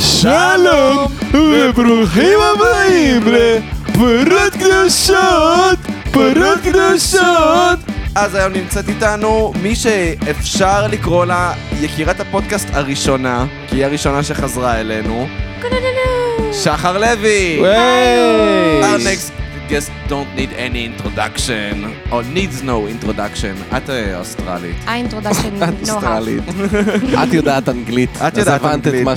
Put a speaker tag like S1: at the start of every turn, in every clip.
S1: שלום, וברוכים הבאים לפרות קדושות, פרות קדושות.
S2: אז היום נמצאת איתנו מי שאפשר לקרוא לה יקירת הפודקאסט הראשונה, כי היא הראשונה שחזרה אלינו, שחר לוי!
S1: היי.
S2: Our next guest don't need any introduction, or needs no introduction. את אה, אוסטרלית.
S3: האינטרודקשן נוהב.
S4: את יודעת אנגלית,
S2: את יודעת
S4: אז הבנת
S2: אנגלית,
S4: את מה
S2: נכון?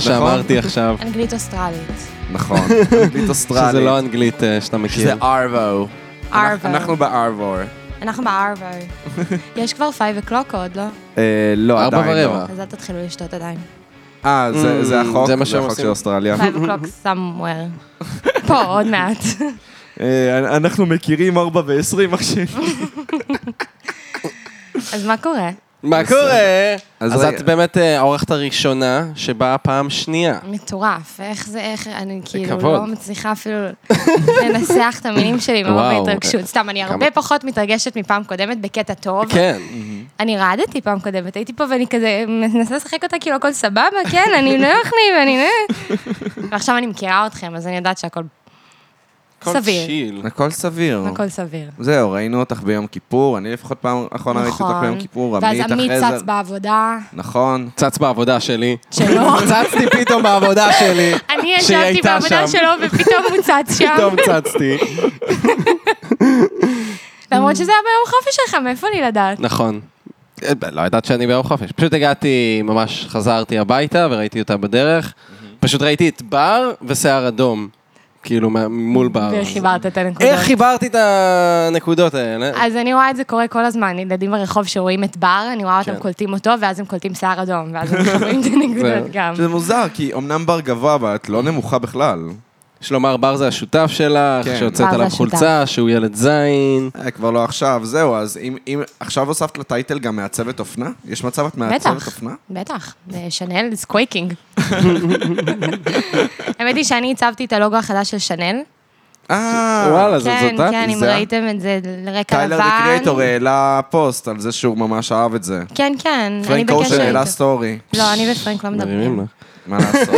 S4: שאמרתי עכשיו,
S3: אנגלית אוסטרלית.
S2: נכון, אנגלית אוסטרלית.
S4: שזה לא אנגלית אה, שאתה
S2: שזה
S4: מכיר.
S2: ארוו.
S3: ארוו.
S2: אנחנו בארוו.
S3: אנחנו בארבע. יש כבר פייב וקלוק עוד, לא?
S2: אה, לא,
S4: ארבע
S2: עדיין לא.
S4: ורבע.
S3: אז אל תתחילו לשתות עדיין.
S2: אה, זה- זה
S4: Mm,
S2: החוק?
S4: זה מה שהם
S2: החוק
S4: עושים.
S2: של אוסטרליה.
S3: פייב וקלוק סמוור. פה, עוד מעט.
S1: אה, אנחנו מכירים 4 ו-20 עכשיו.
S3: אז מה קורה?
S4: מה קורה?
S2: אה, אז
S4: אז
S2: רגע.
S4: את באמת אה, האורחת הראשונה שבאה פעם שנייה.
S3: מטורף. איך זה, איך, אני כאילו
S4: כבוד.
S3: לא מצליחה אפילו לנסח את המילים שלי מרוב
S4: וואו.
S3: ההתרגשות. סתם, אני הרבה
S4: כמה-
S3: פחות מתרגשת מפעם קודמת, בקטע טוב.
S4: כן,
S3: אני רעדתי פעם קודמת, הייתי פה ואני כזה מנסה לשחק אותה כאילו הכל סבבה, כן, אני נוח לי ואני נ... ועכשיו אני מכירה אתכם, אז אני יודעת שהכל
S4: הכל
S3: סביר.
S4: צ'יל.
S2: הכל סביר.
S3: הכל סביר.
S2: זהו, ראינו אותך ביום כיפור, אני לפחות פעם אחרונה ראיתי אותך ביום כיפור,
S3: נכון. ואז
S2: עמית
S3: עמית
S2: אחרי
S3: צץ
S2: זה.
S3: בעבודה
S2: נכון.
S4: צץ בעבודה שלי.
S3: שלו.
S4: צצתי פתאום בעבודה שלי.
S3: אני
S4: שהיא
S3: ישבתי
S4: הייתה
S3: בעבודה
S4: שם.
S3: שלו ופתאום הוא צץ שם.
S4: פתאום צצתי.
S3: למרות שזה היה ביום חופש שלך, מאיפה לי לדעת?
S4: נכון. אה, לא ידעת שאני ביום חופש. פשוט הגעתי, ממש חזרתי הביתה וראיתי אותה בדרך. פשוט ראיתי את בר ושיער אדום. כאילו, מה- מול בר.
S3: וחיברת את הנקודות.
S4: איך חיברתי את הנקודות האלה?
S3: אז אני רואה את זה קורה כל הזמן, ילדים ברחוב שרואים את בר, אני רואה אותם
S4: כן.
S3: קולטים אותו, ואז הם קולטים שיער אדום, ואז הם מחברים את הנקודות
S4: זהו.
S3: גם.
S2: שזה מוזר, כי אמנם בר גבוה, אבל את לא נמוכה בכלל.
S4: יש לומר, בר זה השותף שלך,
S2: כן.
S4: שהוצאת
S3: בר זה
S4: עליו
S3: השותף.
S4: חולצה, שהוא ילד זין.
S2: אה, כבר לא עכשיו, זהו, אז אם- אם עכשיו הוספת לטייטל גם מעצבת אופנה? יש מצב את מעצבת
S3: בטח,
S2: אופנה?
S3: בטח, זה שנל זה סקווייקינג. האמת היא שאני הצבתי את הלוגו החדש של שנל.
S2: אה,
S4: וואלה, זאת
S3: כן,
S4: זאת את?
S3: כן, אם
S2: זה?
S3: ראיתם את זה לרקע
S2: טיילר דה
S3: לבן.
S2: קרייטור העלה פוסט על זה שהוא ממש אהב את זה.
S3: כן, כן, אני
S2: פרנק אושן
S3: בקשר
S2: העלה
S3: איתו.
S2: סטורי.
S3: לא, אני ופרנק לא
S4: מרימים
S3: מדברים.
S4: לך.
S2: מה לעשות,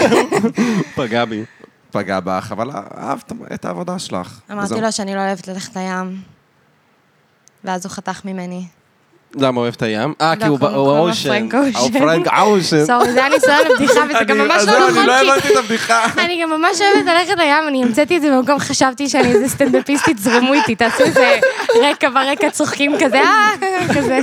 S4: פגע בי.
S2: פגע בך, אבל אהבת את העבודה שלך.
S3: אמרתי
S2: זהו.
S3: לו שאני לא אוהבת ללכת לים. ואז הוא חתך ממני.
S4: למה, אוהב את הים? אה, כי הוא
S3: קוראים-
S4: הוא
S3: קוראים לו
S4: האושן.
S3: פרנק אושן.
S2: אה,
S4: הוא פרנק אושן.
S3: סורי, זה היה ניסיון לבדיחה, וזה גם
S2: אני-
S3: ממש
S2: אז
S3: לא
S2: זהו,
S3: נכון,
S2: אני לא
S3: כי-
S2: הבנתי את הבדיחה.
S3: אני גם ממש אוהבת ללכת לים, אני המצאתי את זה במקום, חשבתי שאני איזה סטנדאפיסטית, זרמו איתי, תעשו איזה רקע ברקע צוחקים כזה, אה, כזה.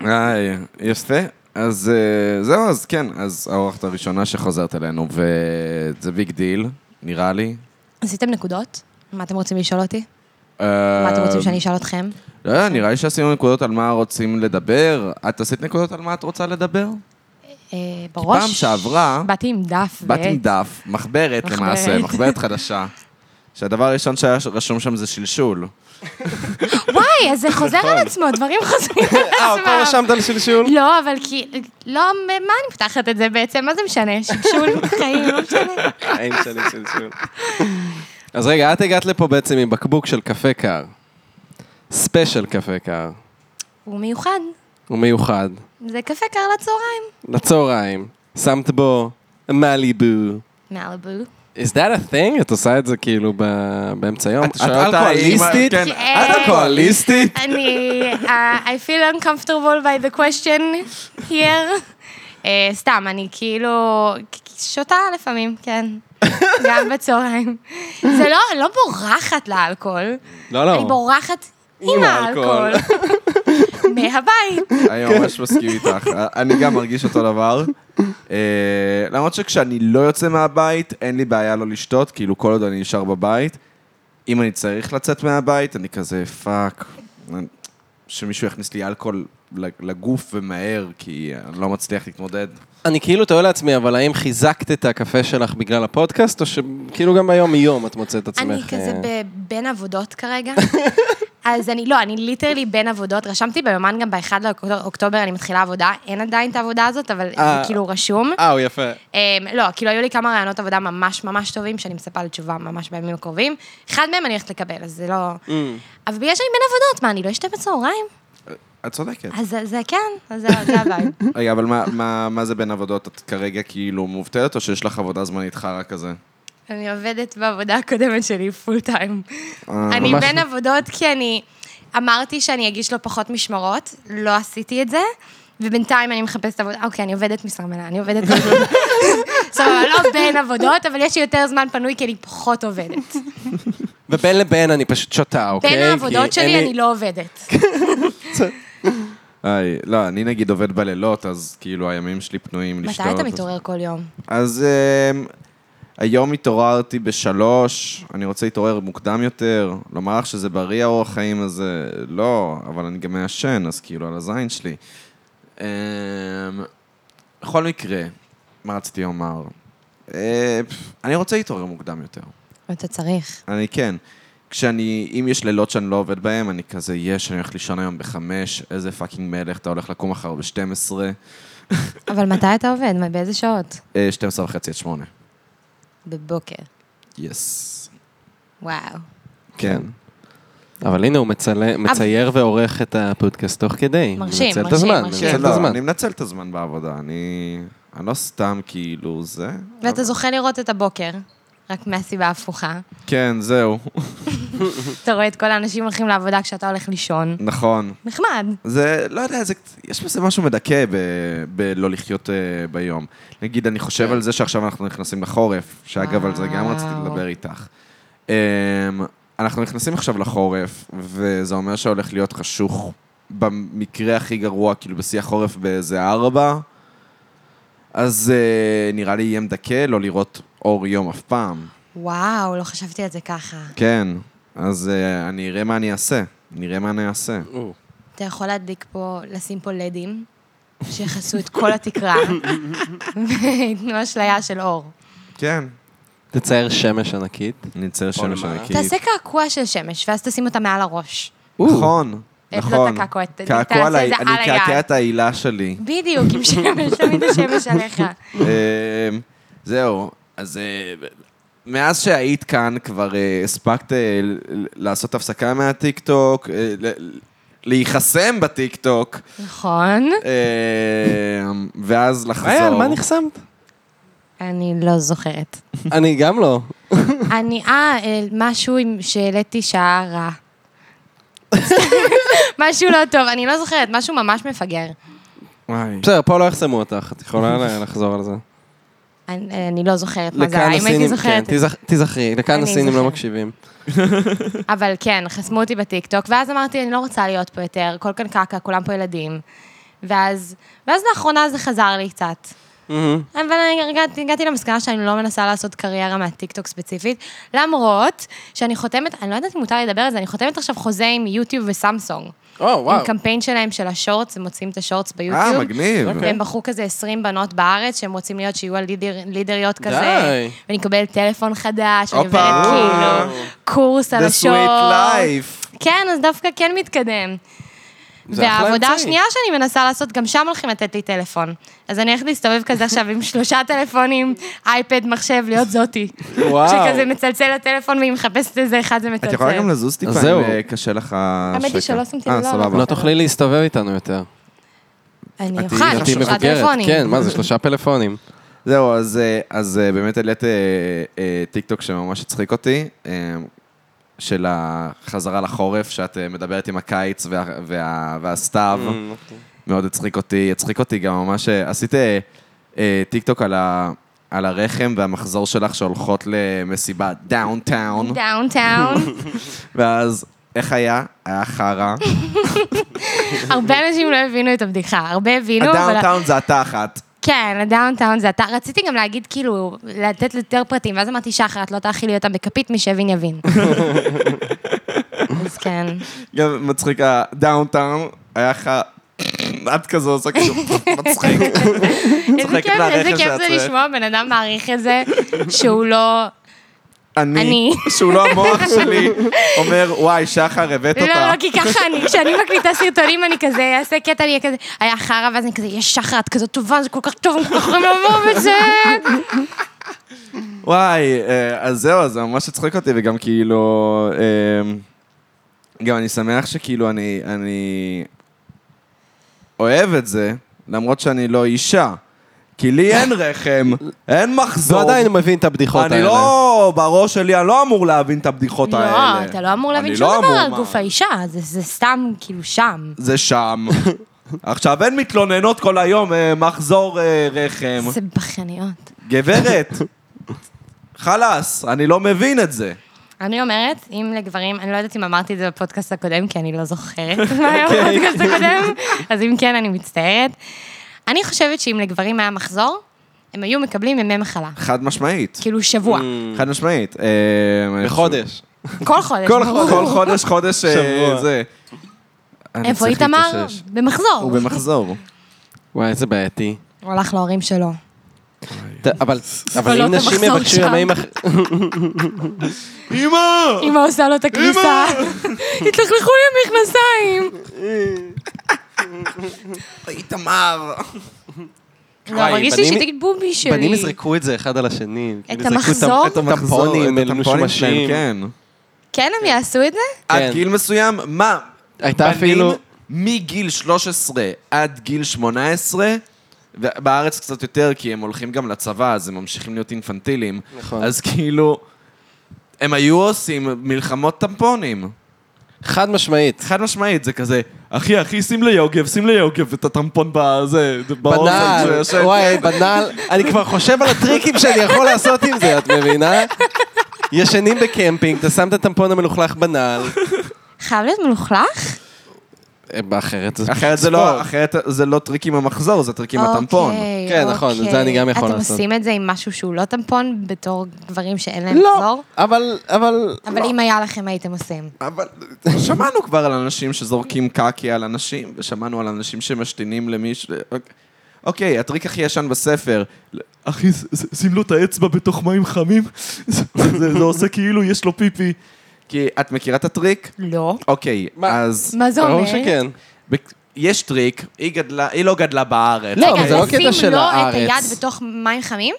S2: היי, יפה. אז אה, זהו, אז כן, אז האורחת הראשונה שחוזרת אלינו, וזה ביג דיל, נראה לי.
S3: עשיתם נקודות? מה אתם רוצים לשאול אותי?
S2: מה
S3: מה אתם רוצים שאני אשאל אתכם?
S2: לא יודע, אה, נראה לי שעשינו נקודות על מה רוצים לדבר. את עשית נקודות על מה את רוצה לדבר?
S3: אה, בראש?
S2: פעם שעברה-
S3: באתי עם דף.
S2: באת עם
S3: ועט.
S2: דף, מחברת
S3: מחברת.
S2: למעשה, מחברת חדשה. שהדבר הראשון שהיה רשום שם זה שלשול.
S3: וואי, אז זה חוזר על עצמו, דברים חוזרים
S4: אה,
S3: על
S4: אותו
S3: עצמם.
S4: רשמת על שלשול?
S3: לא, אבל כי... לא, מה אני פותחת את זה בעצם? מה זה משנה? שמשול חיים, לא משנה.
S4: חיים שלי שלשול. אז רגע, את הגעת לפה בעצם עם בקבוק של קפה קר. ספיישל קפה קר.
S3: הוא מיוחד.
S4: הוא מיוחד.
S3: זה קפה קר לצהריים.
S4: לצהריים. שמת בו מליבו.
S3: מעלבו.
S4: Is that a thing? את עושה את זה כאילו ב- באמצע היום? את
S2: שואלת אותה,
S4: אלכוהוליסטית?
S2: "אמא, כן,
S3: כן.
S2: את אלכוהוליסטית?
S3: אני, uh, I feel uncomfortable by the question here. Uh, סתם, אני כאילו שותה לפעמים, כן. גם בצהריים. זה לא, לא בורחת לאלכוהול,
S4: לא, לא.
S3: אני בורחת עם
S4: עם
S3: האלכוהול. מהבית.
S2: אני ממש מסכים איתך. אני גם מרגיש אותו דבר. אה, למרות שכשאני לא יוצא מהבית, אין לי בעיה לא לשתות, כאילו כל עוד אני נשאר בבית. אם אני צריך לצאת מהבית, אני כזה, פאק. שמישהו יכניס לי אלכוהול לגוף ומהר, כי אני לא מצליח להתמודד.
S4: אני כאילו תוהה לעצמי, אבל האם חיזקת את הקפה שלך בגלל הפודקאסט, או שכאילו גם היום מיום את מוצאת את עצמך?
S3: אני כזה
S4: אה,
S3: ב- בין עבודות כרגע. אז אני, לא, אני ליטרלי בין עבודות. רשמתי ביומן גם ב-1 לאוקטובר, אני מתחילה עבודה. אין עדיין את העבודה הזאת, אבל זה
S4: אה.
S3: כאילו רשום.
S4: אה, הוא יפה.
S3: אמ, לא, כאילו היו לי כמה רעיונות עבודה ממש ממש טובים, שאני מצפה לתשובה ממש בימים הקרובים. אחד מהם אני הולכת לקבל, אז זה לא... אבל בגלל שאני בין עבודות, מה, אני לא אשתה בצהריים?
S1: את צודקת.
S3: אז זה- זה כן, אז זה זה הבית.
S1: רגע, אבל מה- מה- מה זה בין עבודות? את כרגע כאילו מובטלת, או שיש לך עבודה זמנית חרא כזה?
S3: אני עובדת בעבודה הקודמת שלי פול טיים.
S1: אה,
S3: אני
S4: ממש
S3: בין
S4: לא.
S3: עבודות כי אני אמרתי שאני אגיש לו פחות משמרות, לא עשיתי את זה, ובינתיים אני מחפשת עבודה, אוקיי, אני עובדת מסרמנה, אני עובדת... סבבה, לא בין עבודות, אבל יש לי יותר זמן פנוי כי אני פחות עובדת.
S4: ובין לבין אני פשוט שותה, אוקיי?
S3: בין
S4: כי
S3: העבודות
S4: אין
S3: שלי
S4: לי-
S3: אני לא עובדת.
S1: היי, לא, אני נגיד עובד בלילות, אז כאילו הימים שלי פנויים לשתות.
S3: מתי אתה
S1: אז-
S3: מתעורר כל יום?
S1: אז אמ, היום התעוררתי בשלוש, אני רוצה להתעורר מוקדם יותר. לומר לך שזה בריא האורח חיים הזה, לא, אבל אני גם מעשן, אז כאילו על הזין שלי. אמ, בכל מקרה, מה רציתי לומר? אה, פף, אני רוצה להתעורר מוקדם יותר.
S3: אתה צריך.
S1: אני כן. כשאני, אם יש לילות שאני לא עובד בהם, אני כזה, יש, אני הולך לישון היום בחמש, איזה פאקינג מלך, אתה הולך לקום מחר ב-12,
S3: אבל מתי אתה עובד? מה, באיזה שעות?
S1: 12 אה, וחצי עד שמונה.
S3: בבוקר.
S1: יס.
S3: וואו.
S1: כן.
S4: אבל הנה, הוא מצל- מצייר ועורך את הפודקאסט תוך כדי.
S3: מרשים,
S4: מנצל את
S3: מרשים,
S4: הזמן,
S3: מרשים.
S4: מנצל
S1: כן,
S4: את
S1: לא,
S4: הזמן.
S1: אני מנצל את הזמן בעבודה, אני... אני לא סתם כאילו זה.
S3: ואתה זוכה לראות את הבוקר, רק מהסיבה ההפוכה.
S1: כן, זהו,
S3: אתה רואה את כל האנשים הולכים לעבודה כשאתה הולך לישון.
S1: נכון.
S3: נחמד.
S1: זה, לא יודע, זה, קצ- יש בזה משהו מדכא ב, בלא לחיות uh, ביום. נגיד, אני חושב על זה שעכשיו אנחנו נכנסים לחורף, שאגב, על זה גם
S3: וואו.
S1: רציתי לדבר איתך. Um, אנחנו נכנסים עכשיו לחורף, וזה אומר שהולך להיות חשוך במקרה הכי גרוע, כאילו בשיא החורף באיזה ארבע, אז uh, נראה לי יהיה מדכא לא לראות אור יום אף פעם.
S3: וואו, לא חשבתי על זה ככה.
S1: כן, אז uh, אני אראה מה אני אעשה. נראה מה אני אעשה.
S4: או,
S3: אתה יכול להדליק פה, לשים פה לדים, שיכסו את כל התקרה, וייתנו אשליה של אור.
S1: כן.
S4: תצייר שמש ענקית.
S1: נצא
S4: למעלה.
S1: שם שנקי.
S3: תעשה קעקוע של שמש, ואז תשים אותה מעל הראש.
S1: נכון,
S3: איך לא
S1: נכון.
S3: תקעקוע את- תעשה
S1: קעקוע
S3: את
S1: על
S3: זה
S1: ה-
S3: על
S1: אני
S3: היד.
S1: אקעקע את ההילה שלי.
S3: בדיוק, עם שמש, תמיד השמש עליך.
S1: אמ, זהו, אז אה, מאז שהיית כאן כבר אה, הספקת אה, ל- ל- לעשות הפסקה מהטיקטוק, אה, ל- להיחסם בטיקטוק,
S3: נכון.
S1: אמ, ואז לחזור.
S4: היי, אה, על מה נחסמת?
S3: אני לא זוכרת.
S4: אני גם לא.
S3: אני, אה, אה, משהו עם- שהעליתי שעה רע. משהו לא טוב, אני לא זוכרת, משהו ממש מפגר.
S1: וואי.
S4: בסדר, פה לא יחסמו אותך, את יכולה לחזור על זה.
S3: אני אני לא זוכרת מה זה
S4: לכאן
S3: היה, אם הייתי
S4: הסינים- כן,
S3: זוכרת.
S4: תיזכ- תיזכרי, לכאן
S3: אני
S4: הסינים לא
S3: זוכרת.
S4: מקשיבים.
S3: אבל כן, חסמו אותי בטיקטוק, ואז אמרתי, אני לא רוצה להיות פה יותר, הכל כאן קקה, כולם פה ילדים. ואז, ואז לאחרונה זה חזר לי קצת.
S4: מהמם.
S3: אבל אני הגעתי, הגעתי למסקנה שאני לא מנסה לעשות קריירה מהטיקטוק ספציפית, למרות שאני חותמת, אני לא יודעת אם מותר לי לדבר על זה, אני חותמת עכשיו חוזה עם יוטיוב וסמסונג.
S4: או, וואו.
S3: עם קמפיין שלהם של השורטס, הם מוצאים את השורטס ביוטיוב.
S1: אה, מגניב.
S4: אוקיי.
S3: והם בחרו כזה 20 בנות בארץ, שהם רוצים להיות, שיהיו הלידר- לידריות כזה.
S4: די.
S3: ואני מקבלת טלפון חדש,
S1: הופה.
S3: אני עוברת כאילו קורס על
S1: The
S3: השור.
S1: sweet life.
S3: כן, אז דווקא כן מתקדם.
S4: זה אחלה
S3: והעבודה
S4: אמצעי.
S3: השנייה שאני מנסה לעשות, גם שם הולכים לתת לי טלפון. אז אני הולכת להסתובב כזה עכשיו עם שלושה טלפונים, אייפד, מחשב, להיות זאתי.
S4: וואו.
S3: שכזה מצלצל לטלפון והיא מחפשת איזה אחד זה מצלצל.
S1: את יכולה גם לזוז טיפה
S4: אז זהו.
S1: אם אה, קשה לך...
S3: האמת היא
S1: שקע.
S3: שלא שמתי
S1: אה,
S3: לב, לא, לא.
S1: סבבה.
S4: לא תוכלי להסתובב איתנו יותר.
S3: אני
S1: את
S3: אוכל,
S1: תהיי-
S4: את
S1: אה, שלושה
S4: תהיי
S3: שלושה
S4: מבוגרת.
S3: אה, טלפונים.
S4: כן, מה זה, שלושה פלאפונים.
S1: זהו, אז, אה, אז אה, באמת העלית אה, אה, טיקטוק שממש הצחיק אותי, אה, של החזרה לחורף, שאת אה, מדברת עם הקיץ וה, וה, והסתיו,
S4: Mm, אוקיי.
S1: מאוד הצחיק אותי. הצחיק אותי גם ממש, אה, עשית אה, אה, טיקטוק על, ה, על הרחם והמחזור שלך שהולכות למסיבה דאונטאון,
S3: דאונטאון.
S1: ואז איך היה? היה חרא.
S3: הרבה אנשים לא הבינו את הבדיחה, הרבה הבינו, לא, אבל...
S1: הדאונטאון זה אתה אחת.
S3: כן, הדאונטאון זה אתה. רציתי גם להגיד, כאילו, לתת יותר פרטים, ואז אמרתי, שחר, את לא תאכילי אותם בכפית, מי שהבין יבין. אז כן.
S1: גם מצחיק הדאונטאון, היה לך... את כזה עושה כאילו מצחיק.
S3: איזה
S1: צוחקת
S3: כיף,
S1: מהרכב
S3: איזה כיף
S1: שאת
S3: זה
S1: צועקת.
S3: לשמוע בן אדם מעריך את זה, שהוא לא... אני.
S1: אני, שהוא לא המוח שלי, אומר, וואי, שחר, הבאת
S3: לא,
S1: אותה.
S3: לא, כי ככה אני, כשאני מקליטה סרטונים, אני כזה אעשה קטע, אני אהיה כזה, היה חרא, ואז אני כזה, יש שחר, את כזאת טובה, זה כל כך טוב, הם כל כך יכולים לבוא וזה.
S1: וואי, אה, אז זהו, אז זה ממש הצחיק אותי, וגם אמ, כאילו... אה, גם אני שמח שכאילו אני... אני...
S2: אוהב את זה, למרות שאני לא אישה. כי לי אין רחם, אין
S4: הוא
S2: מחזור.
S4: לא, עדיין מבין את הבדיחות
S2: אני
S4: האלה.
S2: לא, בראש שלי, אני לא אמור להבין את הבדיחות האלה.
S3: לא, אתה לא אמור להבין
S2: אני
S3: שום
S2: לא
S3: דבר
S2: אמור,
S3: על
S2: מה?
S3: גוף האישה, זה- זה סתם כאילו שם.
S2: זה שם. עכשיו, הן מתלוננות כל היום, אה, מחזור אה, רחם.
S3: זה בכייניות.
S2: גברת, חלאס, אני לא מבין את זה.
S3: אני אומרת, אם לגברים, אני לא יודעת אם אמרתי את זה בפודקאסט הקודם, כי אני לא זוכרת מה היה
S2: אוקיי.
S3: בפודקאסט הקודם, אז אם כן, אני מצטערת. אני חושבת שאם לגברים היה מחזור, הם היו מקבלים ימי מחלה.
S2: חד משמעית.
S3: כאילו שבוע,
S2: חד משמעית. אה, אני חושב-
S4: Mm. בחודש.
S3: כל חודש,
S2: כל
S3: ברור.
S2: כל חודש, חודש אה,
S4: שבוע.
S2: זה. אני
S3: איפה
S2: צריך
S3: איתמר?
S2: להתאושש.
S3: במחזור.
S2: הוא במחזור.
S4: וואי, איזה בעייתי.
S3: הוא הלך להורים שלו.
S4: ת- אבל אבל
S3: לא
S4: אם נשים
S3: תמחזור
S4: יבקשו
S3: שם.
S4: ימי מח...
S3: אוקיי.
S2: אמא!
S3: אמא עושה לו את הכביסה. התלכלכו לי המכנסיים.
S2: איתמר!
S3: לא,
S4: וואי,
S3: מרגיש לי
S4: בנים-
S3: שתגיד בובי שלי.
S4: בנים יזרקו את זה אחד על השני. כאילו, יזרקו
S3: המחזור?
S4: את הטמפונים, אלה משומשים.
S2: כן.
S3: כן, הם יעשו את זה?
S2: עד גיל מסוים, מה?
S4: הייתה אפילו...
S2: בנים מגיל 13 עד גיל 18, ובארץ קצת יותר, כי הם הולכים גם לצבא, אז הם ממשיכים להיות אינפנטילים.
S4: נכון.
S2: אז כאילו, הם היו עושים מלחמות טמפונים.
S4: חד משמעית.
S2: חד משמעית, זה כזה, אחי, אחי, שים לי יוגב, שים לי יוגב את הטמפון בזה, זה באוזן. שהוא
S4: בנאל,
S2: יושב."
S4: וואי, בנאל. אני כבר חושב על הטריקים שאני יכול לעשות עם זה, את מבינה? ישנים בקמפינג, אתה שם את הטמפון המלוכלך בנעל.
S3: חייב להיות מלוכלך?
S4: אה, אחרת זה...
S2: אחרת זה לא,
S4: ספורט.
S2: אחרת זה לא טריק עם המחזור, זה טריק עם הטמפון.
S3: אוקיי,
S4: כן, נכון, את
S3: אוקיי.
S4: זה אני גם יכול לעשות.
S3: אתם עושים את זה עם משהו שהוא לא טמפון, בתור גברים שאין להם
S4: לא,
S3: מחזור?
S4: אבל... אבל...
S3: אבל אם היה לכם, הייתם עושים.
S2: אבל שמענו כבר על אנשים שזורקים קקי על אנשים, ושמענו על אנשים שמשתינים למישהו. אוקיי, הטריק הכי ישן בספר. אחי, ש- ש- שים לו את האצבע בתוך מים חמים, זה זה עושה כאילו יש לו פיפי. כי את מכירה את הטריק?
S3: לא.
S2: אוקיי,
S4: מה?
S2: אז...
S3: מה זה אומר?
S4: ברור שכן.
S2: בק- יש טריק, היא גדלה, היא לא גדלה בארץ.
S4: לא, אבל
S3: רגע,
S4: זה לא
S3: לשים
S4: קטע של
S3: לו את
S4: הארץ.
S3: היד בתוך מים חמים?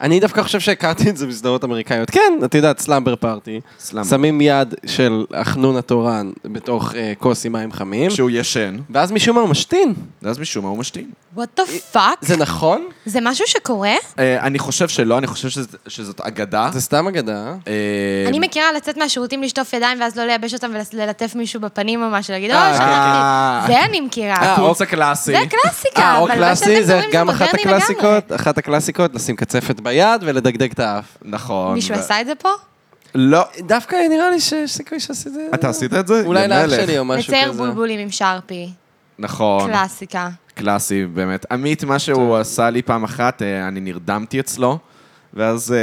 S4: אני דווקא חושב שהכרתי את זה מסדרות אמריקאיות. כן, את יודעת, סלאמבר פארטי.
S2: סלאמבר.
S4: שמים יד של החנון התורן בתוך אה, כוס עם מים חמים,
S2: כשהוא ישן,
S4: ואז משום מה הוא משתין.
S2: ואז משום מה הוא משתין.
S3: what the fuck?
S4: זה נכון?
S3: זה משהו שקורה?
S2: אה, אני חושב שלא, אני חושב שזה- שזאת אגדה.
S4: זה סתם אגדה. כן.
S2: אה,
S3: אני מכירה לצאת מהשירותים לשטוף ידיים ואז לא לייבש אותם וללטף מישהו בפנים או משהו, להגיד, "אוי,
S4: אה,
S2: אה. אוקיי.
S3: שכחתי." זה אני מכירה.
S2: הקורס הקלאסי.
S3: זה הקלאסיקה.
S4: אה, או
S3: אבל מה
S4: קלאסי,
S3: שאתם
S4: זה
S3: אומרים
S4: גם אחת
S3: מודרני
S4: הקלאסיקות, אחת הקלאסיקות, לשים קצפת ביד ולדגדג את האף.
S2: נכון.
S3: לגמרי. מישהו
S2: ו-
S3: עשה את זה פה?
S2: לא.
S4: דווקא נראה לי שיש סיכוי שעשית את זה.
S2: אתה עשית את זה?
S4: אולי
S2: יא
S4: לאח
S2: מלך.
S4: שלי או משהו
S3: לצייר
S4: כזה.
S3: בולבולים עם שרפי.
S2: נכון.
S3: קלאסיקה.
S2: קלאסי, באמת. עמית, מה שהוא עשה לי פעם אחת, אה, אני נרדמתי אצלו, ואז אה,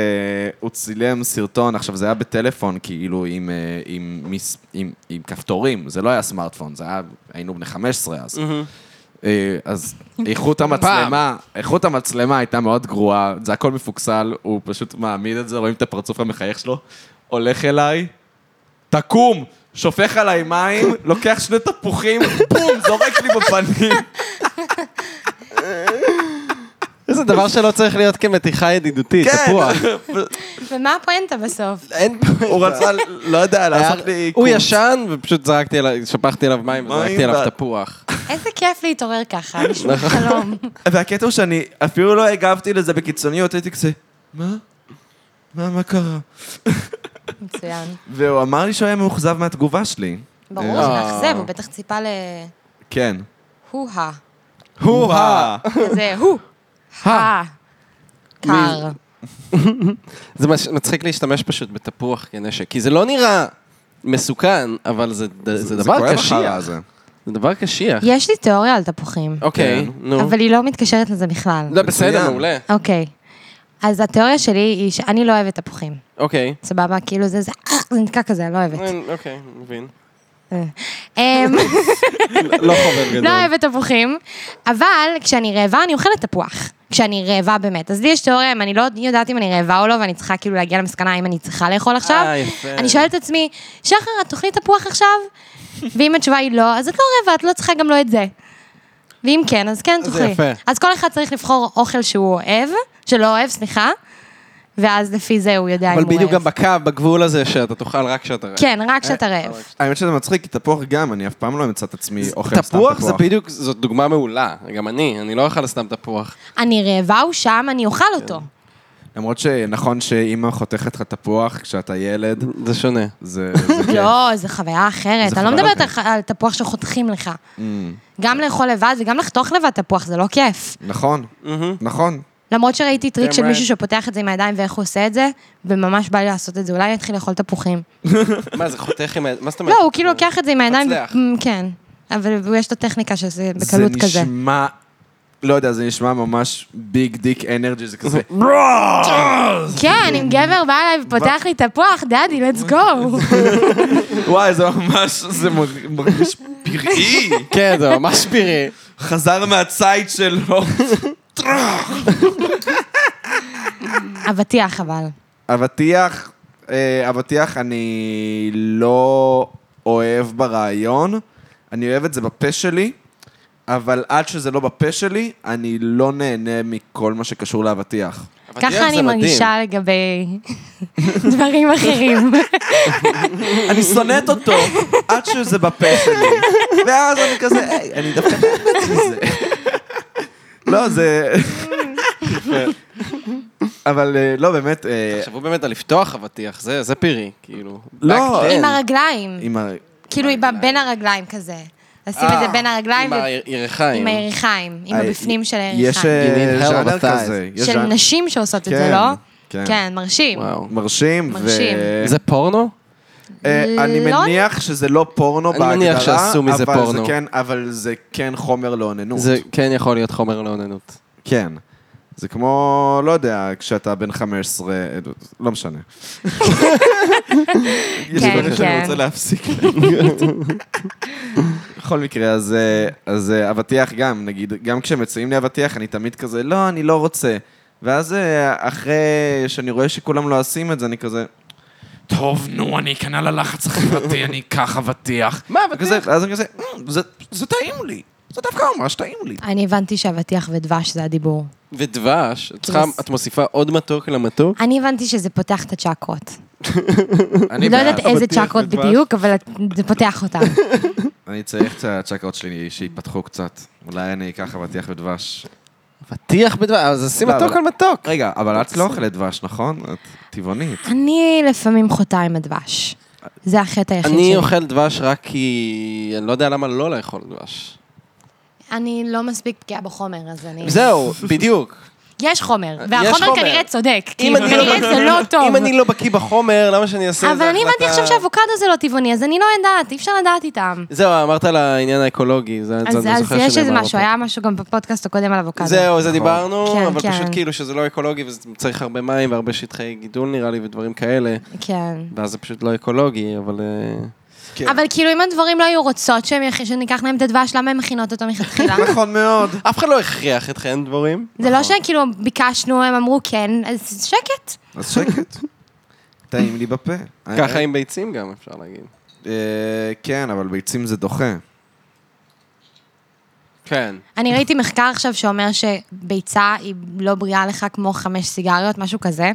S2: הוא צילם סרטון, עכשיו זה היה בטלפון, כאילו עם, אה, עם, מס- עם, עם כפתורים, זה לא היה סמארטפון, זה היה, היינו בני 15 אז. אה, אז איכות המצלמה, איכות המצלמה הייתה מאוד גרועה, זה הכל מפוקסל, הוא פשוט מעמיד את זה, רואים את הפרצוף המחייך שלו, הולך אליי, תקום, שופך עליי מים, לוקח שני תפוחים, בום, זורק לי בפנים.
S4: זה דבר שלא צריך להיות כמתיחה ידידותית, תפוח.
S3: ומה הפואנטה בסוף?
S4: אין
S2: הוא רצה, לא יודע, לעשות לי...
S4: הוא
S2: קורס.
S4: ישן, ופשוט זרקתי עליו, שפכתי עליו מים וזרקתי
S2: מים
S4: עליו
S2: ו-
S4: תפוח.
S3: איזה כיף להתעורר ככה, נשמע
S4: נכון.
S3: חלום.
S2: והקטע הוא שאני אפילו לא הגבתי לזה בקיצוניות, הייתי כזה, מה? מה, מה קרה?
S3: מצוין.
S2: והוא אמר לי שהוא היה מאוכזב מהתגובה שלי.
S3: ברור,
S2: אה,
S3: זה מאכזב, הוא בטח ציפה ל...
S2: כן.
S3: הו-הא.
S2: הו-הא.
S3: כזה הו-הא. קר.
S4: זה מש- מצחיק להשתמש פשוט בתפוח כנשק, כי זה לא נראה מסוכן, אבל זה ד- זה דבר קשיח. זה דבר קשיח.
S3: יש לי תיאוריה על תפוחים,
S4: אוקיי, נו.
S3: אבל היא לא מתקשרת לזה בכלל.
S4: לא, בסדר,
S2: מצוין.
S4: מעולה.
S3: אוקיי. אז התיאוריה שלי היא שאני לא אוהבת תפוחים.
S4: אוקיי.
S3: סבבה, כאילו זה, זה, אה, זה נתקע כזה, אני לא אוהבת.
S4: אוקיי, מבין.
S3: אמ,
S4: לא חובר גדול.
S3: לא אוהבת תפוחים, אבל כשאני רעבה אני אוכלת תפוח. כשאני רעבה באמת. אז לי יש תיאוריה אם אני לא יודעת אם אני רעבה או לא, ואני צריכה כאילו להגיע למסקנה אם אני צריכה לאכול עכשיו.
S4: אה, יפה.
S3: אני שואלת את עצמי, שחר, את תאכלי תפוח עכשיו? ואם התשובה היא לא, אז את לא רעבה, את לא צריכה גם לא את זה. ואם כן, אז כן
S4: זה
S3: תאכלי.
S4: יפה.
S3: אז כל אחד צריך לבחור אוכל שהוא אוהב, שלא אוהב, סליחה. ואז לפי זה הוא יודע אם הוא
S4: אבל
S3: רעב.
S4: בדיוק גם אה, בקו, בגבול הזה, שאתה תאכל רק כשאתה רעב.
S3: כן, רק כשאתה
S4: אוקיי.
S3: רעב.
S2: האמת שזה מצחיק, כי תפוח גם, אני אף פעם לא אמצא את עצמי אוכל סתם תפוח.
S4: תפוח זה בדיוק, זאת דוגמה מעולה. גם אני, אני לא אוכל סתם תפוח.
S3: אני רעבה, הוא שם, אני אוכל אותו.
S2: למרות שנכון שאימא חותכת לך תפוח כשאתה ילד,
S4: זה שונה.
S2: זה... זה כיף.
S3: לא, זו חוויה
S2: כן.
S3: אחרת.
S2: זו
S3: אני לא
S2: חוויה
S3: מדברת על ח- על תפוח שחותכים לך. גם לאכול לבד וגם לחתוך לבד תפוח, זה לא כיף.
S2: נכון, נכון.
S3: למרות שראיתי טריק
S4: Damn
S3: של
S4: right.
S3: מישהו שפותח את זה עם הידיים ואיך הוא עושה את זה, וממש בא לי לעשות את זה. אולי אני אתחיל לאכול תפוחים.
S4: מה, זה חותך עם... ה- מה זאת אומרת?
S3: לא, הוא כאילו לוקח את זה עם הידיים. ו-
S4: מצליח.
S3: מ, כן. אבל יש לו טכניקה שזה בקלות
S2: זה
S3: כזה.
S2: נשמע... כאילו- לא יודע, זה נשמע ממש ביג דיק אנרגי, זה כזה...
S3: כן, אם גבר בא אליי ופותח לי תפוח, דאדי, לטס גו.
S2: וואי, זה ממש... זה מר- מרגיש פראי.
S4: כן, זה ממש פירי.
S2: חזר מהציד שלו.
S3: אבטיח אבל.
S2: אבטיח, אה, אבטיח אני לא אוהב ברעיון, אני אוהב את זה בפה שלי, אבל עד שזה לא בפה שלי, אני לא נהנה מכל מה שקשור לאבטיח.
S4: אבטיח
S3: ככה אני
S4: זה מדהים.
S3: מרגישה לגבי דברים אחרים.
S2: אני שונאת אותו עד שזה בפה שלי, ואז אני כזה, היי, אני דווקא באמת מזה. לא, זה... אבל אה, לא, באמת, אה,
S4: תחשבו באמת על לפתוח אבטיח, זה זה פירי, כאילו.
S2: לא.
S4: Back then.
S3: עם הרגליים.
S2: עם ה...
S3: כאילו היא בא- בין הרגליים כזה. לשים את זה בין הרגליים
S4: אה, עם אה,
S3: ו-
S4: הירכיים.
S3: עם הירכיים, עם הבפנים של
S2: אה, יש
S3: הירכיים.
S2: אה,
S4: You need hell
S2: ז'אנר
S4: of a thighs.
S2: כזה. יש
S3: של
S2: ז'אנר-
S3: נשים שעושות את
S2: כן,
S3: זה, לא?
S2: כן.
S3: כן, מרשים.
S4: וואו.
S2: מרשים, ו...
S3: מרשים.
S4: זה פורנו?
S2: אה, אני
S3: לא-
S2: מניח שזה לא פורנו
S4: אני
S2: בהגדרה,
S4: מניח שעשו מזה
S2: אבל
S4: פורנו.
S2: זה כן, אבל זה כן חומר לאוננות.
S4: זה כן יכול להיות חומר לאוננות.
S2: כן. זה כמו, לא יודע, כשאתה בן 15, אה, לא משנה. יש
S3: כן,
S2: דברים שאני
S3: כן.
S2: רוצה להפסיק. בכל מקרה, אז, אה, אז אה, אבטיח גם, נגיד, גם כשמציעים לי אבטיח, אני תמיד כזה, לא, אני לא רוצה. ואז אה, אחרי שאני רואה שכולם לא עושים את זה, אני כזה,
S5: טוב, נו, אני אכנע ללחץ החברתי, אני אקח אבטיח.
S4: מה,
S2: כזה, ואז אני כזה, "מ, זה- זה טעים לי. זה דווקא ממש טעים לי.
S3: אני הבנתי שאבטיח ודבש זה הדיבור.
S4: ודבש, את צריכה- את מוסיפה עוד מתוק למתוק?
S3: אני הבנתי שזה פותח את הצ'קרות.
S2: אני
S3: אני לא יודעת
S2: בעד.
S3: איזה
S4: אבטיח
S3: צ'קרות
S4: ודבש.
S3: בדיוק, אבל זה פותח אותן.
S2: אני צריך את הצ'קרות שלי שיתפתחו קצת. אולי אני אקח אבטיח ודבש.
S4: אבטיח בדבש, אה, אז עשי
S2: לא,
S4: מתוק
S2: אבל-
S4: על מתוק.
S2: רגע, אבל את לא אוכלת דבש, נכון? את טבעונית.
S3: אני לפעמים חוטאה עם הדבש. זה החטא היחיד שלי.
S4: אני אוכל דבש רק כי אני לא יודע למה לא לאכול דבש.
S3: אני לא מספיק פגיעה בחומר, אז אני...
S4: זהו, בדיוק.
S3: יש חומר,
S4: יש
S3: והחומר
S4: חומר.
S3: כנראה צודק.
S4: אם
S3: כאילו,
S4: אני לא-
S3: כנראה זה לא טוב.
S4: אם אני לא בקיא בחומר, למה שאני אעשה את זה
S3: אבל אני הבנתי עכשיו שאבוקדו זה לא טבעוני, אז אני לא יודעת, אי אפשר לדעת איתם.
S4: זהו, אמרת על העניין האקולוגי, זה זה-
S3: אז
S4: אני
S3: אז
S4: זוכר
S3: יש איזה
S4: שדיברנו
S3: משהו,
S4: פה.
S3: היה משהו גם בפודקאסט הקודם על אבוקדו.
S4: זהו, זה
S3: כן,
S4: דיברנו, אבל
S3: כן.
S4: פשוט כאילו שזה לא אקולוגי וצריך הרבה מים והרבה שטחי גידול נראה לי ודברים כאלה,
S3: כן.
S4: ואז זה פשוט לא אקולוגי, אבל... אה,
S3: אבל כאילו, אם הדברים לא היו רוצות שהם יכ- שניקח להם את הדבש, למה הן מכינות אותו מלכתחילה?
S2: נכון מאוד.
S4: אף אחד לא הכריח אתכן דבורים.
S3: זה לא שכאילו ביקשנו, הם אמרו כן, אז שקט.
S2: אז שקט. טעים לי בפה.
S4: ככה עם ביצים גם, אפשר להגיד.
S2: אה, כן, אבל ביצים זה דוחה.
S4: כן.
S3: אני ראיתי מחקר עכשיו שאומר שביצה היא לא בריאה לך כמו חמש סיגריות, משהו כזה.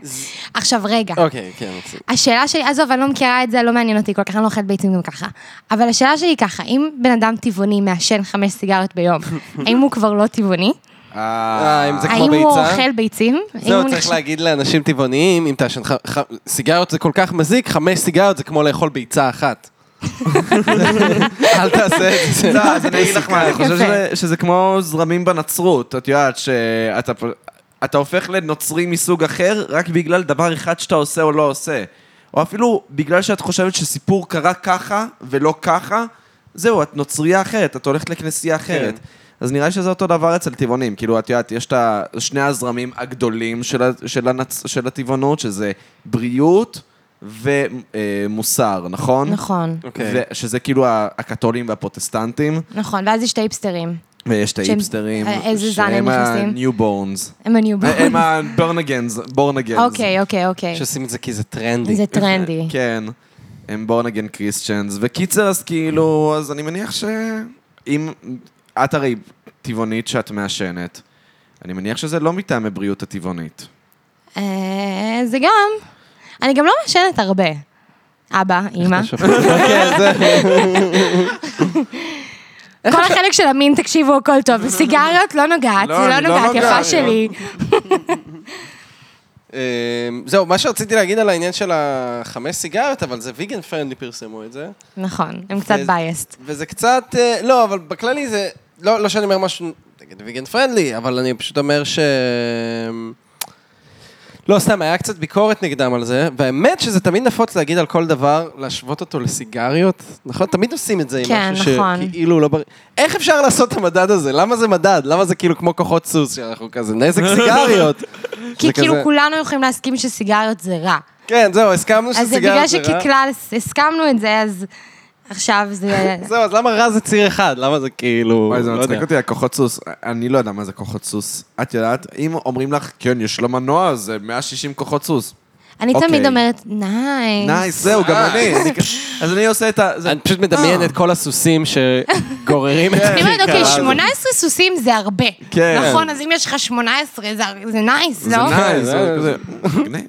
S3: עכשיו, רגע.
S4: אוקיי, כן, מצחיק.
S3: השאלה שלי, עזוב, אני לא מכירה את זה, לא מעניין אותי כל כך, אני לא אוכלת ביצים גם ככה. אבל השאלה שלי היא ככה, אם בן אדם טבעוני מעשן חמש סיגריות ביום, האם הוא כבר לא טבעוני?
S4: אה, אם זה כמו
S3: האם הוא
S4: ביצה?
S3: אוכל ביצים? האם
S4: זהו,
S3: הוא
S4: צריך
S3: נחשב-
S4: להגיד לאנשים טבעוניים, אם תעשן ח- ח- סיגריות זה כל כך מזיק, חמש סיגריות זה כמו לאכול ביצה אחת. אל תעשה את זה.
S2: לא, אז אני אגיד לך מה, אני חושב
S3: יפה.
S2: שזה- שזה כמו זרמים בנצרות. את יודעת שאתה פ- אתה הופך לנוצרי מסוג אחר רק בגלל דבר אחד שאתה עושה או לא עושה. או אפילו בגלל שאת חושבת שסיפור קרה ככה ולא ככה, זהו, את נוצרייה אחרת, את הולכת לכנסייה
S4: כן.
S2: אחרת. אז נראה לי שזה אותו דבר אצל טבעונים. כאילו, את יודעת, יש את ה- שני הזרמים הגדולים של, ה- של, הנצ... של הטבעונות, שזה בריאות ומוסר, נכון?
S3: נכון,
S4: אוקיי.
S2: ו- שזה כאילו ה- הקתולים והפרוטסטנטים.
S3: נכון, ואז יש את האיפסטרים.
S2: ויש את
S3: שהם-
S2: האיפסטרים.
S3: אה, איזה זן הם נכנסים?
S2: שהם ה-newborns.
S3: הם הניובורנס.
S2: הם ה-born-agains. born-agains.
S3: אוקיי, אוקיי, אוקיי.
S4: שעושים את זה כי זה טרנדי.
S3: זה טרנדי.
S2: כן. הם born-again Christians. וקיצר, אז כאילו, אז אני מניח ש... אם... את הרי טבעונית שאת מעשנת. אני מניח שזה לא מטעמי בריאות הטבעונית.
S3: אה, זה גם, אני גם לא מעשנת הרבה. אבא, אימא.
S4: כן, זה...
S3: כל החלק של המין, תקשיבו, הכל טוב. סיגריות לא נוגעת,
S2: לא,
S3: זה לא
S2: אני לא
S3: נוגעת,
S2: נוגע,
S3: יפה
S2: אני
S3: שלי.
S4: אמ, זהו, מה שרציתי להגיד על העניין של החמש סיגריות, אבל זה ויגן פרנדלי פרסמו את זה.
S3: נכון, הם קצת
S4: וזה-
S3: biased.
S4: וזה קצת, אה, לא, אבל בכללי זה, לא, לא שאני אומר משהו נגד ויגן פרנדלי, אבל אני פשוט אומר ש... אמ, לא, סתם, היה קצת ביקורת נגדם על זה, והאמת שזה תמיד נפוץ להגיד על כל דבר, להשוות אותו לסיגריות, נכון? תמיד עושים את זה עם
S3: כן,
S4: משהו
S3: נכון.
S4: שכאילו לא בריא. איך אפשר לעשות את המדד הזה? למה זה מדד? למה זה כאילו כמו כוחות סוס, שאנחנו כזה נזק סיגריות?
S3: כי
S4: זה
S3: כאילו
S4: כזה-
S3: כולנו יכולים להסכים שסיגריות זה רע.
S4: כן, זהו, הסכמנו
S3: אז זה
S4: שסיגריות
S3: בגלל
S4: זה רע.
S3: שככלל הס- הסכמנו את זה, אז עכשיו זה...
S4: אה? זהו, אז למה רע זה ציר אחד? למה זה כאילו...
S2: וואי, זה
S4: לא
S2: מצחיק
S4: יודע.
S2: אותי, הכוחות סוס. אני לא יודע מה זה כוחות סוס. את יודעת, אם אומרים לך, כן, יש לו מנוע, אז זה 160 כוחות סוס.
S3: אני
S2: אוקיי.
S3: תמיד אומרת, נייס.
S2: נייס, זהו, גם אני. אני כ- אז אני עושה את ה... זה-
S4: אני פשוט
S3: אה.
S4: מדמיין את כל הסוסים שגוררים את
S3: אני אומרת,
S4: הכיכר.
S3: אוקיי, 18 סוסים זה הרבה.
S2: כן.
S3: נכון, אז אם יש לך 18, זה- זה נייס,
S2: זה
S3: לא?
S2: נייס,
S4: זה-
S2: כן, זה כזה, מגניב.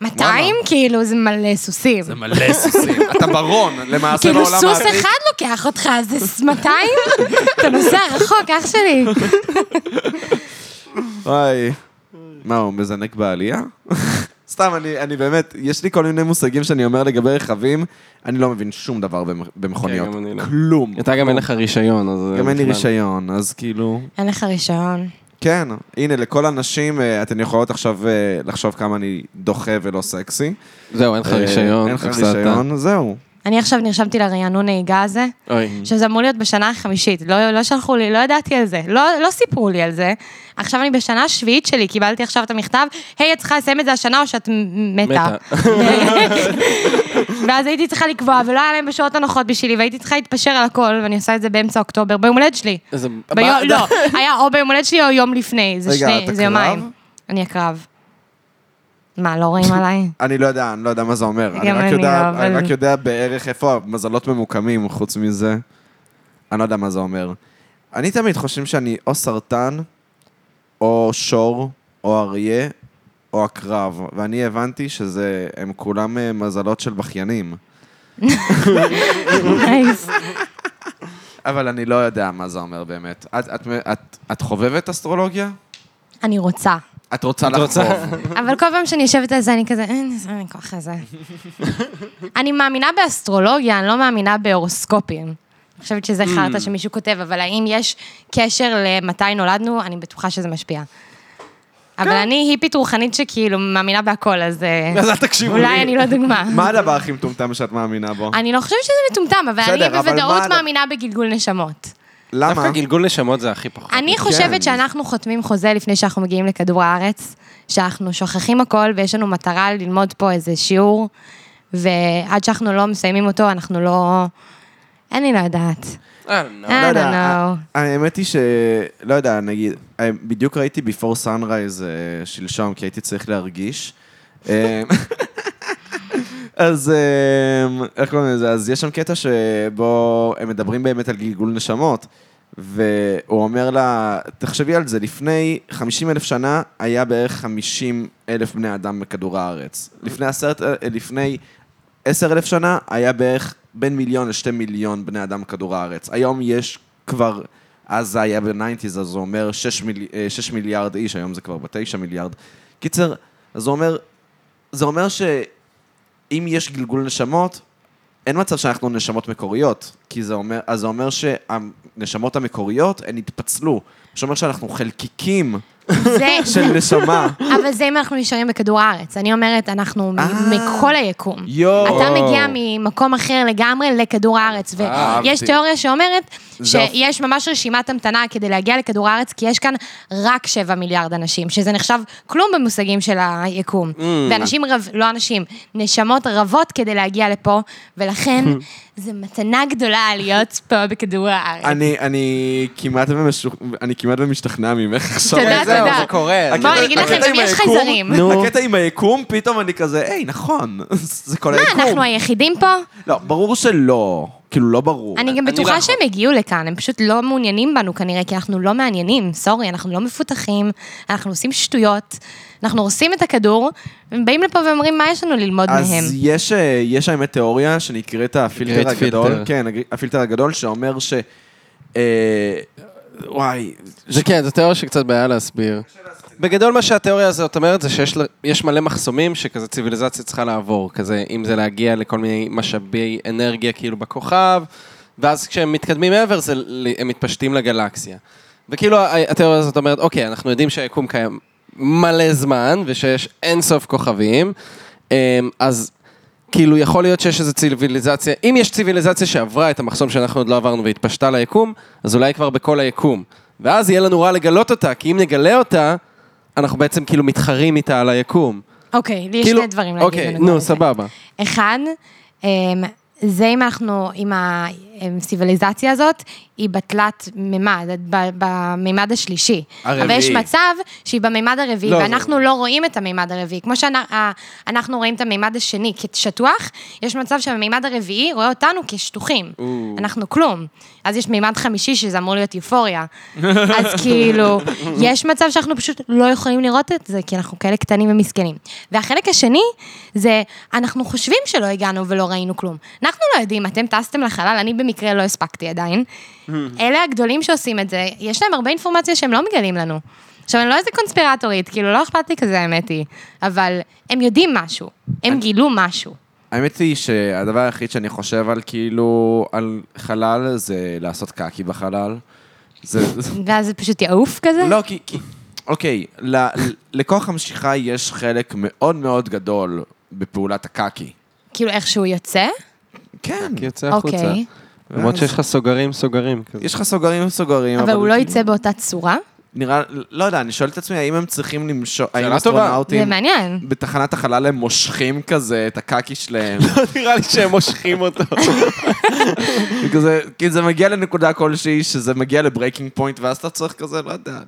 S3: 200? כאילו, זה מלא סוסים.
S5: זה מלא סוסים.
S2: אתה ברון, למעשה
S3: כאילו,
S2: בעולם
S3: סוס
S2: העתיק.
S3: אחד לוקח אותך, אז זה ס- 200? אתה נוסע רחוק, אח שלי.
S2: וואי. מה, הוא מזנק בעלייה? סתם, אני, אני באמת, יש לי כל מיני מושגים שאני אומר לגבי רכבים, אני לא מבין שום דבר במ- במכוניות.
S4: כן, גם אני לא.
S2: כלום.
S4: אתה גם אין לך רישיון, אז...
S2: גם אין לי
S4: בכלל.
S2: רישיון, אז כאילו...
S3: אין לך רישיון.
S2: כן, הנה, לכל הנשים, אה, אתן יכולות עכשיו אה, לחשוב כמה אני דוחה ולא סקסי.
S4: זהו, אין לך
S2: אה,
S4: רישיון.
S2: אין לך
S4: הפסדת.
S2: רישיון, זהו.
S3: אני עכשיו נרשמתי לרענון נהיגה הזה.
S4: אוי.
S3: עכשיו, זה אמור להיות בשנה החמישית, לא, לא שלחו לי, לא ידעתי על זה, לא, לא סיפרו לי על זה. עכשיו אני בשנה השביעית שלי, קיבלתי עכשיו את המכתב, היי, את צריכה לסיים את זה השנה או שאת מ- מתה.
S4: מתה.
S3: ואז הייתי צריכה לקבוע, ולא היה להם בשעות הנוחות בשבילי, והייתי צריכה להתפשר על הכל, ואני עושה את זה באמצע אוקטובר, ביום הולדת שלי.
S4: איזה-
S3: ביום,
S4: מה-
S3: לא, היה או ביום הולדת שלי או יום לפני, זה
S2: רגע,
S3: שני,
S2: אתה
S3: זה יומיים.
S2: קרב?
S3: אני הקרב. מה, לא רואים עליי?
S2: אני לא יודע, אני לא יודע מה זה אומר. אני
S3: גם
S2: רק
S3: אני
S2: יודע-
S3: לא,
S2: אני
S3: אבל-
S2: רק יודע בערך איפה המזלות ממוקמים, חוץ מזה. אני לא יודע מה זה אומר. אני תמיד חושב שאני או סרטן, או שור, או אריה, או עקרב. ואני הבנתי שזה, הם כולם אה, מזלות של בכיינים.
S3: נייס.
S2: אבל אני לא יודע מה זה אומר באמת. את, את, את, את חובבת אסטרולוגיה?
S3: אני רוצה.
S2: את רוצה
S4: את רוצה?
S2: לחבוב.
S3: אבל כל פעם שאני יושבת על זה, אני כזה, אין, אין לי כוח לזה. אני מאמינה באסטרולוגיה, אני לא מאמינה בהורוסקופים. אני חושבת
S2: Mm.
S3: שזה חרטא שמישהו כותב, אבל האם יש קשר למתי נולדנו? אני בטוחה שזה משפיע. אבל
S2: כן.
S3: אני היפית רוחנית שכאילו מאמינה בהכל, אז אה,
S4: אז אל תקשיבו לי.
S3: אולי אני לא דוגמה.
S2: מה הדבר הכי מטומטם שאת מאמינה בו?
S3: אני לא חושבת שזה מטומטם, אבל
S2: בסדר,
S3: אני
S2: אבל
S3: בוודאות
S2: מה-
S3: מאמינה בגלגול נשמות.
S2: למה?
S4: דווקא גלגול נשמות זה הכי פחות.
S3: אני
S2: כן.
S3: חושבת שאנחנו חותמים חוזה לפני שאנחנו מגיעים לכדור הארץ, שאנחנו שוכחים הכל ויש לנו מטרה ללמוד פה איזה שיעור, ועד שאנחנו לא מסיימים אותו, אנחנו לא... אני לא יודעת.
S4: אה, לא.
S3: אה.
S2: לא יודע,
S3: I don't know.
S2: ה- האמת היא ש... לא יודע, נגיד, אה, בדיוק ראיתי Before Sunrise אה, שלשום, כי הייתי צריך להרגיש. אה, אז אה, איך קוראים לזה? אז יש שם קטע שבו הם מדברים באמת על גלגול נשמות, והוא אומר לה, תחשבי על זה, לפני 50 אלף שנה היה בערך 50 אלף בני אדם בכדור הארץ. לפני עשרת, אה, לפני עשר אלף שנה היה בערך בין מיליון לשתי מיליון בני אדם בכדור הארץ. היום יש כבר, אז זה היה בניינטיז, אז הוא אומר שש, מיל, אה, שש מיליארד איש, היום זה כבר בתשע מיליארד. קיצר, אז הוא אומר, זה אומר שאם יש גלגול נשמות, אין מצב שאנחנו נשמות מקוריות, כי זה אומר, אז זה אומר שהנשמות המקוריות, הן התפצלו. שאומר שאנחנו חלקיקים
S3: זה...
S2: של נשמה.
S3: אבל זה אם אנחנו נשארים בכדור הארץ. אני אומרת, אנחנו מ-
S2: אה.
S3: מכל היקום.
S2: יואו.
S3: אתה מגיע ממקום אחר לגמרי לכדור הארץ, ויש
S2: אהבתי.
S3: תיאוריה שאומרת
S2: זה הפ-
S3: שיש ממש רשימת המתנה כדי להגיע לכדור הארץ, כי יש כאן רק 7 מיליארד אנשים, שזה נחשב כלום במושגים של היקום.
S2: Mm.
S3: ואנשים רב... לא אנשים, נשמות רבות כדי להגיע לפה, ולכן זו מתנה גדולה להיות פה בכדור הארץ.
S2: אני, אני כמעט ומשוכ... אני כמעט ומשתכנע ממך עכשיו.
S3: תודה,
S4: כן, זהו,
S3: תודה.
S4: זה קורה.
S3: לא, בוא, אני אגיד לכם,
S2: הקטע
S3: גם
S2: עם
S3: יש
S2: היקום-
S3: חייזרים.
S4: נו.
S2: הקטע עם היקום, פתאום אני כזה, היי, נכון, זה כל
S3: מה,
S2: היקום.
S3: אנחנו היחידים פה?
S2: לא, ברור שלא. כאילו, לא ברור.
S3: אני גם
S4: אני לא
S3: בטוחה
S4: יכול.
S3: שהם הגיעו לכאן, הם פשוט לא מעוניינים בנו כנראה, כי אנחנו לא מעניינים, סורי, אנחנו לא מפותחים, אנחנו עושים שטויות, אנחנו הורסים את הכדור, הם באים לפה ואומרים, מה יש לנו ללמוד מהם?
S2: אז יש, אה, יש האמת תיאוריה שנקראת הפילטר
S4: נקראת
S2: הגדול,
S4: פילטר.
S2: כן, הג- הפילטר הגדול שאומר ש... אה, וואי,
S4: זה כן, זו תיאוריה שקצת בעיה להסביר. בגדול מה שהתיאוריה הזאת אומרת זה שיש ל- יש מלא מחסומים שכזה ציוויליזציה צריכה לעבור, כזה אם זה להגיע לכל מיני משאבי אנרגיה כאילו בכוכב, ואז כשהם מתקדמים מעבר זה, ל- הם מתפשטים לגלקסיה. וכאילו ה- התיאוריה הזאת אומרת, אוקיי, אנחנו יודעים שהיקום קיים מלא זמן ושיש אינסוף כוכבים, אמ, אז כאילו, יכול להיות שיש איזו ציוויליזציה, אם יש ציוויליזציה שעברה את המחסום שאנחנו עוד לא עברנו והתפשטה ליקום, אז אולי כבר בכל היקום. ואז יהיה לנו רע לגלות אותה, כי אם נגלה אותה, אנחנו בעצם כאילו מתחרים איתה על היקום.
S3: אוקיי, לי יש
S4: כאילו,
S3: שני דברים להגיד.
S4: אוקיי,
S3: בנוגע
S4: נו,
S3: לזה.
S4: סבבה.
S3: אחד, אמ, זה אם אנחנו, אם הסיביליזציה הזאת, היא בתלת מימד, ב- במימד השלישי.
S2: הרביעי.
S3: אבל יש מצב שהיא במימד הרביעי,
S4: לא,
S3: ואנחנו לא רואים את המימד הרביעי. כמו שאנחנו רואים את המימד השני כשטוח, יש מצב שהמימד הרביעי רואה אותנו כשטוחים. אנחנו כלום. אז יש מימד חמישי, שזה אמור להיות יופוריה. אז כאילו, יש מצב שאנחנו פשוט לא יכולים לראות את זה, כי אנחנו כאלה קטנים ומסכנים. והחלק השני, זה אנחנו חושבים שלא הגענו ולא ראינו כלום. אנחנו לא יודעים, אתם טסתם לחלל, אני במקרה לא הספקתי עדיין. אלה הגדולים שעושים את זה, יש להם הרבה אינפורמציה שהם לא מגלים לנו. עכשיו, אני לא איזה קונספירטורית, כאילו, לא אכפת לי כזה, האמת היא, אבל הם יודעים משהו, הם גילו משהו.
S2: האמת היא שהדבר היחיד שאני חושב על כאילו, על חלל, זה לעשות קקי בחלל. זה... זה-
S3: ואז זה פשוט יעוף כזה?
S2: לא, כי... כי- אוקיי, ל- לכוח המשיכה יש חלק מאוד מאוד גדול בפעולת הקקי.
S3: כאילו, איך שהוא יוצא?
S2: כן.
S4: כי יוצא החוצה.
S3: אוקיי.
S4: למרות שיש לך סוגרים, סוגרים. כזה.
S2: יש לך סוגרים וסוגרים,
S3: אבל הוא לא
S2: כאילו-
S3: יצא באותה צורה?
S2: נראה, לא יודע, אני שואל את עצמי, האם הם צריכים למשוך, האם
S4: שאלה טובה.
S3: זה
S2: אסטרונאוטים
S3: מעניין.
S2: בתחנת החלל הם מושכים כזה את הקקי שלהם,
S4: לא נראה לי שהם מושכים אותו.
S2: וכזה, כי זה מגיע לנקודה כלשהי, שזה מגיע לברייקינג פוינט, ואז אתה צריך כזה, לא יודע,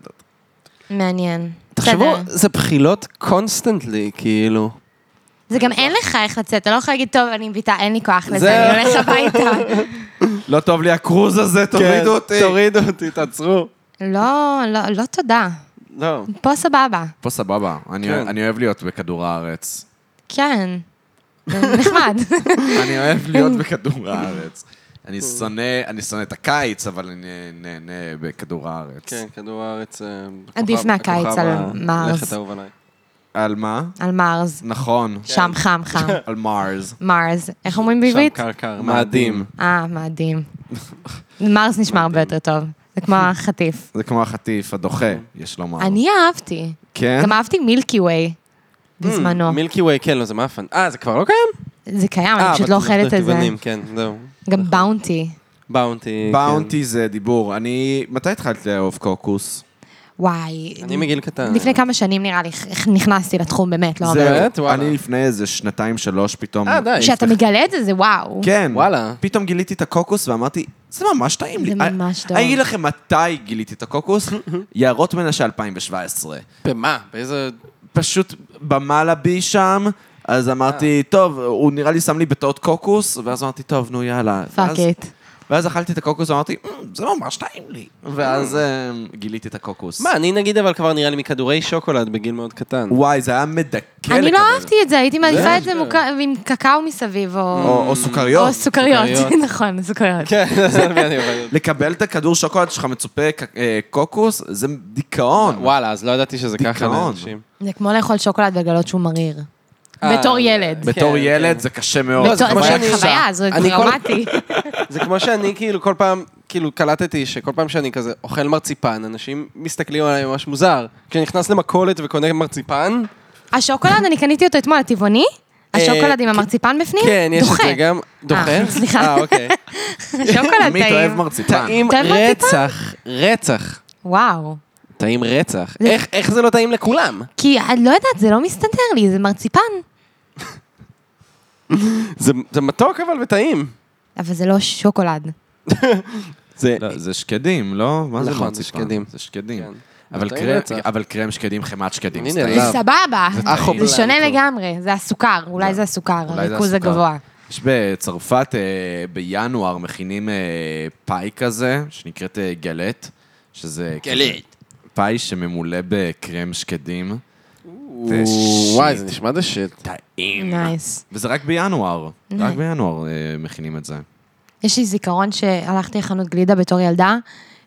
S3: מעניין.
S4: תחשבו,
S3: בסדר.
S4: זה בחילות קונסטנטלי, כאילו.
S3: זה גם אין לך איך לצאת, אתה לא יכול להגיד, טוב, אני מביטה, אין לי כוח
S4: זה-
S3: לזה, אני הולך הביתה.
S2: לא טוב לי הקרוז הזה, תורידו אותי.
S4: כן, תורידו אותי, תעצרו.
S3: לא, לא, לא תודה.
S4: לא.
S3: פה סבבה.
S2: פה סבבה, אני
S4: כן.
S2: אוהב- אני אוהב להיות בכדור הארץ.
S3: כן. נחמד.
S2: אני אוהב להיות בכדור הארץ. אני שונא, אה, אני שונא את הקיץ, אבל אני נהנה בכדור הארץ.
S4: כן, כדור הארץ... אה,
S3: עדיף
S4: הכוכב-
S3: מהקיץ
S4: הכוכב
S3: על
S4: ה-
S3: מארס.
S4: לכת האהוב עליי.
S2: על מה?
S3: על מארס.
S2: נכון,
S3: שם חם חם.
S2: על מרס.
S3: מארס. איך אומרים בעברית?
S4: כן. שם קרקר, מאדים.
S3: אה, מאדים. מארס נשמע הרבה יותר טוב. זה כמו החטיף.
S2: זה כמו החטיף, הדוחה,
S4: כן.
S2: יש לומר.
S3: אני אהבתי.
S2: כן?
S3: גם אהבתי מילקי ווי
S4: Hmm,
S3: בזמנו.
S4: מילקי ווי, כן, לא, זה מאפן. אה, זה כבר לא קיים?
S3: זה קיים, אני
S4: אה,
S3: פשוט
S4: אבל
S3: לא
S4: זה
S3: אוכלת את זה.
S4: מטבטבנים, כן, זהו. כן.
S3: גם באונטי.
S4: באונטי.
S2: באונטי זה דיבור. אני... מתי התחלת לאהוב קוקוס?
S3: וואי.
S4: כן. אני מגיל קטן.
S3: לפני כמה שנים נראה לי, איך נכנסתי לתחום, באמת, לא אומרת.
S4: באמת? וואלה.
S2: אני לפני איזה שנתיים-שלוש פתאום...
S4: אה, די.
S3: כשאתה מגלה את זה, זה וואו.
S2: כן.
S4: וואלה.
S2: פתאום גיליתי את הקוקוס ואמרתי, זה ממש טעים לי.
S3: זה
S2: אני-
S3: ממש טוב.
S2: אני אגיד לכם מתי גיליתי את הקוקוס, יערות מנשה 2017.
S4: במה? באיזה...
S2: פשוט במלאבי שם, אז
S4: אה.
S2: אמרתי, טוב, הוא נראה לי שם לי בטעות קוקוס, ואז אמרתי, טוב, נו יאללה.
S3: פאק
S2: ואז-
S3: איט.
S2: ואז אכלתי את הקוקוס ואמרתי, "מ, זה לא ממש טעים לי. ואז אמ, גיליתי את הקוקוס.
S4: אה. מה, אני נגיד אבל כבר נראה לי מכדורי שוקולד בגיל מאוד קטן.
S2: וואי, זה היה מדכא לקבל.
S3: אני לא אהבתי את זה, הייתי מעדיפה את זה
S4: כן, זה.
S3: מוכר- עם קקאו מסביב, או...
S2: או או
S3: או
S2: סוכריות.
S3: סוכריות.
S4: סוכריות.
S3: נכון, סוכריות.
S4: כן, זה מי אני עובד.
S2: לקבל את הכדור שוקולד שלך מצופה ק- אה, קוקוס, זה דיכאון.
S4: וואלה, אז לא ידעתי שזה ככה
S2: דיכאון.
S4: לאנשים.
S3: זה כמו לאכול שוקולד ולגלות שהוא מריר.
S4: אה,
S3: בתור ילד.
S4: כן,
S2: בתור
S4: כן.
S2: ילד זה קשה מאוד.
S4: לא, זה
S3: טוב,
S4: כמו
S3: זה
S4: שאני-
S3: חוויה, זה
S4: אני כל-
S3: דרמטי.
S4: זה כמו שאני כאילו כל פעם, כאילו קלטתי שכל פעם שאני כזה אוכל מרציפן, אנשים מסתכלים עליי ממש מוזר. כשאני נכנס למכולת וקונה מרציפן,
S3: השוקולד, אני קניתי אותו אתמול, הטבעוני?
S4: אה,
S3: השוקולד עם
S4: כן.
S3: המרציפן בפנים?
S4: כן, יש את
S3: דוחה.
S4: זה גם. דוחה?
S3: אה, סליחה.
S4: אה, אוקיי.
S3: השוקולד
S2: תמיד אוהב
S3: טעים.
S2: מרציפן.
S4: טעים
S3: אתה אוהב
S4: רצח, רצח.
S3: וואו.
S4: טעים רצח.
S3: זה-
S4: איך- איך זה לא טעים לכולם?
S3: כי אני לא יודעת, זה לא מסתדר לי, זה מרציפן.
S4: זה זה מתוק אבל וטעים.
S3: אבל זה לא שוקולד.
S4: זה...
S2: לא, זה שקדים, לא? מה זה
S4: נכון, זה
S2: מרציפן?
S4: שקדים.
S2: זה שקדים.
S4: כן.
S2: אבל
S4: זה
S2: קרם-
S4: רצח.
S2: אבל קרם שקדים, חמת שקדים.
S4: הנה,
S2: סטייל.
S4: לא.
S3: סבבה.
S4: אחו
S3: זה שונה
S4: בלנקו.
S3: לגמרי, זה הסוכר, אולי זה הסוכר,
S2: אולי זה
S3: הריכוז
S2: הסוכר.
S3: הגבוה.
S2: יש בצרפת, אה, בינואר, מכינים אה, פאי כזה, שנקראת אה, גלט, שזה... גלט. פאי שממולא בקרם שקדים. זה
S4: וואי,
S2: שיט.
S4: זה נשמע דה שיט.
S2: טעים.
S3: נייס.
S2: וזה רק בינואר. רק
S3: נייס.
S2: בינואר אה, מכינים את זה.
S3: יש לי זיכרון שהלכתי לחנות גלידה בתור ילדה,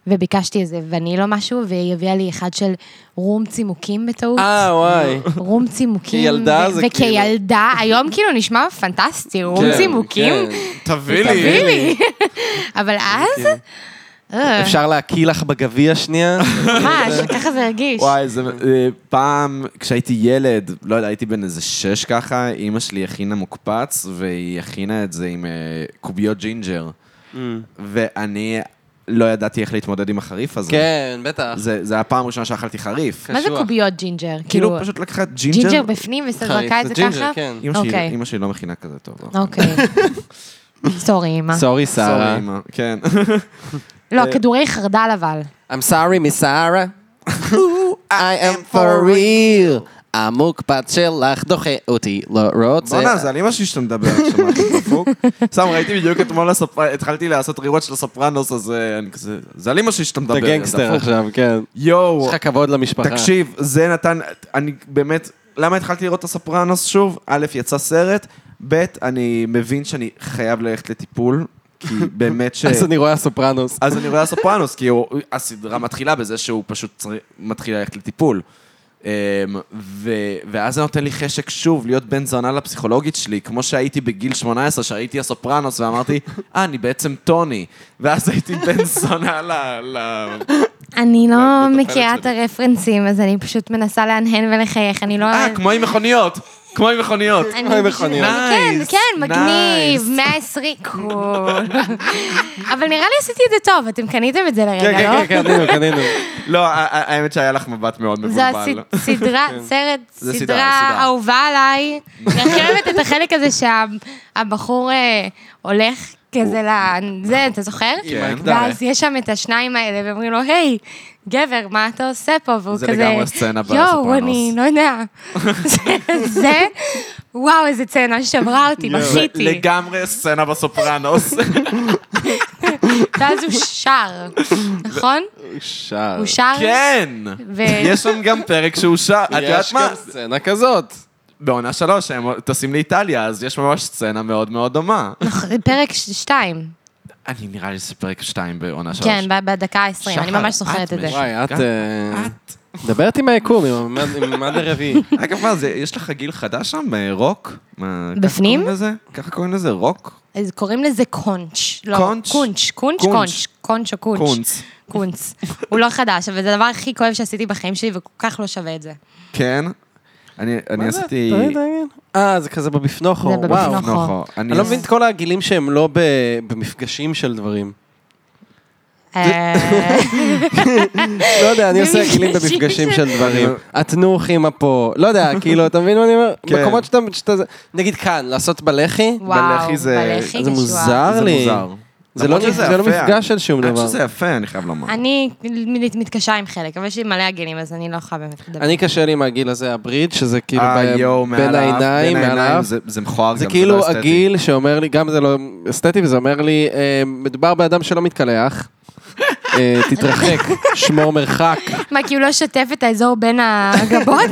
S3: וביקשתי איזה וניל או משהו, והיא הביאה לי אחד של רום צימוקים בטעות.
S4: אה, וואי.
S3: רום צימוקים.
S4: כילדה
S3: ו-
S4: זה
S3: וכילדה, היום כאילו נשמע פנטסטי, רום
S4: כן,
S3: צימוקים.
S4: כן.
S2: תביא
S3: תביא לי. אבל אז, אה,
S4: אפשר להקיא לך בגביע שנייה?
S3: ממש, ככה זה הרגיש.
S2: וואי, זה... אה, פעם, כשהייתי ילד, לא יודע, הייתי בן איזה שש ככה, אימא שלי הכינה מוקפץ, והיא הכינה את זה עם אה, קוביות ג'ינג'ר. ואני לא ידעתי איך להתמודד עם החריף הזה.
S4: כן, בטח.
S2: זה, זה הפעם הראשונה שאכלתי חריף.
S3: מה זה
S4: קשוח.
S3: קוביות ג'ינג'ר?
S2: כאילו, פשוט לקחה ג'ינג'ר.
S3: כן. ג'ינג'ר בפנים וזרקה את זה
S4: ג'ינג'ר,
S3: ככה?
S4: כן.
S2: אמא שלי-
S3: אוקיי.
S2: אמא שלי לא מכינה כזה טוב. לא.
S3: אוקיי. סורי, אמא.
S4: סורי,
S2: סורי,
S4: שרה.
S2: אמא. כן.
S3: לא, כדורי חרדל אבל.
S4: I'm sorry, מיס שרה. I am for real. המוקפץ שלך דוחה אותי, לא רוצה.
S2: בואנה, זה על אמא שלי שאתה מדבר עכשיו, מה, אתה דפוק? סתם, ראיתי בדיוק אתמול, הספ- התחלתי לעשות ריוואט של הסופרנוס, אז אה, אני כזה... זה על אמא שלי שאתה מדבר.
S4: אתה גנגסטר
S2: דפוק.
S4: עכשיו, כן.
S2: יואו.
S4: יש לך כבוד למשפחה.
S2: תקשיב, זה נתן, אני באמת, למה התחלתי לראות את הסופרנוס שוב? א', יצא סרט, ב', אני מבין שאני חייב ללכת לטיפול, כי באמת ש...
S4: אז אני רואה הסופרנוס.
S2: אז אני רואה הסופרנוס, כי הוא, הסדרה מתחילה בזה שהוא פשוט צר... מתחיל ללכת לטיפול. אמ, ו... ואז זה נותן לי חשק שוב להיות בן זונה לפסיכולוגית שלי, כמו שהייתי בגיל 18, שהייתי הסופרנוס ואמרתי, אה, אני בעצם טוני. ואז הייתי בן זונה ל... ל... אה,
S3: אני לא
S2: מטפלת
S3: מכירה את
S2: שלי.
S3: הרפרנסים, אז אני פשוט מנסה להנהן ולחייך, אני לא...
S2: אה, כמו עם מכוניות, כמו עם מכוניות.
S3: אני
S4: כמו עם
S3: פשוט-
S4: מכוניות.
S3: כן,
S2: Nice,
S3: כן, מגניב,
S2: nice.
S3: 120, קול. אבל נראה לי עשיתי את זה טוב, אתם קניתם את זה
S4: כן,
S3: לרגע, לא?
S4: כן, כן, קנינו, קנינו.
S2: לא, ה- ה- האמת שהיה לך מבט מאוד
S3: זו
S2: מבולבל. כן.
S3: הסד- סדרה, סרט,
S2: זה סדרה,
S3: סדרה
S2: סדרה.
S3: אהובה עליי. אני הכי אוהבת את החלק הזה שהבחור הולך כזה ל... זה, אתה זוכר?
S2: כן.
S3: ואז יש שם את השניים האלה, ואומרים לו, היי, גבר, מה אתה עושה פה? והוא
S2: זה
S3: כזה,
S2: לגמרי סצנה
S3: יואו,
S2: בסופרנוס."
S3: אני לא יודע. זה- זה, וואו, איזה סצנה שברה אותי,
S2: זה
S3: בכיתי.
S2: לגמרי סצנה בסופרנוס.
S3: ואז הוא שר, נכון?
S4: שר.
S3: הוא שר,
S2: כן!
S3: ו-
S2: יש שם גם פרק שהוא שר, את יודעת
S4: יש
S2: מה?
S4: גם סצנה כזאת.
S2: בעונה שלוש הם טסים לאיטליה, אז יש ממש סצנה מאוד מאוד דומה.
S3: נכון, פרק ש- שתיים.
S2: אני נראה לי שזה פרק שתיים בעונה שלוש.
S3: כן, ב- בדקה העשרים, אני
S2: שחר,
S3: ממש זוכרת
S2: את
S3: את זה.
S2: מש-
S4: וואי, את...
S2: גם-
S4: אה,
S2: את.
S4: מדברת עם היקום, עם הממד- עם הממד הרביעי.
S2: אגב, מה, זה- יש לך גיל חדש שם? אה, רוק? מה, ככה
S3: בפנים?
S2: קוראים לזה? ככה קוראים לזה? רוק?
S3: אז קוראים לזה קונץ'. לא,
S2: קונץ'?
S3: קונץ', קונץ',
S2: קונץ'.
S3: קונץ', קונץ' או קונץ'.
S2: קונץ.
S3: קונץ. הוא לא חדש, אבל זה הדבר הכי כואב שעשיתי בחיים שלי, וכל כך לא שווה את זה.
S2: כן. אני אני עשיתי...
S4: לא
S2: נכון.
S4: אה, זה כזה בבפנוכו.
S3: זה
S4: וואו.
S3: בבפנוכו.
S2: נוחו.
S4: אני לא מבין את כל הגילים שהם לא ב- במפגשים של דברים.
S3: אה,
S4: לא יודע, אני עושה
S3: במפגשים
S4: גילים במפגשים
S3: של-
S4: של דברים. התנוך עם הפה, לא יודע, כאילו, אתה מבין מה אני אומר?
S2: כן.
S4: מקומות שאתה, שאתה- נגיד כאן, לעשות בלחי,
S3: וואו,
S2: בלחי זה-
S3: בלחי
S4: זה
S3: גשוע.
S4: מוזר. צר לי.
S2: זה מוזר.
S4: זה לא
S2: למרות
S4: נפ-
S2: שזה
S4: זה לא
S2: יפה.
S4: מפגש של שום
S2: אני
S4: דבר.
S2: חושב שזה יפה, אני חייב לומר.
S3: אני מת- מתקשה עם חלק, אבל יש לי מלא עגלים, אז אני לא יכולה באמת לדבר.
S4: אני קשה לי עם הגיל הזה, הבריד, שזה כאילו
S2: אה,
S4: ב-
S2: יואו,
S4: בין
S2: מעל האף,
S4: העיניים,
S2: בין
S4: מעל האף.
S2: זה- זה מכוער גם,
S4: זה
S2: לא
S4: כאילו
S2: אסתטי.
S4: הגיל שאומר לי, גם זה לא אסתטי, וזה אומר לי, אה, מדובר באדם שלא מתקלח. אה, תתרחק, שמור מרחק.
S3: מה, כי הוא לא שוטף את האזור בין הגבות?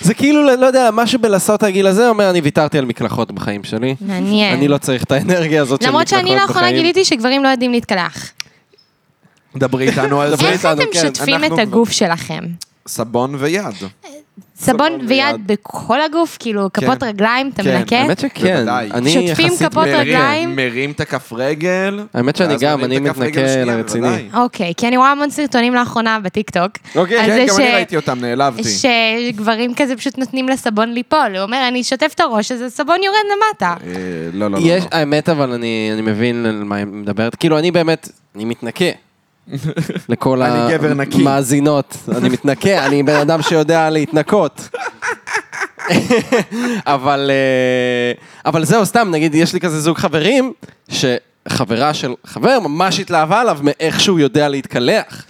S4: זה כאילו, לא יודע, משהו בלעשות הגיל הזה אומר, אני ויתרתי על מקלחות בחיים שלי.
S2: כן.
S3: מעניין.
S4: אני לא צריך את האנרגיה הזאת של מקלחות
S3: למרות
S4: בחיים.
S3: שאני לאחרונה גיליתי שגברים לא יודעים להתקלח.
S2: דברי איתנו על זה.
S4: דברי
S3: איך
S4: איתנו,
S3: אתם
S4: כן,
S3: שוטפים
S2: אנחנו
S3: את הגוף שלכם?
S2: סבון ויד.
S3: סבון ויד
S4: ויד.
S3: בכל הגוף? כאילו, כפות רגליים, אתה
S2: כן,
S3: מנקה?
S4: האמת שכן.
S2: בוודאי.
S4: אני
S3: שוטפים
S4: יחסית-
S3: כפות
S4: מרים.
S3: רגליים?
S2: מרים את הכף רגל.
S4: האמת שאני
S2: ואז
S4: גם,
S2: מרים את
S4: אני
S2: הכף רגל
S4: מתנקה
S2: השנייה,
S4: לרציני.
S2: בוודאי.
S3: אוקיי, כי אני רואה המון סרטונים לאחרונה בטיקטוק.
S2: אוקיי,
S3: על
S2: כן,
S3: זה
S2: גם
S3: ש-
S2: אני ראיתי אותם, נעלבתי.
S3: שגברים כזה פשוט נותנים לסבון ליפול. הוא אומר, אני שוטף את הראש, אז הסבון יורד למטה.
S2: אה, לא, לא, לא.
S4: יש,
S2: לא.
S4: האמת, אבל אני אני מבין על מה היא מדברת. כאילו, אני באמת, אני מתנקה. לכל
S2: אני גבר נקי.
S4: המאזינות, אני מתנקה, אני בן אדם שיודע להתנקות. אבל, אה, אבל זהו, סתם, נגיד, יש לי כזה זוג חברים, שחברה של חבר ממש התלהבה עליו מאיך שהוא יודע להתקלח.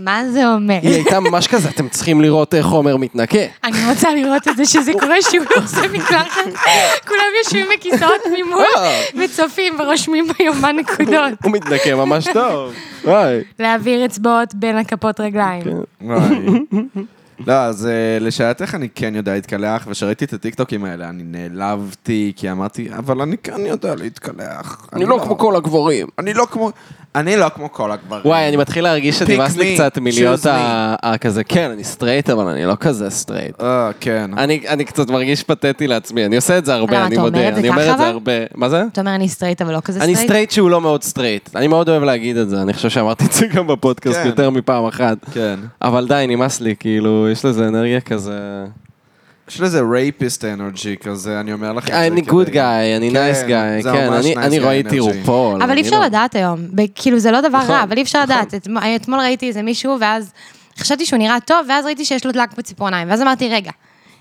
S3: מה זה אומר?
S4: היא הייתה ממש כזה, אתם צריכים לראות איך חומר מתנקה.
S3: אני רוצה לראות את זה שזה קורה שהוא עושה מקלחת, כולם יושבים בכיסאות ממול
S2: אה.
S3: וצופים ורושמים ביומן נקודות.
S4: הוא מתנקה ממש טוב. וואי.
S3: להעביר אצבעות בין הכפות רגליים.
S2: כן. וואי. לא, אז אה, לשאלתך אני כן יודע להתקלח, וכשראיתי את הטיקטוקים האלה אני נעלבתי, כי אמרתי, אבל אני כן יודע להתקלח.
S4: אני לא כמו כל הגבורים.
S2: אני לא כמו... אני לא כמו כל הגברים.
S4: וואי, אני מתחיל להרגיש שנמאס
S2: Pick
S4: לי
S2: me,
S4: קצת
S2: choose
S4: מלהיות
S2: me.
S4: ה- ה- כזה, כן, אני סטרייט, אבל אני לא כזה סטרייט.
S2: אה, כן.
S4: אני אני קצת מרגיש פתטי לעצמי, אני עושה את זה הרבה,
S3: למה,
S4: אני
S3: אה, אתה אומר
S4: מודה.
S3: את זה
S4: אני אומר
S3: ככה,
S4: את זה
S3: אבל?
S4: הרבה. מה זה?
S3: אתה אומר אני סטרייט אבל לא כזה
S4: אני
S3: סטרייט?
S4: סטרייט שהוא לא מאוד סטרייט. אני מאוד אוהב להגיד את זה, אני חושב שאמרתי את זה גם בפודקאסט
S2: כן.
S4: יותר מפעם אחת.
S2: כן.
S4: אבל די, נמאס לי, כאילו, יש לזה אנרגיה כזה...
S2: יש לזה רייפיסט אנרג'י כזה, אני אומר לך את כן, זה.
S4: אני
S2: כדי-
S4: גוד גאי, אני
S2: כן,
S4: נייס גאי,
S2: זה
S4: כן,
S2: ממש
S4: אני-
S2: nice
S4: אני
S2: guy
S4: ראיתי
S2: energy.
S4: רופול.
S3: אבל אי
S4: אני
S3: אפשר
S4: לא-
S3: לדעת היום. ב- כאילו, זה לא דבר
S4: נכון,
S3: רע, אבל אי אפשר לדעת. אתמ- אתמול ראיתי איזה מישהו, ואז חשבתי שהוא נראה טוב, ואז ראיתי שיש לו דלק בציפורניים. ואז אמרתי, רגע,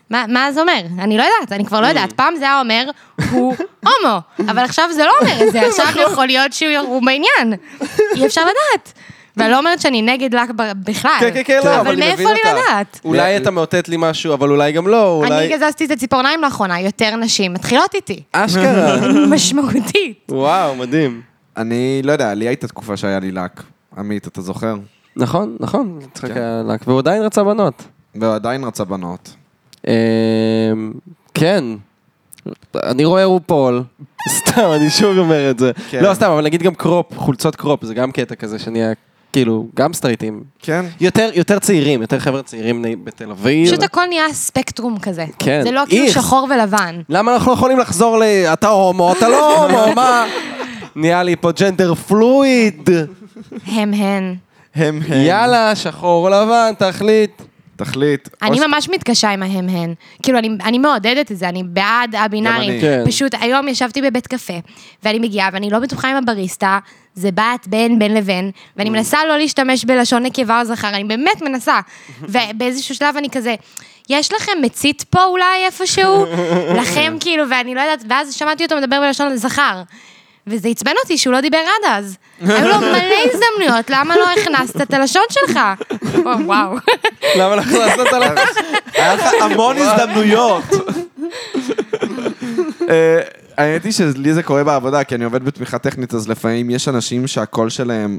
S3: מה מה זה אומר? אני לא יודעת, אני כבר לא יודעת. פעם זה היה אומר, הוא הומו, אבל עכשיו זה לא אומר את זה,
S4: נכון.
S3: עכשיו יכול להיות שהוא בעניין. אי אפשר לדעת. ואני לא אומרת שאני נגד דלק ב- בכלל.
S4: כן, כן, כן, לא, אבל
S3: אבל
S4: אני מבין
S3: מאיפה
S4: אותה.
S3: לי לדעת?
S4: אולי אתה מאותת לי משהו, אבל אולי גם לא,
S3: אני
S4: אולי...
S3: גזזתי את הציפורניים לאחרונה, יותר נשים מתחילות איתי.
S4: אשכרה.
S3: משמעותית.
S4: וואו, מדהים.
S2: אני לא יודע, לי הייתה תקופה שהיה לי לק. עמית, אתה זוכר?
S4: נכון, נכון, יצחק היה לק, והוא עדיין רצה בנות.
S2: והוא עדיין רצה בנות.
S4: אמ, כן. אני רואה רופול, סתם, אני שוב אומר את זה.
S2: כן.
S4: לא, סתם, אבל נגיד גם קרופ, חולצות קרופ, זה גם קטע כזה שנהיה, כאילו, גם סטרייטים.
S2: כן.
S4: יותר, יותר צעירים, יותר חבר'ה צעירים נ- בתל אביב.
S3: פשוט הכל נהיה ספקטרום כזה.
S4: כאילו. כן.
S3: זה לא כאילו
S4: איך.
S3: שחור ולבן.
S4: למה אנחנו לא יכולים לחזור ל... אתה הומו, אתה לא הומו, מה? נהיה לי פה ג'נדר פלואיד.
S3: הם הן.
S2: הם הם.
S4: יאללה, שחור או לבן, תחליט.
S2: תחליט.
S3: אני ממש מתקשה עם ההם הן. כאילו, אני, אני מעודדת את זה, אני בעד
S2: גם
S3: הבינארי.
S2: אני.
S4: כן.
S3: פשוט היום ישבתי בבית קפה, ואני מגיעה, ואני לא בטוחה עם הבריסטה, זה בת, בן, בן לבן, ואני
S2: Mm.
S3: מנסה לא להשתמש בלשון נקבה או זכר, אני באמת מנסה. ובאיזשהו שלב אני כזה, יש לכם מצית פה אולי איפשהו? לכם כאילו, ואני לא יודעת, ואז שמעתי אותו מדבר בלשון זכר. וזה עצבן אותי שהוא לא דיבר עד אז. היו לו מלא הזדמנויות, למה לא הכנסת את הלשון שלך? וואו, וואו.
S4: למה אנחנו לעשות עליו?
S2: היה לך המון הזדמנויות. אה, האמת היא שלי זה קורה בעבודה, כי אני עובד בתמיכה טכנית, אז לפעמים יש אנשים שהקול שלהם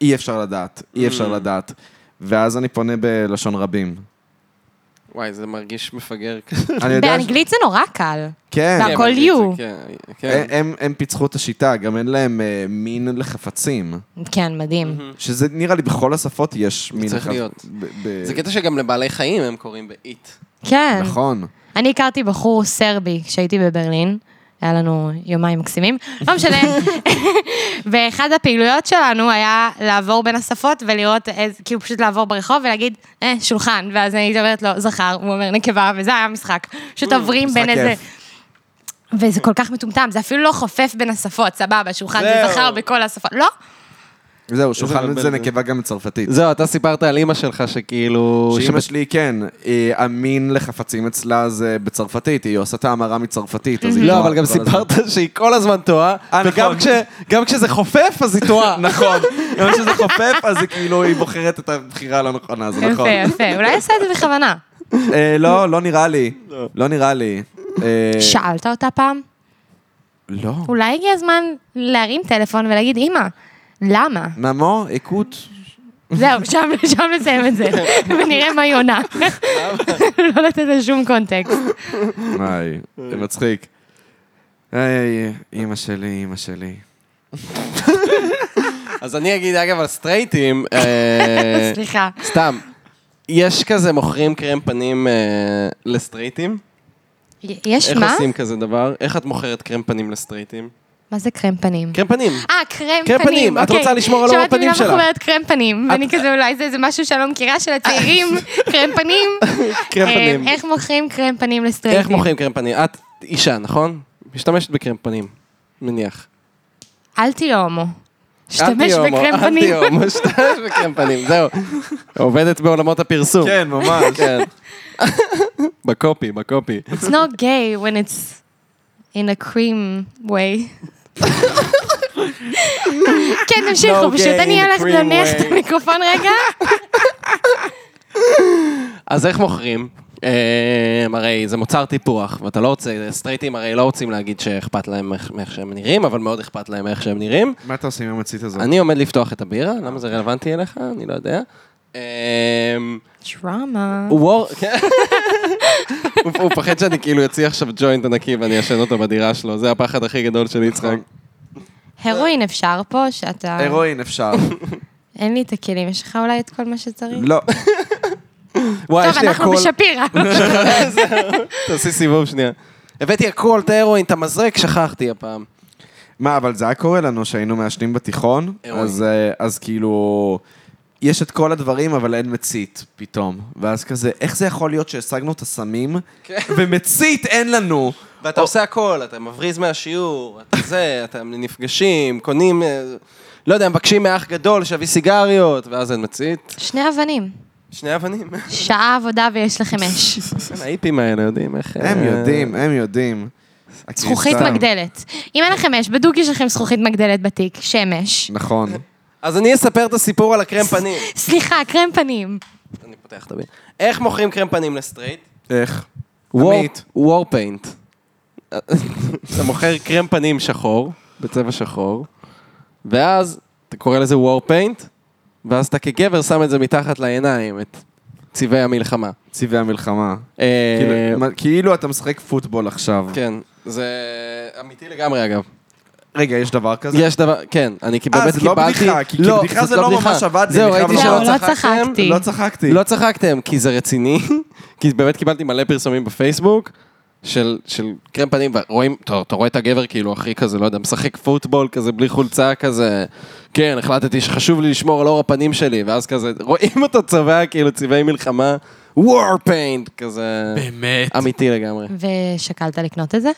S2: אי אפשר לדעת, אי
S4: Mm.
S2: אפשר לדעת. ואז אני פונה בלשון רבים.
S4: וואי, זה מרגיש מפגר.
S2: אני יודע... ש-
S3: באנגלית זה נורא קל.
S2: כן.
S3: והכל
S4: כן,
S3: יו.
S4: כן, כן.
S2: הם- הם- הם פיצחו את השיטה, גם אין להם אה, מין לחפצים.
S4: Mm.
S3: כן, מדהים.
S2: שזה נראה לי בכל השפות יש מין...
S4: צריך
S2: לחפ-
S4: להיות.
S2: ב- ב-
S4: זה כן. קטע שגם לבעלי חיים הם קוראים באיט.
S3: כן.
S2: נכון.
S3: אני הכרתי בחור סרבי כשהייתי בברלין. היה לנו יומיים מקסימים, לא משנה. ואחד הפעילויות שלנו היה לעבור בין השפות ולראות איזה, כאילו פשוט לעבור ברחוב ולהגיד, אה, שולחן. ואז אני הייתי אומרת לו, זכר, הוא אומר נקבה, וזה היה משחק. פשוט עוברים בין
S2: Mm, משחק
S3: איזה...
S2: כיף.
S3: וזה כל כך מטומטם, זה אפילו לא חופף בין השפות, סבבה, שולחן
S4: זהו.
S3: זה זכר בכל השפות. לא,
S2: זהו, שולחן
S4: מבלבל
S2: זה
S4: זה.
S2: נקבה גם בצרפתית.
S4: זהו, אתה סיפרת על אימא שלך שכאילו...
S2: שאימא
S4: שבט-
S2: שלי, כן, אה, המין לחפצים אצלה זה בצרפתית, היא עושה את ההמרה מצרפתית, אז היא
S4: לא,
S2: טועה
S4: אבל גם
S2: כל הזמן.
S4: סיפרת שהיא כל הזמן טועה,
S2: אה,
S4: וגם
S2: נכון.
S4: כש- גם כשזה חופף אז היא טועה.
S2: נכון, גם שזה חופף, אז היא כאילו, היא בוחרת את הבחירה הלא נכונה, זה נכון.
S3: יפה, יפה, אולי עשה את זה בכוונה.
S2: אה, לא, לא נראה לי. לא נראה לי. אה,
S3: שאלת אותה פעם?
S2: לא.
S3: אולי הגיע הזמן להרים טלפון ולהגיד, אמא, למה?
S2: ממו, איקוט.
S3: זהו, שם, שם נסיים את זה, ונראה מה היא עונה. לא לתת לה שום קונטקסט.
S2: וואי, זה מצחיק. היי, אימא שלי, אימא שלי.
S4: אז אני אגיד, אגב, על סטרייטים, אה,
S3: סליחה.
S4: סתם, יש כזה מוכרים קרם פנים אה, לסטרייטים?
S3: י- יש
S4: איך
S3: מה?
S4: עושים כזה דבר? איך את מוכרת קרם פנים לסטרייטים?
S3: מה זה קרם פנים?
S4: קרם פנים.
S3: אה, קרם
S4: קרם
S3: פנים.
S4: פנים, את
S3: אוקיי.
S4: רוצה לשמור על אור
S3: שמעתי
S4: הפנים
S3: מילה
S4: שלה.
S3: מחוברת קרם פנים, ואני כזה, אולי זה איזה משהו שאני לא מכירה של הצעירים, קרם פנים.
S4: קרם
S3: אה,
S4: פנים.
S3: איך מוכרים קרם פנים לסטרייטים?
S4: איך מוכרים קרם פנים? את אישה, נכון? משתמשת בקרם פנים, מניח.
S3: אל תהיה הומו.
S4: אנטי
S3: שתמש
S4: הומו,
S3: בקרם
S4: אנטי
S3: פנים.
S4: הומו, משתמש בקרם פנים, זהו. עובדת בעולמות הפרסום.
S2: כן, ממש.
S4: כן. בקופי, בקופי.
S3: It's not gay when it's in a cream way. כן,
S4: No
S3: תמשיכו, פשוט
S4: gay in
S3: אני
S4: a
S3: אלך
S4: cream
S3: להניח
S4: way.
S3: את המיקרופון רגע.
S4: אז איך מוכרים? אה, הרי זה מוצר טיפוח, ואתה לא רוצה, סטרייטים הרי לא רוצים להגיד שאכפת להם מאיך מאיך שהם נראים, אבל מאוד אכפת להם מאיך שהם נראים.
S2: מה אתה עושה עם המצית הזאת?
S4: אני עומד לפתוח את הבירה, למה זה רלוונטי אליך? אני לא יודע. אה,
S3: דרמה.
S4: וור... כן. הוא הוא פחד שאני כאילו אוציא עכשיו ג'וינט ענקי ואני אשן אותו בדירה שלו, זה הפחד הכי גדול של יצחק.
S3: הרואין אפשר פה,
S4: אה,
S3: שאתה...
S2: הירואין אפשר.
S3: אין לי את הכלים, יש לך אולי את כל מה שצריך?
S2: לא.
S4: וואי,
S3: טוב,
S4: לא, יש לי
S3: אנחנו
S4: הכל.
S3: בשפירא.
S4: תעשי סיבוב שנייה. הבאתי הכל, את ההרואין, את המזרק, שכחתי הפעם.
S2: מה, אבל זה היה קורה לנו שהיינו מעשנים בתיכון,
S4: הירואין.
S2: אז, אה, אז כאילו, יש את כל הדברים, אבל אין מצית פתאום. ואז כזה, איך זה יכול להיות שהשגנו את הסמים, ומצית אין לנו?
S4: ואתה עושה הכל, אתה מבריז מהשיעור, אתה זה, אתה נפגשים, קונים, אה, לא יודע, מבקשים מאח גדול שיביא סיגריות, ואז אין מצית.
S3: שני אבנים.
S4: שני אבנים.
S3: שעה עבודה ויש לכם אש.
S4: כן, האיפים האלה יודעים איך...
S2: הם
S4: אה,
S2: יודעים, הם יודעים.
S3: זכוכית
S2: הקריסה.
S3: מגדלת. אם אין לכם אש, בדוק יש לכם זכוכית מגדלת בתיק, שמש.
S2: נכון.
S4: אז אני אספר את הסיפור על הקרם פנים.
S3: סליחה, קרם פנים.
S4: אני פותח את הביא. איך מוכרים קרם פנים לסטרייט?
S2: איך? עמית.
S4: וור פיינט. אתה מוכר קרם פנים שחור, בצבע שחור, ואז אתה קורא לזה וור פיינט, ואז אתה כגבר שם את זה מתחת לעיניים, את צבעי המלחמה.
S2: צבעי המלחמה.
S4: אה,
S2: כאילו- מה- כאילו אתה משחק פוטבול עכשיו.
S4: כן, זה אמיתי לגמרי אגב.
S2: רגע, יש דבר כזה?
S4: יש דבר, כן, אני כי
S2: אה,
S4: באמת
S2: זה לא
S4: קיבלתי...
S2: בדיחה, כי- כי בדיחה
S4: זאת
S2: זה לא ממש עבד לי,
S4: זהו,
S2: אני חייב
S4: ראיתי
S2: לומר.
S4: שלא
S3: לא, לא
S4: צחקתם.
S3: צחקתי.
S2: לא צחקתי.
S4: לא צחקתם, כי זה רציני, כי באמת קיבלתי מלא פרסומים בפייסבוק של, של קרם פנים, ורואים, אתה, אתה רואה את הגבר כאילו הכי כזה, לא יודע, משחק פוטבול כזה בלי חולצה כזה, כן, החלטתי שחשוב לי לשמור על אור הפנים שלי, ואז כזה, רואים אותו צבע כאילו צבעי מלחמה, war paint, כזה,
S5: באמת.
S4: אמיתי לגמרי.
S3: ושקלת לקנות את זה?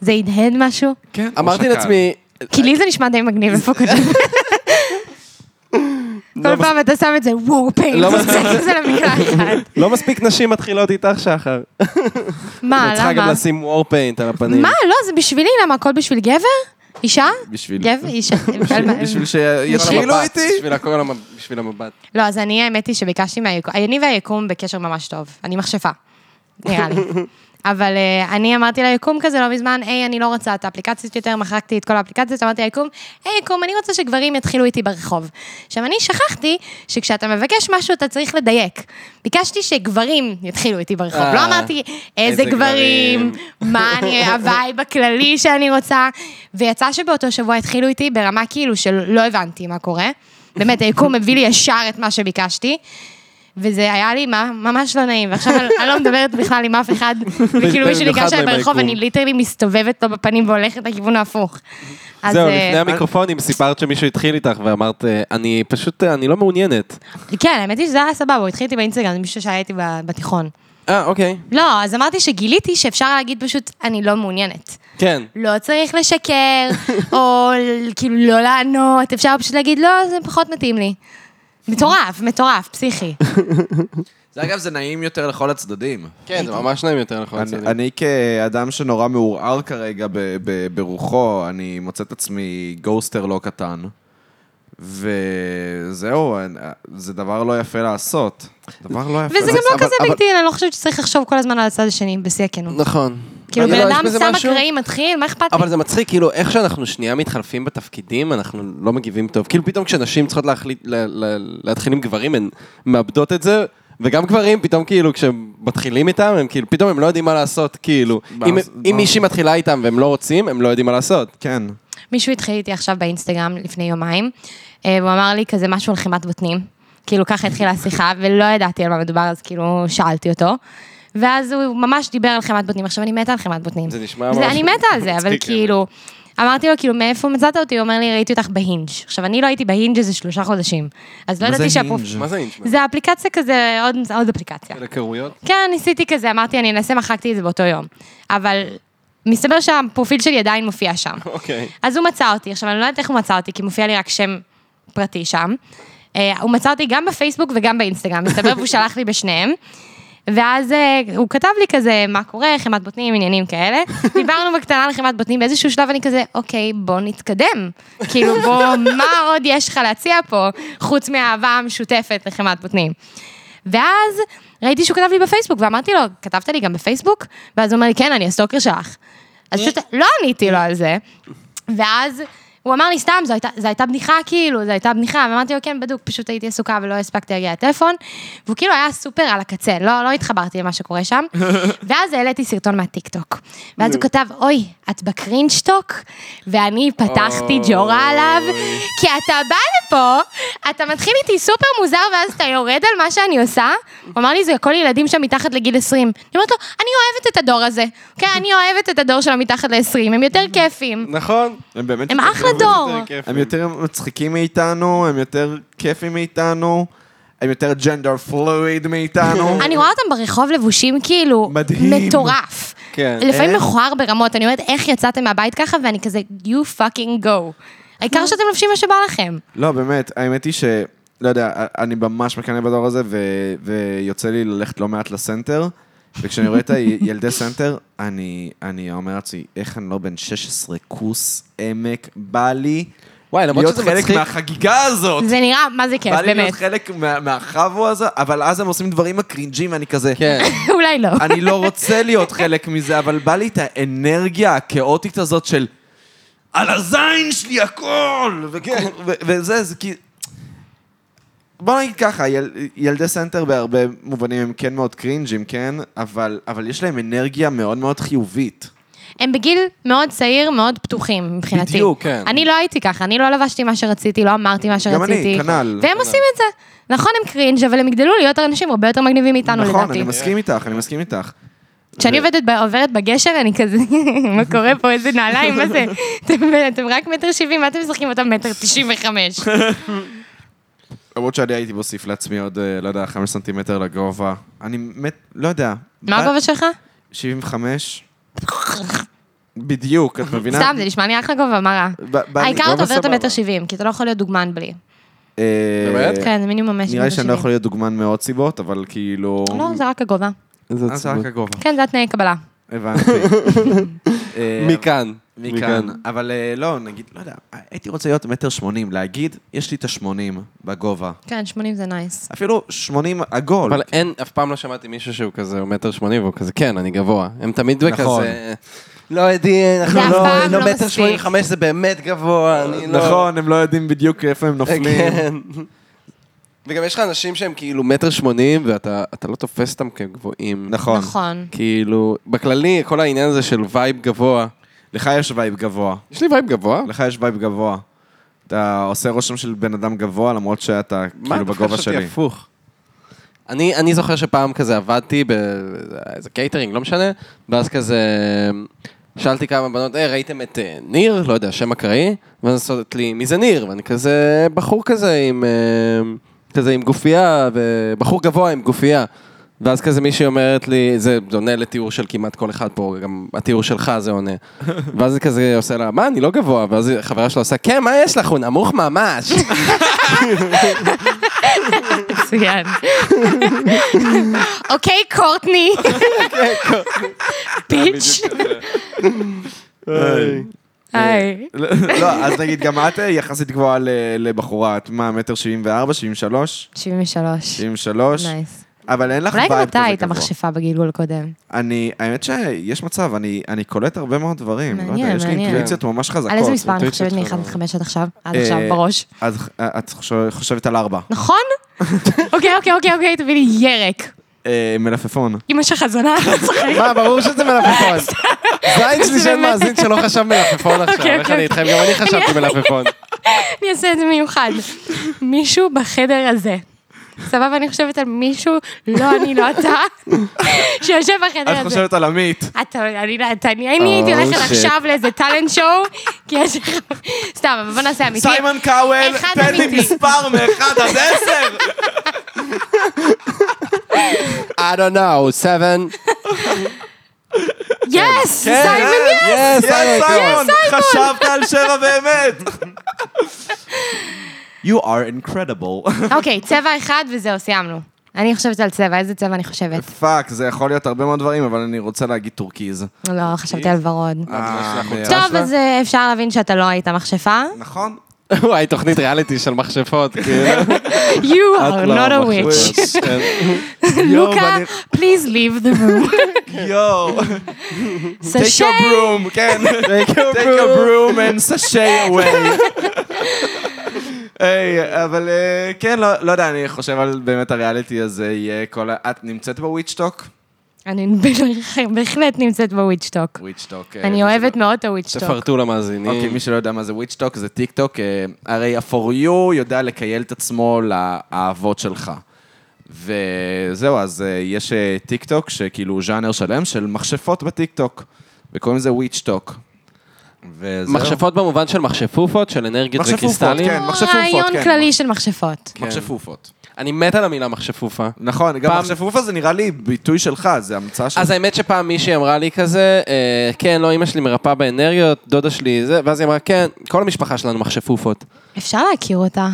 S3: זה הדהד משהו?
S2: כן.
S4: אמרתי
S2: הוא שקל.
S4: לעצמי,
S3: כי לי זה נשמע די מגניב, איפה כתוב? כל פעם אתה שם את זה, וואו פיין,
S4: לא
S3: זה זה למקלחת.
S4: לא מספיק נשים מתחילות איתך שחר.
S3: מה,
S4: אני צריכה גם
S3: אה, למה?
S4: לשים war paint על הפנים.
S3: מה, לא, זה בשבילי, למה? הכל בשביל גבר? אישה?
S2: בשביל...
S3: גבר, אישה.
S2: בשביל
S4: בשביל
S2: שיתחילו
S4: המבט,
S2: כאילו איתי?
S4: בשביל הכל המ- בשביל המבט.
S3: לא, אז אני, האמת היא שביקשתי מהיקום, אני והיקום בקשר ממש טוב, אני מכשפה, נראה לי. אבל אה, אני אמרתי ליקום כזה לא מזמן, היי, אני לא רוצה את האפליקציות יותר, מחקתי את כל האפליקציות, אמרתי ליקום, היי, יקום, אני רוצה שגברים יתחילו איתי ברחוב. עכשיו, אני שכחתי שכשאתה מבקש משהו, אתה צריך לדייק. ביקשתי שגברים יתחילו איתי ברחוב,
S4: אה,
S3: לא אמרתי איזה
S4: איזה גברים."
S3: גברים, מה אני, הווייב הכללי שאני רוצה. ויצא שבאותו שבוע התחילו איתי ברמה כאילו שלא הבנתי מה קורה. באמת, היקום הביא לי ישר את מה שביקשתי. וזה היה לי מה- ממש לא נעים, ועכשיו אני אני לא מדברת בכלל עם אף אחד, וכאילו מישהו
S4: במיוחד
S3: ניגש אליי
S4: עם
S3: ברחוב,
S4: היקום.
S3: אני ליטרלי מסתובבת לו בפנים והולכת לכיוון ההפוך. אז,
S4: זהו,
S3: אה,
S4: לפני המיקרופונים סיפרת שמישהו התחיל איתך ואמרת, אה, אני פשוט, אה, אני לא מעוניינת.
S3: כן, האמת היא שזה היה סבבה, הוא התחיל איתי באינסטגרם, זה מישהו שהיה איתי ב- בתיכון.
S4: אה, אוקיי.
S3: לא, אז אמרתי שגיליתי שאפשר להגיד פשוט, אני לא מעוניינת.
S4: כן.
S3: לא צריך לשקר, או כאילו לא לענות, אפשר פשוט להגיד, לא, זה פחות מתאים לי. מטורף, מטורף, פסיכי.
S2: זה אגב, זה נעים יותר לכל הצדדים.
S4: כן, זה ממש נעים יותר לכל
S2: אני, אני כאדם שנורא מעורער כרגע ב, ב, ברוחו, אני מוצא את עצמי גוסטר לא קטן. וזהו, אני- זה דבר לא יפה לעשות. דבר לא יפה.
S3: וזה גם לא
S4: אבל-
S3: כזה
S4: אבל-
S3: ביג דיל, אני לא חושבת שצריך לחשוב כל הזמן על הצד השני, בשיא הכנות.
S4: נכון.
S3: כאילו,
S4: אני לא,
S3: בן
S4: יש
S3: אדם
S4: בזה
S3: שם
S4: משהו?
S3: אקראי, מתחיל, מה אכפת לי?
S4: אבל זה מצחיק, כאילו, איך שאנחנו שנייה מתחלפים בתפקידים, אנחנו לא מגיבים טוב. כאילו, פתאום כשנשים צריכות להחליט, ל- ל- להתחיל עם גברים, הן מאבדות את זה. וגם גברים, פתאום כאילו, כשהם מתחילים איתם, הם כאילו, פתאום הם לא יודעים מה לעשות, כאילו.
S2: מה
S4: אם-
S2: זה-
S4: אם
S2: מה-
S4: מישהי מתחילה איתם והם לא רוצים, הם לא יודעים מה לעשות.
S2: כן.
S3: מישהו התחיל איתי עכשיו באינסטגרם לפני יומיים, אה, והוא אמר לי כזה משהו על חימת בוטנים. כאילו, ככה התחילה השיחה, ולא ידעתי על מה מדובר, אז כאילו, שאלתי אותו. ואז הוא ממש דיבר על חימת בוטנים. עכשיו, אני מתה על חימת בוטנים.
S4: זה נשמע
S3: זה-
S4: ממש
S3: אני מתה על זה, אבל
S4: מצחיק,
S3: כאילו... אמרתי לו, כאילו, מאיפה מצאת אותי? הוא אומר לי, ראיתי אותך בהינג'. עכשיו, אני לא הייתי בהינג' איזה שלושה חודשים. אז לא
S2: מה זה
S3: ידעתי שהפרופ...
S2: הינג'?
S4: מה זה אינג'?
S3: זה אפליקציה כזה, עוד, עוד אפליקציה.
S4: אלה כרויות?
S3: כן, ניסיתי כזה, אמרתי, אני אנסה, מחקתי את זה באותו יום. אבל מסתבר שהפרופיל שלי עדיין מופיע שם.
S4: אוקיי.
S3: אז הוא מצא אותי, עכשיו אני לא יודעת איך הוא מצא אותי, כי מופיע לי רק שם פרטי שם. אה, הוא מצא אותי גם בפייסבוק וגם באינסטגרם, מסתבר והוא שלח לי בשניהם. ואז אה, הוא כתב לי כזה, מה קורה, חימת בוטנים, עניינים כאלה. דיברנו בקטנה על חימת בוטנים, באיזשהו שלב אני כזה, אוקיי, בוא נתקדם. כאילו, בוא, מה עוד יש לך להציע פה, חוץ מהאהבה המשותפת לחימת בוטנים. ואז ראיתי שהוא כתב לי בפייסבוק, ואמרתי לו, כתבת לי גם בפייסבוק? ואז הוא אומר לי, כן, אני הסטוקר שלך. אז פשוט לא עניתי לו על זה. ואז הוא אמר לי, סתם, זו הייתה, זו הייתה בדיחה, כאילו, זו הייתה בדיחה. ואמרתי לו, כן, בדוק, פשוט הייתי עסוקה ולא הספקתי להגיע לטלפון. והוא כאילו היה סופר על הקצה, לא, לא התחברתי למה שקורה שם. ואז העליתי סרטון מהטיקטוק. ואז הוא כתב, אוי, את בקרינשטוק? ואני פתחתי ג'ורה עליו, כי אתה בא לפה, אתה מתחיל איתי סופר מוזר, ואז אתה יורד על מה שאני עושה. הוא אמר לי, זה כל ילדים שם מתחת לגיל 20. אני אומרת לו, אני אוהבת את הדור הזה. כן, אני אוהבת את הדור של המתחת ל-20, הם יותר כיפים.
S4: נכון.
S2: הם באמת...
S3: הם
S2: יותר
S3: אחלה
S2: טובים.
S3: דור.
S2: הם יותר מצחיקים מאיתנו, הם יותר כיפים מאיתנו, הם יותר ג'נדר פלואיד מאיתנו.
S3: אני רואה אותם ברחוב לבושים כאילו...
S2: מדהים. אה?
S3: מטורף.
S4: כן.
S3: לפעמים
S2: אין.
S3: מכוער ברמות, אני אומרת, איך יצאתם מהבית ככה? ואני כזה, you fucking go. העיקר שאתם לובשים מה שבא לכם.
S2: לא, באמת, האמת היא ש... לא יודע, אני ממש מקנא בדור הזה, ו... ויוצא לי ללכת לא מעט לסנטר, וכשאני רואה את הילדי סנטר, אני, אני אומר לעצמי, איך אני לא בן 16 כוס עמק, בא לי
S4: וואי, למרות
S2: להיות
S4: שזה
S2: חלק
S4: מצחיק.
S2: מהחגיגה הזאת.
S3: זה נראה, מה זה כיף,
S2: בא לי להיות
S3: כן, באמת.
S2: חלק מה- מהחבו הזה, אבל אז הם עושים דברים הקרינג'ים, ואני כזה,
S4: כן.
S3: אולי לא.
S2: אני לא רוצה להיות חלק מזה, אבל בא לי את האנרגיה הכאוטית הזאת של על הזין שלי הכל! וכן, ו- וזה, זה כי... בוא נגיד ככה, יל, ילדי סנטר בהרבה מובנים הם כן מאוד קרינג'ים, כן? אבל, אבל יש להם אנרגיה מאוד מאוד חיובית.
S3: הם בגיל מאוד צעיר, מאוד פתוחים מבחינתי.
S4: בדיוק, כן.
S3: אני לא הייתי ככה, אני לא לבשתי מה שרציתי, לא אמרתי מה שרציתי.
S2: גם אני, כנ"ל.
S3: והם עושים את זה. נכון, הם קרינג', אבל הם יגדלו להיות אנשים הרבה יותר מגניבים מאיתנו,
S2: נכון,
S3: לדעתי.
S2: אני מסכים איתך, אני מסכים איתך.
S3: כשאני עובדת, ב- עוברת בגשר, אני כזה, מה קורה פה, איזה נעליים, מה זה? אתם- אתם רק מטר שבעים, מה אתם משחקים אותם מטר תשעים וחמש?
S2: למרות שאני הייתי מוסיף לעצמי עוד, אה, לא יודע, חמש סנטימטר לגובה. אני מת, לא יודע.
S3: מה
S2: ב-
S3: הגובה שלך?
S2: 75. בדיוק, את מבינה?
S3: סתם, זה נשמע לי אחלה גובה, מה רע?
S2: ב- ב-
S3: העיקר
S2: גובה
S3: אתה עובר את
S2: סבבה.
S3: המטר שבעים, כי אתה לא יכול להיות דוגמן בלי.
S2: אה,
S4: באמת?
S3: כן, זה מינימום ממש
S2: נראה לי
S3: מטר
S2: שאני לא
S3: שבעים.
S2: יכול להיות דוגמן מעוד סיבות, אבל כאילו...
S3: לא, זה רק הגובה.
S4: איזה
S2: אה, זה רק הגובה.
S3: כן, זה התנאי קבלה.
S2: הבנתי. אה,
S4: מכאן.
S2: מכאן. אבל אה, לא, נגיד, לא יודע, הייתי רוצה להיות מטר שמונים, להגיד, יש לי את השמונים בגובה.
S3: כן, שמונים זה נייס.
S2: אפילו שמונים עגול.
S4: אבל אין, אף פעם לא שמעתי מישהו שהוא כזה, הוא מטר שמונים, והוא כזה, כן, אני גבוה. הם תמיד
S2: נכון.
S4: בכזה... לא יודעים, אנחנו
S3: זה אף
S4: לא,
S3: פעם
S4: לא
S3: לא
S4: מטר
S3: מספיק.
S4: שמונים וחמש זה באמת גבוה, אני לא...
S2: נכון, הם לא יודעים בדיוק איפה הם נופלים.
S4: כן. וגם יש לך אנשים שהם כאילו מטר שמונים, ואתה אתה לא תופס אותם כגבוהים.
S2: נכון.
S3: נכון.
S4: כאילו, בכללי, כל העניין הזה של וייב גבוה.
S2: לך יש וייב גבוה.
S4: יש לי וייב גבוה?
S2: לך יש וייב גבוה. אתה עושה רושם של בן אדם גבוה, למרות שאתה כאילו בגובה שלי.
S4: הפוך. אני, אני זוכר שפעם כזה עבדתי באיזה קייטרינג, לא משנה, ואז כזה שאלתי כמה בנות, היי, ראיתם את אה, ניר? לא יודע, שם אקראי? ואז עושות לי, מי זה ניר? ואני כזה בחור כזה עם, אה, כזה עם גופייה, ובחור גבוה עם גופייה. ואז כזה מישהי אומרת לי, זה זה עונה לתיאור של כמעט כל אחד פה, גם התיאור שלך זה עונה. ואז היא כזה עושה לה, מה, אני לא גבוה? ואז חברה שלה עושה, כן, מה יש לך? הוא נמוך ממש.
S3: מצוין. אוקיי, קורטני.
S2: אוקיי, אה,
S3: פיץ'. היי.
S2: לא, אז נגיד, גם את אה, יחסית גבוהה ל- לבחורה, את מה, מטר שבעים וארבע, שבעים שלוש?
S3: 73.
S2: שבעים ושלוש?
S3: נייס.
S2: אבל אין לך
S3: אולי
S2: וייב כזה
S3: גם
S2: גבוה.
S3: אתה היית מכשפה בגלגול הקודם.
S2: אני, האמת שיש מצב, אני אני קולט הרבה מאוד דברים. לא יודע,
S3: מעניין,
S2: יש לי
S3: מעניין.
S2: אינטואיציות ממש חזקות.
S3: על איזה מספר אני
S4: אינטואיציות
S3: חושבת מ-1 עד
S4: שלך.
S3: 5 עד עכשיו? עד
S2: אה,
S3: עכשיו, בראש.
S2: אז אה, את חושב- חושבת על ארבע.
S3: נכון? אוקיי, אוקיי, אוקיי, אוקיי, תביא לי ירק.
S2: אה, מלפפון.
S3: אמא שלך זונה, אני צוחקת.
S4: מה, ברור שזה מלפפון. זין שלי של מאזין שלא חשב מלפפון עכשיו,
S3: אוקיי,
S4: איך
S3: אוקיי.
S4: אני איתכם? גם אני חשבתי מלפפון.
S3: אני אעשה את זה מיוחד. מישהו בחדר הזה. סבבה, אני חושבת על מישהו, לא אני, לא אתה, שיושב בחדר
S2: את
S3: הזה.
S2: חושבת על עמית.
S3: אתה, אני לא יודעת, אני אני הייתי
S4: Oh,
S3: הולכת
S4: shit.
S3: עכשיו לאיזה טאלנט שואו, כי יש לך... סתם, אבל בוא נעשה אמיתי.
S2: סיימון קאוול,
S3: אחד
S2: תן לי
S3: אמיתי.
S2: מספר מאחד עד עשר!
S4: I don't know, seven.
S3: יס! סיימון יס!
S4: Yes,
S3: כן,
S2: יס,
S4: Simon.
S2: סיימון! חשבת על שבע באמת! You are incredible.
S3: אוקיי, צבע אחד וזהו, סיימנו. אני חושבת על צבע, איזה צבע אני חושבת?
S2: פאק, זה יכול להיות הרבה מאוד דברים, אבל אני רוצה להגיד טורקיז.
S3: לא, חשבתי על ורוד.
S4: יש לך
S2: אה,
S4: הוצאה
S3: טוב,
S4: שלה?
S3: אז אה, אפשר להבין שאתה לא היית מכשפה.
S2: נכון.
S4: וואי, תוכנית ריאליטי של מכשפות, כאילו.
S3: You are
S2: לא כן.
S3: Oh, not a
S2: המחשב.
S3: witch.
S1: יואו,
S3: לוקה,
S1: ואני-
S3: please leave the room.
S1: יואו, take your
S3: סשי.
S1: broom, כן. take your broom and sashay away.
S2: היי, אבל אה, כן, לא לא יודע, אני חושב על באמת הריאליטי הזה יהיה כל ה... את נמצאת בוויצ'טוק?
S3: אני בהחלט- בהחלט נמצאת בוויצ'טוק.
S2: וויצ'טוק. אה,
S3: אני
S2: מי
S3: אוהבת
S2: שלא-
S3: מאוד את הוויצ'טוק.
S4: תפרטו למאזינים.
S2: אוקיי, מי שלא יודע מה זה וויצ'טוק, זה טיק טוק. אה, הרי ה-for you יודע לקייל את עצמו לאהבות שלך. וזהו, אז אה, יש אה, טיק טוק, שכאילו ז'אנר שלם של מכשפות בטיק טוק. וקוראים לזה וויצ'טוק. וזהו.
S4: מכשפות במובן של מכשפופות, של אנרגיות
S2: מכשפופות,
S4: וקריסטלים.
S2: כן. מחשב
S3: אה, רעיון
S2: פופות, כן.
S3: כללי של מכשפות.
S2: מכשפופות.
S4: אני מת על המילה מכשפופה.
S2: כן. נכון, גם
S4: פעם-
S2: מכשפופה זה נראה לי ביטוי שלך, זה המצאה שלך.
S4: אז האמת שפעם מישהי אמרה לי כזה, אה, כן, לא, אמא שלי מרפאה באנרגיות, דודה שלי זה, ואז היא אמרה, כן, כל המשפחה שלנו מכשפופות.
S3: אפשר להכיר אותה.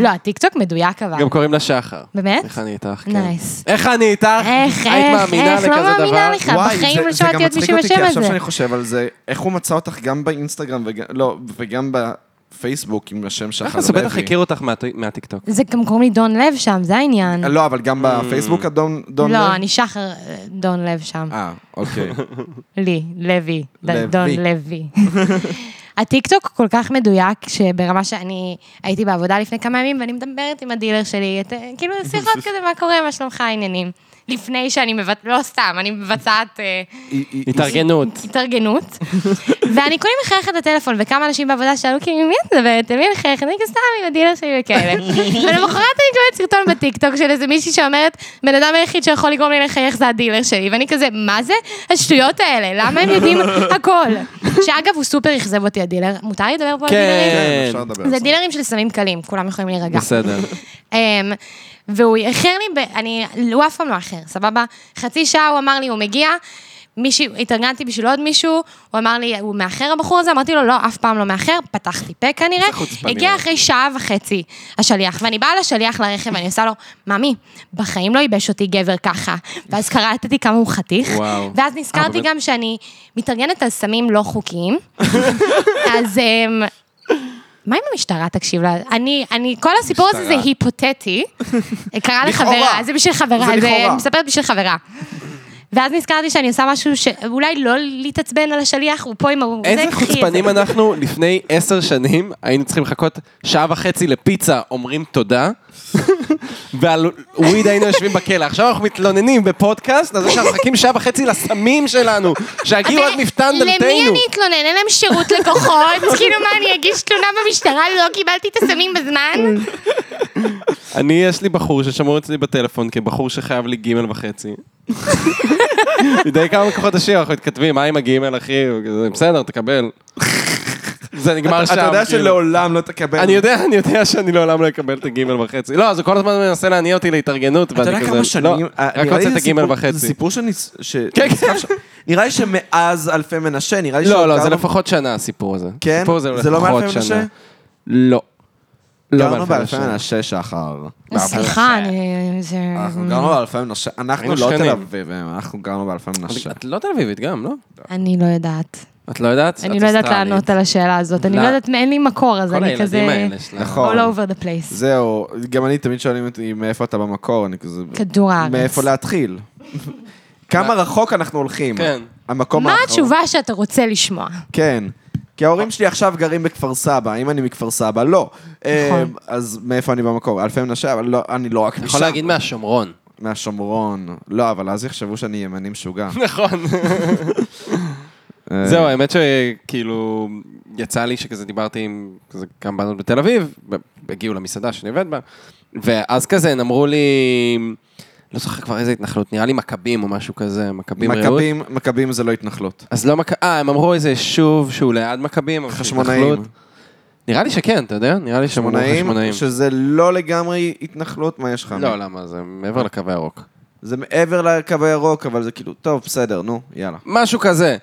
S3: לא, הטיקטוק מדויק אבל.
S4: גם קוראים לה שחר.
S3: אה. באמת?
S4: איך אני איתך? כן.
S3: נייס.
S4: איך אני איתך?
S3: איך,
S4: היית
S3: איך,
S4: מאמינה
S3: איך, לא
S4: לכזה
S3: מאמינה
S4: דבר?
S3: לך. בחיים לא שמעתי עוד מישהו
S2: זה גם מצחיק אותי,
S3: בשם
S2: כי עכשיו
S3: הזה.
S2: שאני חושב על זה, איך הוא מצא אותך גם באינסטגרם וגם, לא, וגם בפייסבוק עם השם שחר לוי.
S4: אחלה, זה בטח הכיר אותך מהטו- מהטיקטוק.
S3: זה גם קוראים לי דון לב שם, זה העניין.
S2: לא, אבל גם בפייסבוק הדון... דון לב?
S3: לא, אני שחר אה, דון לב שם.
S2: אה, אוקיי.
S3: לי, לוי. ד-
S2: לוי.
S3: דון לוי. הטיקטוק כל כך מדויק, שברמה שאני הייתי בעבודה לפני כמה ימים, ואני מדברת עם הדילר שלי, את, אה, כאילו שיחות כזה, מה קורה, מה שלומך, העניינים. לפני שאני מבצעת, לא סתם, אני מבצעת... אה,
S2: היא- היא-
S4: התארגנות.
S3: התארגנות, ואני כולי מחייכת לטלפון, וכמה אנשים בעבודה שאלו, כאילו, עם מי את מדברת? עם מי אני מחייכת? אני כאילו סתם עם הדילר שלי וכאלה. ולמחרת אני מקבלת סרטון בטיקטוק של איזה מישהי שאומרת, בן אדם היחיד שיכול לגרום לי לחייך זה הדילר שלי, ואני כזה, מה זה השטויות האלה? למה הם יודעים הכל? שאגב, הוא סופר אכזב אותי, הדילר. מותר לי לדבר פה על דילרים?
S2: כן,
S4: כן.
S2: אפשר לדבר.
S3: זה דילרים של סמים קלים, כולם יכולים להירגע.
S4: בסדר.
S3: אמ, והוא איחר לי, ב... אני, הוא אף פעם לא איחר, סבבה? חצי שעה הוא אמר לי, הוא מגיע, מישהי, התארגנתי בשביל עוד מישהו, הוא אמר לי, הוא מאחר הבחור הזה? אמרתי לו, לא, אף פעם לא מאחר, פתחתי פה כנראה. הגיע אחרי שעה וחצי השליח, ואני באה לשליח לרכב, ואני עושה לו, ממי, בחיים לא ייבש אותי גבר ככה. ואז קראתי כמה הוא חתיך,
S4: וואו. אה,
S3: ואז נזכרתי
S4: באמת?
S3: גם שאני מתארגנת על סמים לא חוקיים, אז... אמ, מה אם המשטרה תקשיב לה? אני, אני, כל הסיפור הזה זה
S2: משטרה.
S3: היפותטי. קרה לחברה,
S2: לכאורה.
S3: זה בשביל חברה,
S2: זה
S3: זה
S2: לכאורה.
S3: מספרת בשביל חברה. ואז נזכרתי שאני עושה משהו שאולי לא להתעצבן על השליח, הוא פה עם כאילו. ה...
S4: איזה
S3: זה, קחי את זה.
S4: חוצפנים אנחנו, לפני עשר שנים היינו צריכים לחכות שעה וחצי לפיצה, אומרים תודה, ועל וויד היינו יושבים בכלא. עכשיו אנחנו מתלוננים בפודקאסט, על זה שאנחנו מחכים שעה וחצי לסמים שלנו, שיגיעו עד מפתן
S3: למי
S4: דלתנו.
S3: אני אתלונן? אין להם שירות לקוחות? כאילו מה, אני אגיש תלונה במשטרה? לא קיבלתי את הסמים בזמן?
S4: אני, יש לי בחור ששמור אצלי בטלפון כבחור שחייב לי גימל וחצי. מדי כמה חודשים אנחנו מתכתבים, מה עם הגימל, אחי? הוא כזה, בסדר, תקבל. זה נגמר שם.
S2: אתה יודע
S4: כאילו.
S2: שלעולם לא תקבל...
S4: אני יודע, אני יודע שאני לעולם לא אקבל את הגימל וחצי. לא, אז הוא כל הזמן מנסה להניע אותי להתארגנות, ואני
S2: אתה
S4: כזה...
S2: יודע כמה שנים...
S4: לא,
S2: אה,
S4: רק
S2: נראה לי
S4: רוצה את
S2: זה
S4: הגימל
S2: סיפור- זה
S4: וחצי.
S2: סיפור שניס... ש-
S4: כן, כן.
S2: ש- נראה לי שמאז אלפי מנשה, נראה לי
S4: לא,
S2: שעוד
S4: לא, זה
S2: גרנו-
S4: לפחות שנה הסיפור הזה.
S2: כן?
S4: הסיפור הזה
S2: זה לא
S4: לפחות
S2: מאלפי מנשה?
S4: שנה. לא. לא
S2: גרנו באלפי
S4: באלפי מנשה.
S2: מנשה שחר.
S3: אה, סליחה, אני... זה...
S2: אנחנו גרנו באלפי מנשה, אנחנו
S4: היינו
S2: לא תל
S4: שכנים.
S2: אביב, אנחנו גרנו באלפי מנשה.
S4: את לא תל אביבית גם, לא?
S3: אני לא יודעת.
S4: את לא יודעת?
S3: אני
S4: את
S3: לא יודעת
S4: אוסטרלית.
S3: לענות על השאלה הזאת. אני
S4: לא.
S3: לא יודעת, אין לי מקור, אז
S4: כל
S3: אני כזה...
S4: הילדים האלה שלנו.
S2: נכון.
S3: all over the place.
S2: זהו, גם אני תמיד שואלים אותי מאיפה אתה במקור, אני כזה...
S3: כדור הארץ.
S2: מאיפה להתחיל? כמה רחוק אנחנו הולכים?
S4: כן.
S2: המקום
S3: מה
S2: האחרון.
S3: התשובה שאתה רוצה לשמוע?
S2: כן. כי ההורים שלי עכשיו גרים בכפר סבא, אם אני מכפר סבא, לא. אה,
S3: נכון.
S2: אז מאיפה אני במקור? אלפי מנשה, אבל לא, אני לא רק
S4: אתה יכול
S2: משם.
S4: להגיד מהשומרון.
S2: מהשומרון. לא, אבל אז יחשבו שאני ימני משוגע.
S4: נכון.
S2: אה,
S4: זהו, האמת שכאילו, יצא לי שכזה דיברתי עם כזה כמה בנות בתל אביב, ב- הגיעו למסעדה שאני עובד בה, ואז כזה הן אמרו לי, לא זוכר כבר איזה התנחלות, נראה לי מכבים או משהו כזה, מכבים רעות.
S2: מכבים, מכבים זה לא התנחלות.
S4: אז לא מכבים, אה, הם אמרו איזה יישוב שהוא ליד מכבים, אבל
S2: חשמונאים.
S4: התנחלות. נראה לי שכן, אתה יודע? נראה לי שהם אמרו
S2: חשמונאים,
S4: חשמונאים.
S2: שזה לא לגמרי התנחלות, מה יש לך?
S4: לא, למה? זה מעבר לקו הירוק.
S2: זה מעבר לקו הירוק, אבל זה כאילו, טוב, בסדר, נו, יאללה.
S4: משהו כזה.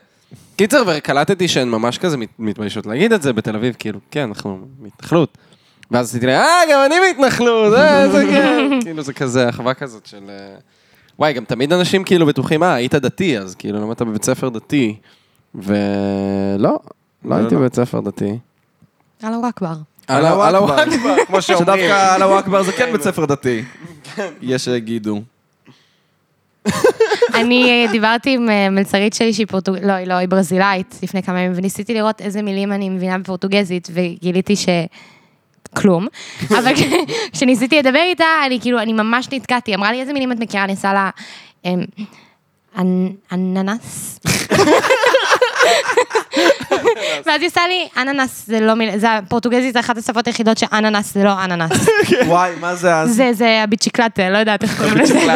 S4: קיצר, וקלטתי שהן ממש כזה מת- מתביישות להגיד את זה בתל אביב, כאילו, כן, אנחנו מהתנחלות. ואז עשיתי להם, אה, גם אני מהתנחלות, אה, זה כן. כאילו, זה כזה, אחווה כזאת של... אה, וואי, גם תמיד אנשים כאילו בטוחים, אה, היית דתי, אז כאילו, למדת בבית ספר דתי. ולא, לא הייתי בבית ספר דתי.
S3: אללה אכבר.
S4: אללה אללה וואק.
S2: כמו שאומרים. שדווקא אללה אכבר זה כן בית ספר דתי. יש שיגידו.
S3: אני אה, דיברתי עם אה, מלצרית שלי שהיא פורטוגזית, לא, היא לא, היא ברזילאית לפני כמה ימים, וניסיתי לראות איזה מילים אני מבינה בפורטוגזית, וגיליתי ש... כלום. אבל כש- כשניסיתי לדבר איתה, אני כאילו, אני ממש נתקעתי. אמרה לי, איזה מילים את מכירה? אני עושה לה... אמ, "אנ- אננס. ואז היא עושה לי, אננס זה לא מילה, זה הפורטוגזית, זה אחת השפות היחידות שאננס זה לא אננס.
S2: וואי, מה זה אז?
S3: זה, זה הביצ'יקלטה, לא יודעת איך קוראים לזה.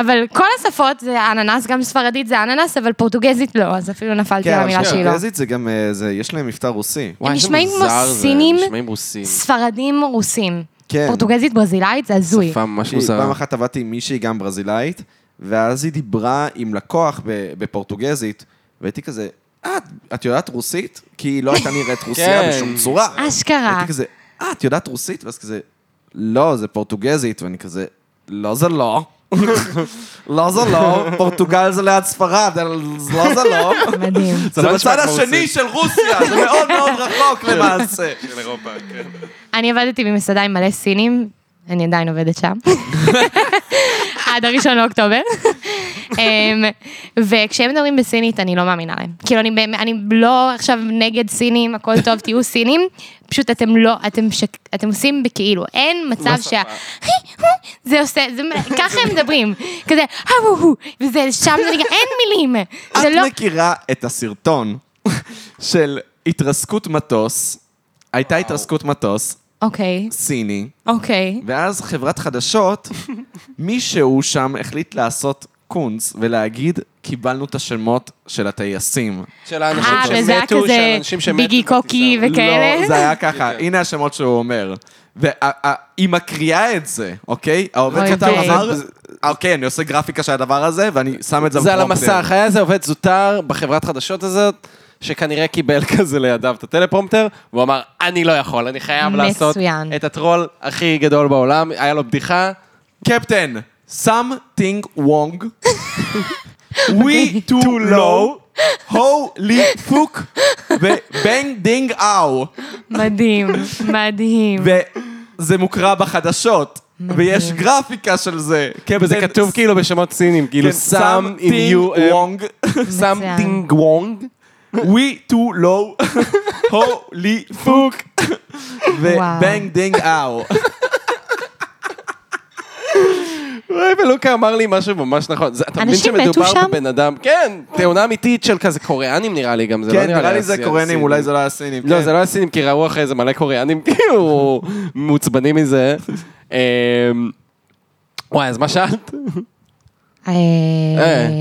S3: אבל כל השפות זה אננס, גם ספרדית זה אננס, אבל פורטוגזית לא, אז אפילו
S2: כן,
S3: נפלתי על המילה שהיא לא.
S2: פורטוגזית זה גם, אה, זה- יש להם מבטא רוסי.
S4: וואי, איזה
S3: נשמעים כמו
S4: מוזר זה, אה,
S3: סינים.
S4: נשמעים רוסים.
S3: ספרדים רוסים.
S2: כן.
S3: פורטוגזית ברזילאית זה הזוי.
S4: שפה ממש
S2: תראי, פעם
S4: מוזרה.
S2: אחת עבדתי עם מישהי גם ברזילאית, ואז היא דיברה עם לקוח ב- בפורטוגזית, והייתי כזה, "אה, את, את יודעת רוסית? כי היא לא הייתה נראית
S4: כן.
S2: רוסיה בשום צורה.
S3: אשכרה.
S2: הייתי כזה, אה, את יודעת רוסית? ואז כזה, לא, זה פורטוגזית, ואני כזה, לא זה לא. לא זה לא, פורטוגל זה ליד ספרד, אל- לא זה לא.
S3: מדהים.
S2: זה
S4: לא נשמע
S2: בצד
S4: כמו
S2: השני
S4: רוסית.
S2: של רוסיה, זה מאוד מאוד רחוק למעשה.
S3: אני עבדתי במסעדה עם מלא סינים, אני עדיין עובדת שם. עד הראשון לאוקטובר. אמ, וכשהם מדברים בסינית, אני לא מאמינה להם. כאילו, אני, באמת- אני לא עכשיו נגד סינים, הכל טוב, תהיו סינים, פשוט אתם לא, אתם, שק, אתם עושים בכאילו, אין מצב שה... זה עושה, זה, ככה הם מדברים. כזה, הו וזה שם, זה נגע, אין מילים. זה לא...
S2: את מכירה את הסרטון של התרסקות מטוס, הייתה התרסקות מטוס,
S3: אוקיי,
S2: סיני,
S3: אוקיי.
S2: ואז חברת חדשות, מישהו שם החליט לעשות קונץ ולהגיד, קיבלנו את השמות של הטייסים.
S4: של האנשים
S3: אה, וזה היה
S4: שמתו, של
S3: כזה
S4: האנשים שמתו
S3: ביגי
S4: בטיסה.
S3: קוקי וכאלה?
S2: לא, זה היה ככה, הנה השמות שהוא אומר. והיא מקריאה את זה, אוקיי? העובד
S3: אוי,
S2: כתב
S3: אוקיי.
S2: אמר, אוקיי, אני עושה גרפיקה של הדבר הזה, ואני שם את זה
S4: זה על
S2: בפרומפטר."
S4: המסך, היה איזה עובד זוטר בחברת חדשות הזאת, שכנראה קיבל כזה לידיו את הטלפרומפטר, והוא אמר, אני לא יכול, אני חייב
S3: מצוין.
S4: לעשות את הטרול הכי גדול בעולם, היה לו בדיחה.
S2: קפטן, something wrong. We too low. holy fuck. ובנג דינג אאו.
S3: מדהים, מדהים.
S2: וזה מוקרא בחדשות. ויש גרפיקה של זה. קפטן,
S4: וזה כתוב כאילו בשמות סינים, כאילו uh, סאם עם יו,
S2: כן, something wrong.
S4: סאם
S3: מצוין.
S4: דינג וונג.
S2: We too low. holy fuck. ובנג דינג אאו.
S4: לא וואי, ולוקה אמר לי משהו ממש נכון. זה- אתה מבין
S3: אנשים מתו
S4: שמדובר
S3: שם?
S4: בבן אדם, כן, תאונה אמיתית של כזה קוריאנים נראה לי גם, זה לא
S2: כן,
S4: נראה לי...
S2: נראה לי
S4: הסי-
S2: זה קורנים,
S4: הסינים.
S2: אולי זה לא היה סינים.
S4: לא,
S2: כן.
S4: זה לא הסינים, כי ראו אחרי זה מלא קוריאנים, כאילו, מעוצבנים מזה. אמ, וואי, אז מה שאלת? אה,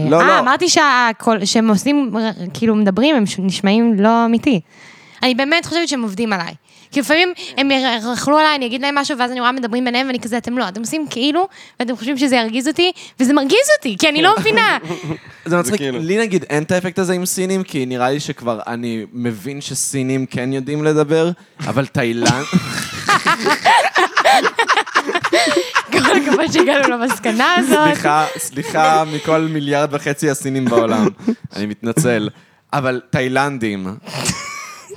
S2: לא, לא.
S3: אה, אמרתי שהכל- שהם עושים, ר- כאילו מדברים, הם ש- נשמעים לא אמיתי. אני באמת חושבת שהם עובדים עליי. כי לפעמים הם יר- ירכלו עליי, אני אגיד להם משהו, ואז אני רואה מדברים ביניהם, ואני כזה, אתם לא, אתם עושים כאילו, ואתם חושבים שזה ירגיז אותי, וזה מרגיז אותי, כי אני לא מבינה.
S2: זה מצחיק,
S4: כאילו-
S2: לי נגיד אין את האפקט הזה עם סינים, כי נראה לי שכבר אני מבין שסינים כן יודעים לדבר, אבל תאילנד...
S3: כל הכבוד שהגענו למסקנה הזאת.
S2: סליחה, סליחה מכל מיליארד וחצי הסינים בעולם. אני מתנצל. אבל תאילנדים,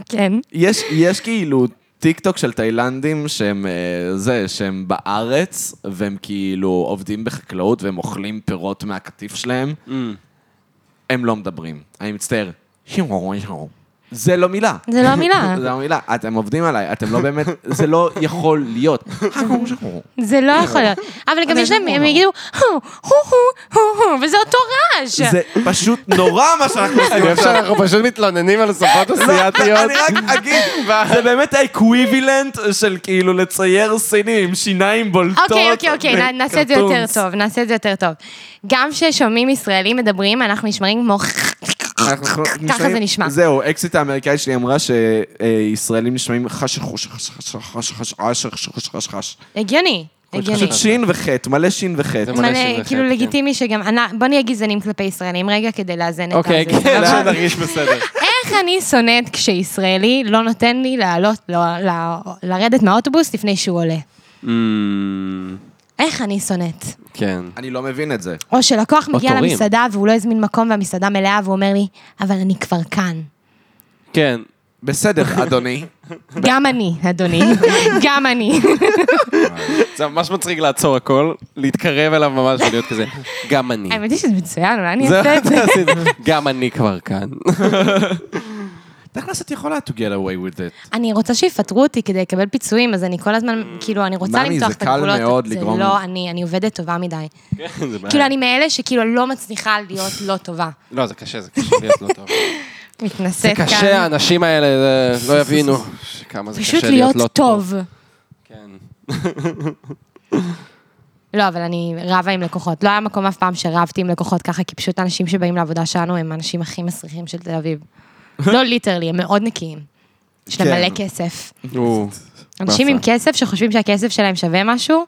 S3: כן.
S2: יש, יש כאילו טיק טוק של תאילנדים שהם אה, זה, שהם בארץ, והם כאילו עובדים בחקלאות והם אוכלים פירות מהקטיף שלהם. הם לא מדברים. אני מצטער. זה לא מילה.
S3: זה לא המילה.
S2: זה לא מילה. אתם עובדים עליי, אתם לא באמת, זה לא יכול להיות.
S3: זה לא יכול להיות. אבל גם יש
S2: לא
S3: להם, הם יגידו, הו, הו, הו, הו, הו, וזה אותו רעש.
S2: זה פשוט נורא מה שאנחנו עושים
S4: אני אוהב
S2: עכשיו.
S4: שאנחנו פשוט מתלוננים על שפות אסיאתיות.
S2: אני רק אגיד, זה באמת האקוויבילנט של כאילו לצייר סינים עם שיניים בולטות.
S3: אוקיי, אוקיי, אוקיי, נע- נעשה את זה יותר
S2: וקרטונס.
S3: טוב, נעשה את זה יותר טוב. גם כששומעים ישראלים מדברים, אנחנו נשמעים כמו...
S2: אנחנו נשמעים-
S3: זה נשמע.
S2: זהו, אקזיט האמריקאית שלי אמרה שישראלים נשמעים חש חוש חש חש חש חש חש חש חש חש חש.
S3: הגיוני, הגיוני.
S2: פשוט שין וחטא, מלא שין וחטא.
S4: מלא שיר
S3: מלא,
S4: אחד,
S3: כאילו
S4: כן.
S3: לגיטימי שגם, אנ- בוא נהיה גזענים כלפי ישראלים רגע כדי לאזן את
S4: אוקיי,
S3: זה.
S4: כן,
S3: סבבה?
S4: שנרגיש בסדר.
S3: איך אני שונאת כשישראלי לא נותן לי לעלות, לא- לא- לרדת מהאוטובוס לפני שהוא עולה. איך אני שונאת.
S4: אמ, כן.
S2: אני לא מבין את זה.
S3: או שלקוח מגיע
S4: בתורים.
S3: למסעדה והוא לא הזמין מקום והמסעדה מלאה והוא אומר לי, אבל אני כבר כאן.
S4: כן.
S2: בסדר, אדוני.
S3: גם אני, אדוני. גם אני.
S4: זה ממש מצחיק לעצור הכל, להתקרב אליו ממש ולהיות כזה, גם אני.
S3: האמת היא שזה מצוין, אולי אני
S4: זה
S3: אעשה את זה.
S4: עשית, גם אני כבר כאן.
S2: תכלס את יכולה to get away with it.
S3: אני רוצה שיפטרו אותי כדי לקבל פיצויים, אז אני כל הזמן, כאילו, אני רוצה
S2: מאמי,
S3: למתוח
S2: זה
S3: את
S2: קל
S3: הגבולות.
S2: מאוד לגרום-
S3: זה לא, אני, אני עובדת טובה מדי. כאילו, אני מאלה שכאילו לא מצליחה להיות לא טובה.
S4: לא, זה קשה, זה קשה להיות לא טוב.
S3: מתנשאת כאן.
S4: קשה, האנשים האלה זה- לא יבינו כמה זה
S3: פשוט
S4: קשה להיות לא
S3: להיות
S4: טוב.
S3: טוב.
S4: כן.
S3: לא, אבל אני רבה עם לקוחות. לא היה מקום אף פעם שרבתי עם לקוחות ככה, כי פשוט האנשים שבאים לעבודה שלנו הם האנשים הכי מסריחים של תל אביב. לא ליטרלי, הם מאוד נקיים. יש להם
S2: כן.
S3: מלא כסף.
S4: נו,
S3: אנשים עם כסף שחושבים שהכסף שלהם שווה משהו,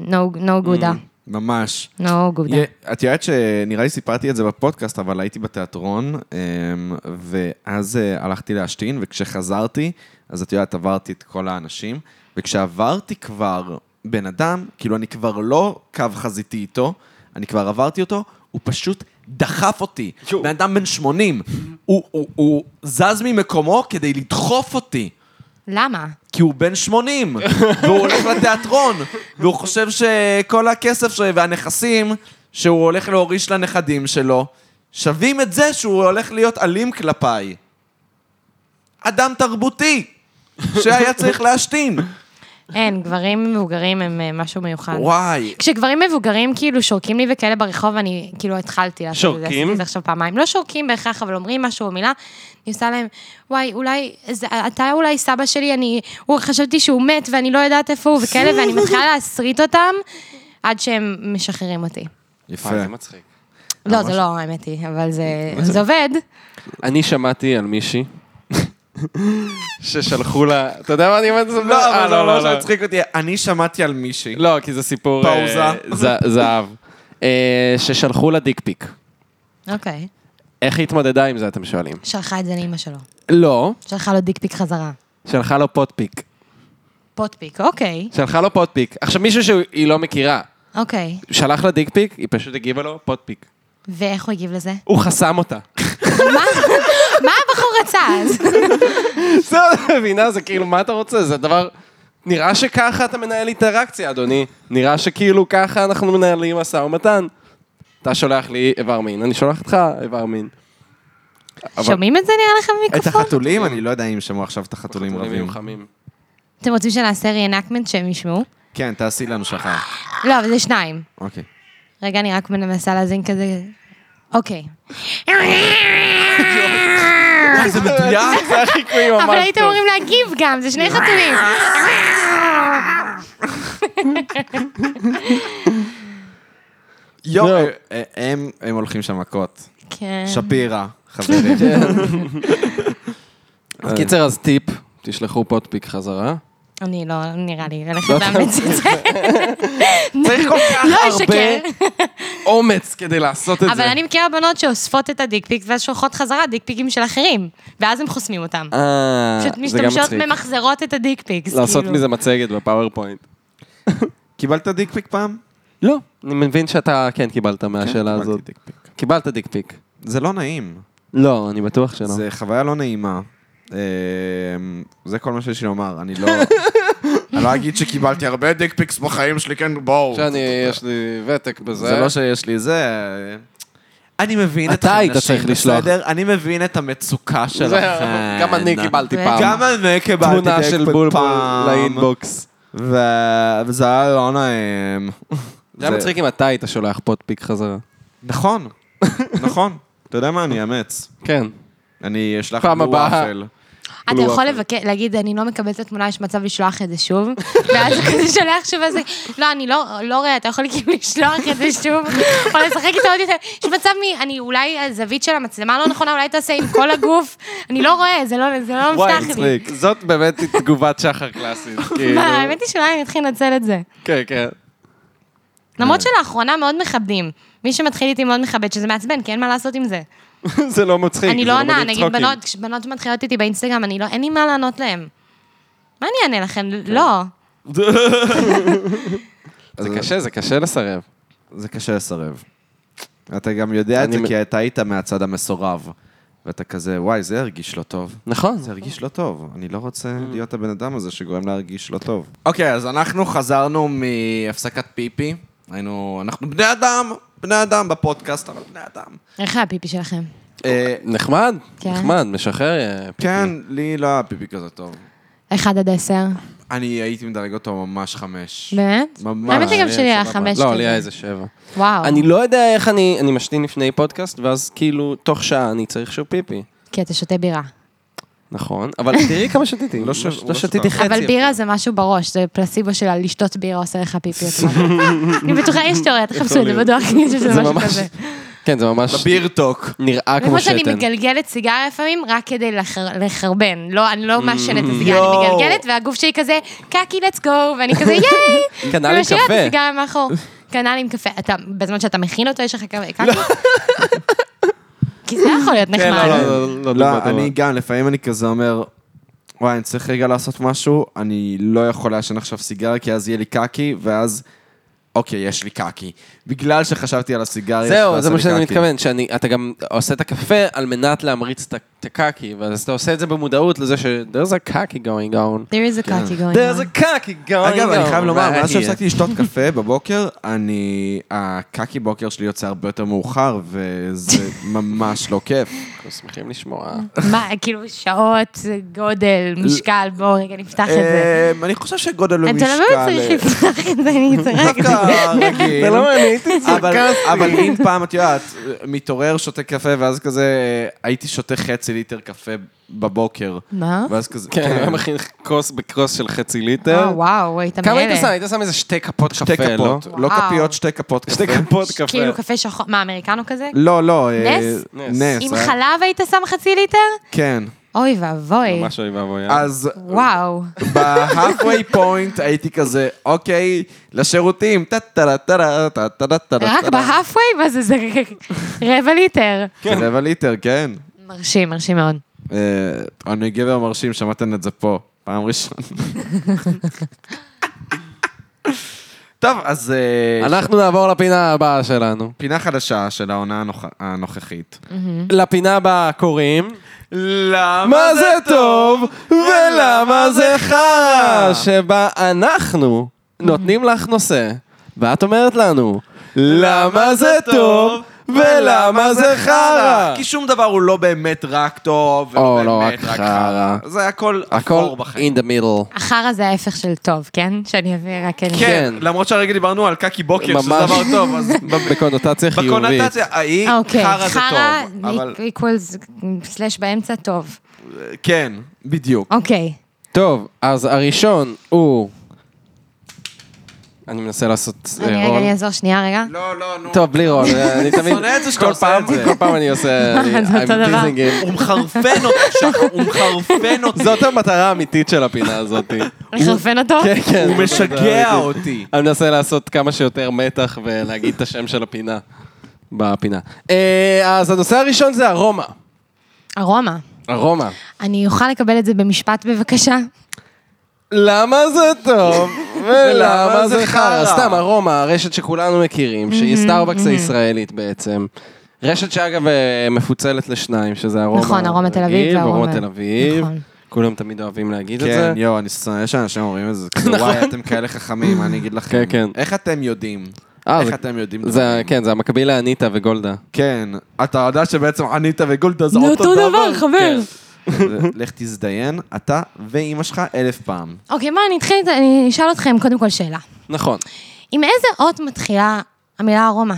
S3: no no אה. גודה.
S2: ממש.
S3: no גודה.
S2: יה- את יודעת שנראה לי סיפרתי את זה בפודקאסט, אבל הייתי בתיאטרון, אמ, ואז אה, הלכתי להשתין, וכשחזרתי, אז את יודעת, עברתי את כל האנשים, וכשעברתי כבר בן אדם, כאילו אני כבר לא קו חזיתי איתו, אני כבר עברתי אותו, הוא פשוט דחף אותי. בן אדם בן 80, הוא- הוא- הוא זז ממקומו כדי לדחוף אותי.
S3: למה?
S2: כי הוא בן 80, והוא הולך לתיאטרון, והוא חושב שכל הכסף שלו והנכסים שהוא הולך להוריש לנכדים שלו, שווים את זה שהוא הולך להיות אלים כלפיי. אדם תרבותי, שהיה צריך להשתין.
S3: אין, גברים מבוגרים הם אה, משהו מיוחד.
S2: וואי.
S3: כשגברים מבוגרים כאילו שורקים לי וכאלה ברחוב, אני כאילו התחלתי לעשות את זה.
S4: שורקים?
S3: עשיתי את זה עכשיו פעמיים. לא שורקים בהכרח, אבל אומרים משהו או מילה, אני עושה להם, וואי, אולי, זה, אתה אולי סבא שלי, אני, הוא, חשבתי שהוא מת ואני לא יודעת איפה הוא וכאלה, ואני מתחילה להסריט אותם עד שהם משחררים אותי.
S2: יפה.
S4: וואי, זה מצחיק.
S3: לא, זה לא האמת היא, אבל זה, זה עובד.
S4: אני שמעתי על מישהי ששלחו לה, אתה יודע מה אני אומר?
S2: לא,
S4: אה,
S2: אבל זה ממש מצחיק אותי. אני שמעתי על מישהי.
S4: לא, כי זה סיפור...
S2: פאוזה.
S4: אה, ז- זהב. אה, ששלחו לה דיק פיק.
S3: אוקיי.
S4: איך היא התמודדה עם זה, אתם שואלים?
S3: שלחה את זה לאימא שלו.
S4: לא,
S3: שלחה לו דיק פיק חזרה.
S4: שלחה לו פוטפיק.
S3: פוט פיק, אוקיי.
S4: שלחה לו פוטפיק. עכשיו, מישהו שהיא לא מכירה,
S3: אוקיי.
S4: שלח לה דיק פיק, היא פשוט הגיבה לו פוטפיק.
S3: ואיך הוא הגיב לזה?
S4: הוא חסם אותה.
S3: מה מה הבחור רצה אז?
S4: זהו, את מבינה? זה כאילו, מה אתה רוצה? זה דבר... נראה שככה אתה מנהל אינטראקציה, אדוני. נראה שכאילו ככה אנחנו מנהלים משא ומתן. אתה שולח לי איבר מין, אני שולח אותך איבר מין. אבל-
S3: שומעים את זה נראה לכם
S2: את
S3: במיקרופון?
S2: החתולים, אני לא יודע אם שמעו עכשיו את החתולים רבים.
S4: חתולים חמים.
S3: אתם רוצים שנעשה reenactment שהם ישמעו?
S2: כן, תעשי לנו שחר.
S3: לא, אבל זה שניים.
S2: אוקיי.
S3: רגע, אני רק מנסה להאזין כזה. אוקיי.
S2: וואי, זה מדויק.
S4: זה החיקוי ממש טוב.
S3: אבל הייתם אמורים להגיב גם, זה שני חתולים.
S2: יואו,
S4: לא.
S2: אה, הם הם הולכים שם מכות.
S3: כן.
S2: שפירא, חברים. אה.
S4: אז קיצר, אז טיפ, תשלחו פוטפיק חזרה.
S3: אני לא, נראה לי, ללכת לאמץ את זה. צריך
S4: כל כך
S3: לא
S4: הרבה
S3: אשקר.
S4: אומץ כדי לעשות את
S3: אבל
S4: זה.
S3: אני מכירה בנות שאוספות את הדיקפיק ואז שולחות חזרה דיקפיקים של אחרים, ואז הם חוסמים אותם.
S4: אה,
S3: פשוט
S4: זה גם
S3: משתמשות,
S4: מצחיק.
S3: ממחזרות את הדיקפיקס.
S4: לעשות
S3: כאילו.
S4: מזה מצגת בפאורפוינט.
S2: קיבלת דיק פיק פעם?
S4: לא, אני מבין שאתה כן קיבלת מהשאלה
S2: קיבלתי
S4: הזאת.
S2: דיק פיק.
S4: קיבלת דיק פיק.
S2: זה לא נעים.
S4: לא, אני בטוח שלא.
S2: זה חוויה לא נעימה. אמ, זה כל מה שיש לי לומר, אני לא... אני לא אגיד שקיבלתי הרבה דיק פיקס בחיים שלי, כן, בואו.
S4: שאני, יש לי ותק בזה.
S2: זה לא שיש לי זה... אה, אני מבין
S4: אתה
S2: אתכם,
S4: היית
S2: נשים,
S4: צריך לשלוח.
S2: בסדר? אני מבין את המצוקה
S4: זהו,
S2: שלכם.
S4: גם אני קיבלתי פעם.
S2: גם אני קיבלתי דיק פיק פעם.
S4: תמונה של בולבול לאינבוקס.
S2: ו- וזה היה לא נעים.
S4: זה היה מצחיק אם אתה היית שולח פוטפיק חזרה.
S2: נכון, נכון. אתה יודע מה, אני אאמץ.
S4: כן.
S2: אני אשלח
S4: פעם
S2: בלו
S4: הבאה.
S2: וופל.
S4: כאילו,
S3: אתה יכול
S4: אה,
S3: לבקש, להגיד, אני לא מקבל את התמונה, יש מצב לשלוח את זה שוב? ואז הוא כזה שולח שוב, אז לא, אני לא, לא רואה, אתה יכול כאילו לשלוח את זה שוב, או לשחק איתו עוד יותר. יש מצב מ... אני אולי, הזווית של המצלמה לא נכונה, אולי תעשה עם כל הגוף, אני לא רואה, זה לא זה לא מפתח לי.
S4: זאת באמת תגובת שחר קלאסית. כאילו.
S3: מה, האמת היא שאולי אני אתחיל לנצל את זה.
S4: כן, כן. אה.
S3: למרות שלאחרונה מאוד מכבדים. מי שמתחיל איתי מאוד מכבד, שזה מעצבן, כי אין מה לעשות עם זה.
S4: זה לא מצחיק.
S3: אני
S4: זה
S3: לא עונה,
S4: מוריד
S3: נגיד
S4: צחוקים.
S3: בנות, כשבנות מתחילות איתי באינסטגרם, אני לא, אין לי מה לענות להן. מה אני אענה לכם? לא.
S4: זה קשה, זה קשה לסרב.
S2: זה קשה לסרב. אתה גם יודע את
S4: אני
S2: זה
S4: מ-
S2: כי אתה היית מהצד המסורב. ואתה כזה, וואי, זה הרגיש לא טוב.
S4: נכון.
S2: זה הרגיש לא טוב, אני לא רוצה להיות הבן אדם הזה שגורם להרגיש לא טוב. אוקיי, אז אנחנו חזרנו מהפסקת פיפי. היינו, אנחנו בני אדם, בני אדם בפודקאסט, אבל בני אדם.
S4: כן.
S3: איך היה הפיפי שלכם?
S2: אה,
S4: נחמד,
S3: כן.
S4: נחמד, משחרר. אה, פיפי.
S2: כן, לי לא היה פיפי כזה טוב.
S3: אחד עד עשר.
S2: אני הייתי מדרג אותו ממש חמש.
S3: באמת?
S2: ממש.
S3: לא. האמת שגם שלי היה
S2: סבבה.
S3: חמש
S4: לא,
S3: כזה.
S4: לי היה איזה שבע.
S3: וואו,
S4: אני לא יודע איך אני, אני משתין לפני פודקאסט, ואז כאילו, תוך שעה אני צריך שוב פיפי.
S3: כי אתה שותה בירה.
S4: נכון, אבל תראי כמה שתיתי.
S2: לא ש-
S4: לא
S2: הוא לא
S4: שתיתי
S2: שתה.
S4: חצי.
S3: אבל בירה זה משהו בראש, זה פלסיבו של לשתות בירה עושה לך פיפי. אתה יודע. אני בטוחה, יש תיאוריה, תחפשו את זה
S4: להיות.
S3: בדוח, יש איזה
S4: זה
S3: משהו
S4: ממש-
S3: כזה.
S4: כן, זה ממש
S2: בביר טוק.
S4: נראה כמו
S3: למרות שאני
S4: שתן.
S3: מגלגלת סיגריה לפעמים רק כדי לחר- לחרבן. לא, אני לא מעשנת את הסיגריה, אני
S2: יואו.
S3: מגלגלת, והגוף שלי כזה, קקי, לטס גו, ואני כזה, ייי!
S4: כנ"ל עם
S3: ומשאירה את
S4: קפה.
S3: הסיגריה מאחור. כנ"ל עם קפה. אתה, בזמן שאתה מכין אותו, יש לך קפה, קקי? כי זה יכול להיות
S4: כן, לא,
S3: נחמד.
S4: לא, לא, לא,
S2: לא,
S4: דוגמה
S2: אני
S4: טובה.
S2: גם, לפעמים אני כזה אומר, וואי, אני צריך רגע לעשות משהו, אני לא יכול לעשן עכשיו סיגריה, כי אז יהיה לי קקי, ואז, אוקיי, יש לי קקי. בגלל שחשבתי על הסיגריה,
S4: זהו,
S2: שתעשה
S4: זה מה
S2: לי
S4: שאני
S2: קקי.
S4: מתכוון, שאני- אתה גם עושה את הקפה על מנת להמריץ את ה- את הקקי, ואז אתה עושה את זה במודעות לזה ש... there's a cocky going on.
S2: כן.
S3: There is a cocky going
S4: there's
S3: on.
S4: a cocky going on.
S2: אגב, אני חייב לומר,
S4: right
S2: מאז
S4: here.
S2: שהפסקתי לשתות קפה בבוקר, אני... הקקי בוקר שלי יוצא הרבה יותר מאוחר, וזה ממש לא כיף.
S4: אנחנו שמחים לשמוע.
S3: מה, כאילו, שעות, גודל, משקל, בואו רגע נפתח את זה.
S2: אמ, אני חושב שגודל
S3: אתה
S2: ומשקל...
S3: לא
S2: אה,
S3: צריך
S2: אה,
S3: לפתוח את זה, אני צוחקת.
S2: דווקא רגיל.
S4: זה לא מעניין, הייתי
S2: אבל, אבל אם פעם, את יודעת, מתעורר, שותה קפה, ואז כזה, אה, הייתי שותה חצי ליטר קפה בבוקר.
S3: מה?
S2: ואז כזה,
S4: כן, הוא היה מכין כוס בכוס של חצי ליטר.
S3: אה, וואו, היית
S4: כמה היית
S3: מאלה.
S4: שם? היית שם איזה שתי כפות קפה,
S2: שתי
S4: לא?
S2: כפות, לא
S3: וואו.
S2: כפיות, שתי כפות קפה.
S4: שתי כפות קפה.
S3: כאילו קפה שחור, מה, אמריקנו כזה?
S2: לא, לא, אה,
S3: נס?
S4: נס.
S2: נס.
S3: עם
S2: אה,
S3: חלב היית שם חצי ליטר?
S2: כן.
S3: אוי ואבוי.
S4: ממש לא אוי ואבוי. יאללה.
S2: אז
S3: וואו.
S2: בהאפווי פוינט הייתי כזה, אוקיי, לשירותים, טה-טה-טה-טה, טה-טה-טה-טה.
S3: רק בהאפווי? מה זה, זה רבע ליטר.
S2: כן. רבע ליטר, כן.
S3: מרשים, מרשים מאוד.
S2: אה, אני גבר מרשים, שמעתם את זה פה, פעם ראשונה. טוב, אז אה,
S4: אנחנו נעבור לפינה הבאה שלנו.
S2: פינה חדשה של העונה הנוכ- הנוכחית.
S4: לפינה הבאה קוראים...
S2: למה
S4: מה זה טוב ולמה זה חרא? שבה אנחנו נותנים לך נושא, ואת אומרת לנו, למה זה טוב ולמה זה חרא?
S2: כי שום דבר הוא לא באמת רק טוב,
S4: או,
S2: ולא
S4: לא
S2: באמת
S4: רק
S2: רק
S4: חרא.
S2: חרא. זה הכל
S4: הכל
S2: אפור בחיים.
S4: in the middle.
S3: החרא זה ההפך של טוב, כן? שאני אביא רק... אלה.
S2: כן,
S4: כן.
S2: למרות שהרגע דיברנו על קקי בוקר, שזה
S4: ממש.
S2: דבר טוב, אז
S4: בקונוטציה חיובית.
S2: בקונוטציה, האי
S3: אוקיי,
S2: חרא זה
S3: חרא
S2: טוב, אבל
S3: equals סלאש באמצע טוב.
S2: כן, בדיוק.
S3: אוקיי.
S4: טוב, אז הראשון הוא... אני מנסה לעשות אה,
S3: אני רגע,
S4: רול.
S3: אני אעזור שנייה רגע.
S2: לא, לא, נו.
S4: טוב, בלי רול. אני תמיד...
S2: שונא את זה שאתה
S4: כל
S2: עושה
S4: פעם-
S2: את זה.
S4: כל פעם אני עושה... אני-
S3: זה אותו
S4: I'm
S3: דבר.
S4: teasing him.
S2: הוא מחרפן אותי שם, הוא מחרפן אותי.
S4: זאת המטרה האמיתית של הפינה הזאת.
S3: לחרפן אותו?
S4: כן, כן.
S2: הוא
S4: זאת המטרה
S2: משגע
S4: האמיתית.
S2: אותי.
S4: אני מנסה לעשות כמה שיותר מתח ולהגיד את השם של הפינה. בפינה. אה, אז הנושא הראשון זה ארומה.
S3: ארומה.
S4: ארומה.
S3: אני אוכל לקבל את זה במשפט בבקשה?
S4: למה זה טוב ולמה זה חרא. Mm-hmm, סתם, ארומה, הרשת שכולנו מכירים, שהיא סטארבקס הישראלית בעצם. רשת שאגב אה, מפוצלת לשניים, שזה ארומה.
S3: נכון, ארומה תל אביב
S4: רגיל
S3: וארומה-
S4: וארומה תל אביב.
S3: נכון.
S4: כולם תמיד אוהבים להגיד את זה. נכון.
S2: כן, יואו, אני שונא שאנשים אומרים את זה, כזה, וואי, אתם כאלה חכמים, מה אני אגיד לכם?
S4: כן, כן.
S2: איך אתם יודעים?
S4: אה, זה-
S2: איך אתם יודעים?
S4: זה,
S2: דברים?
S4: כן, זה המקביל לאניטה וגולדה.
S2: כן, אתה יודע שבעצם ענית וגולדה זה
S3: זה
S2: אותו
S3: אותו
S2: דבר.
S3: דבר, חבר.
S2: כן. לך תזדיין, אתה ואימא שלך אלף פעם.
S3: אוקיי, מה, אני אתחיל, את- אני אשאל אתכם קודם כל שאלה.
S4: נכון.
S3: עם איזה אות מתחילה המילה ארומה?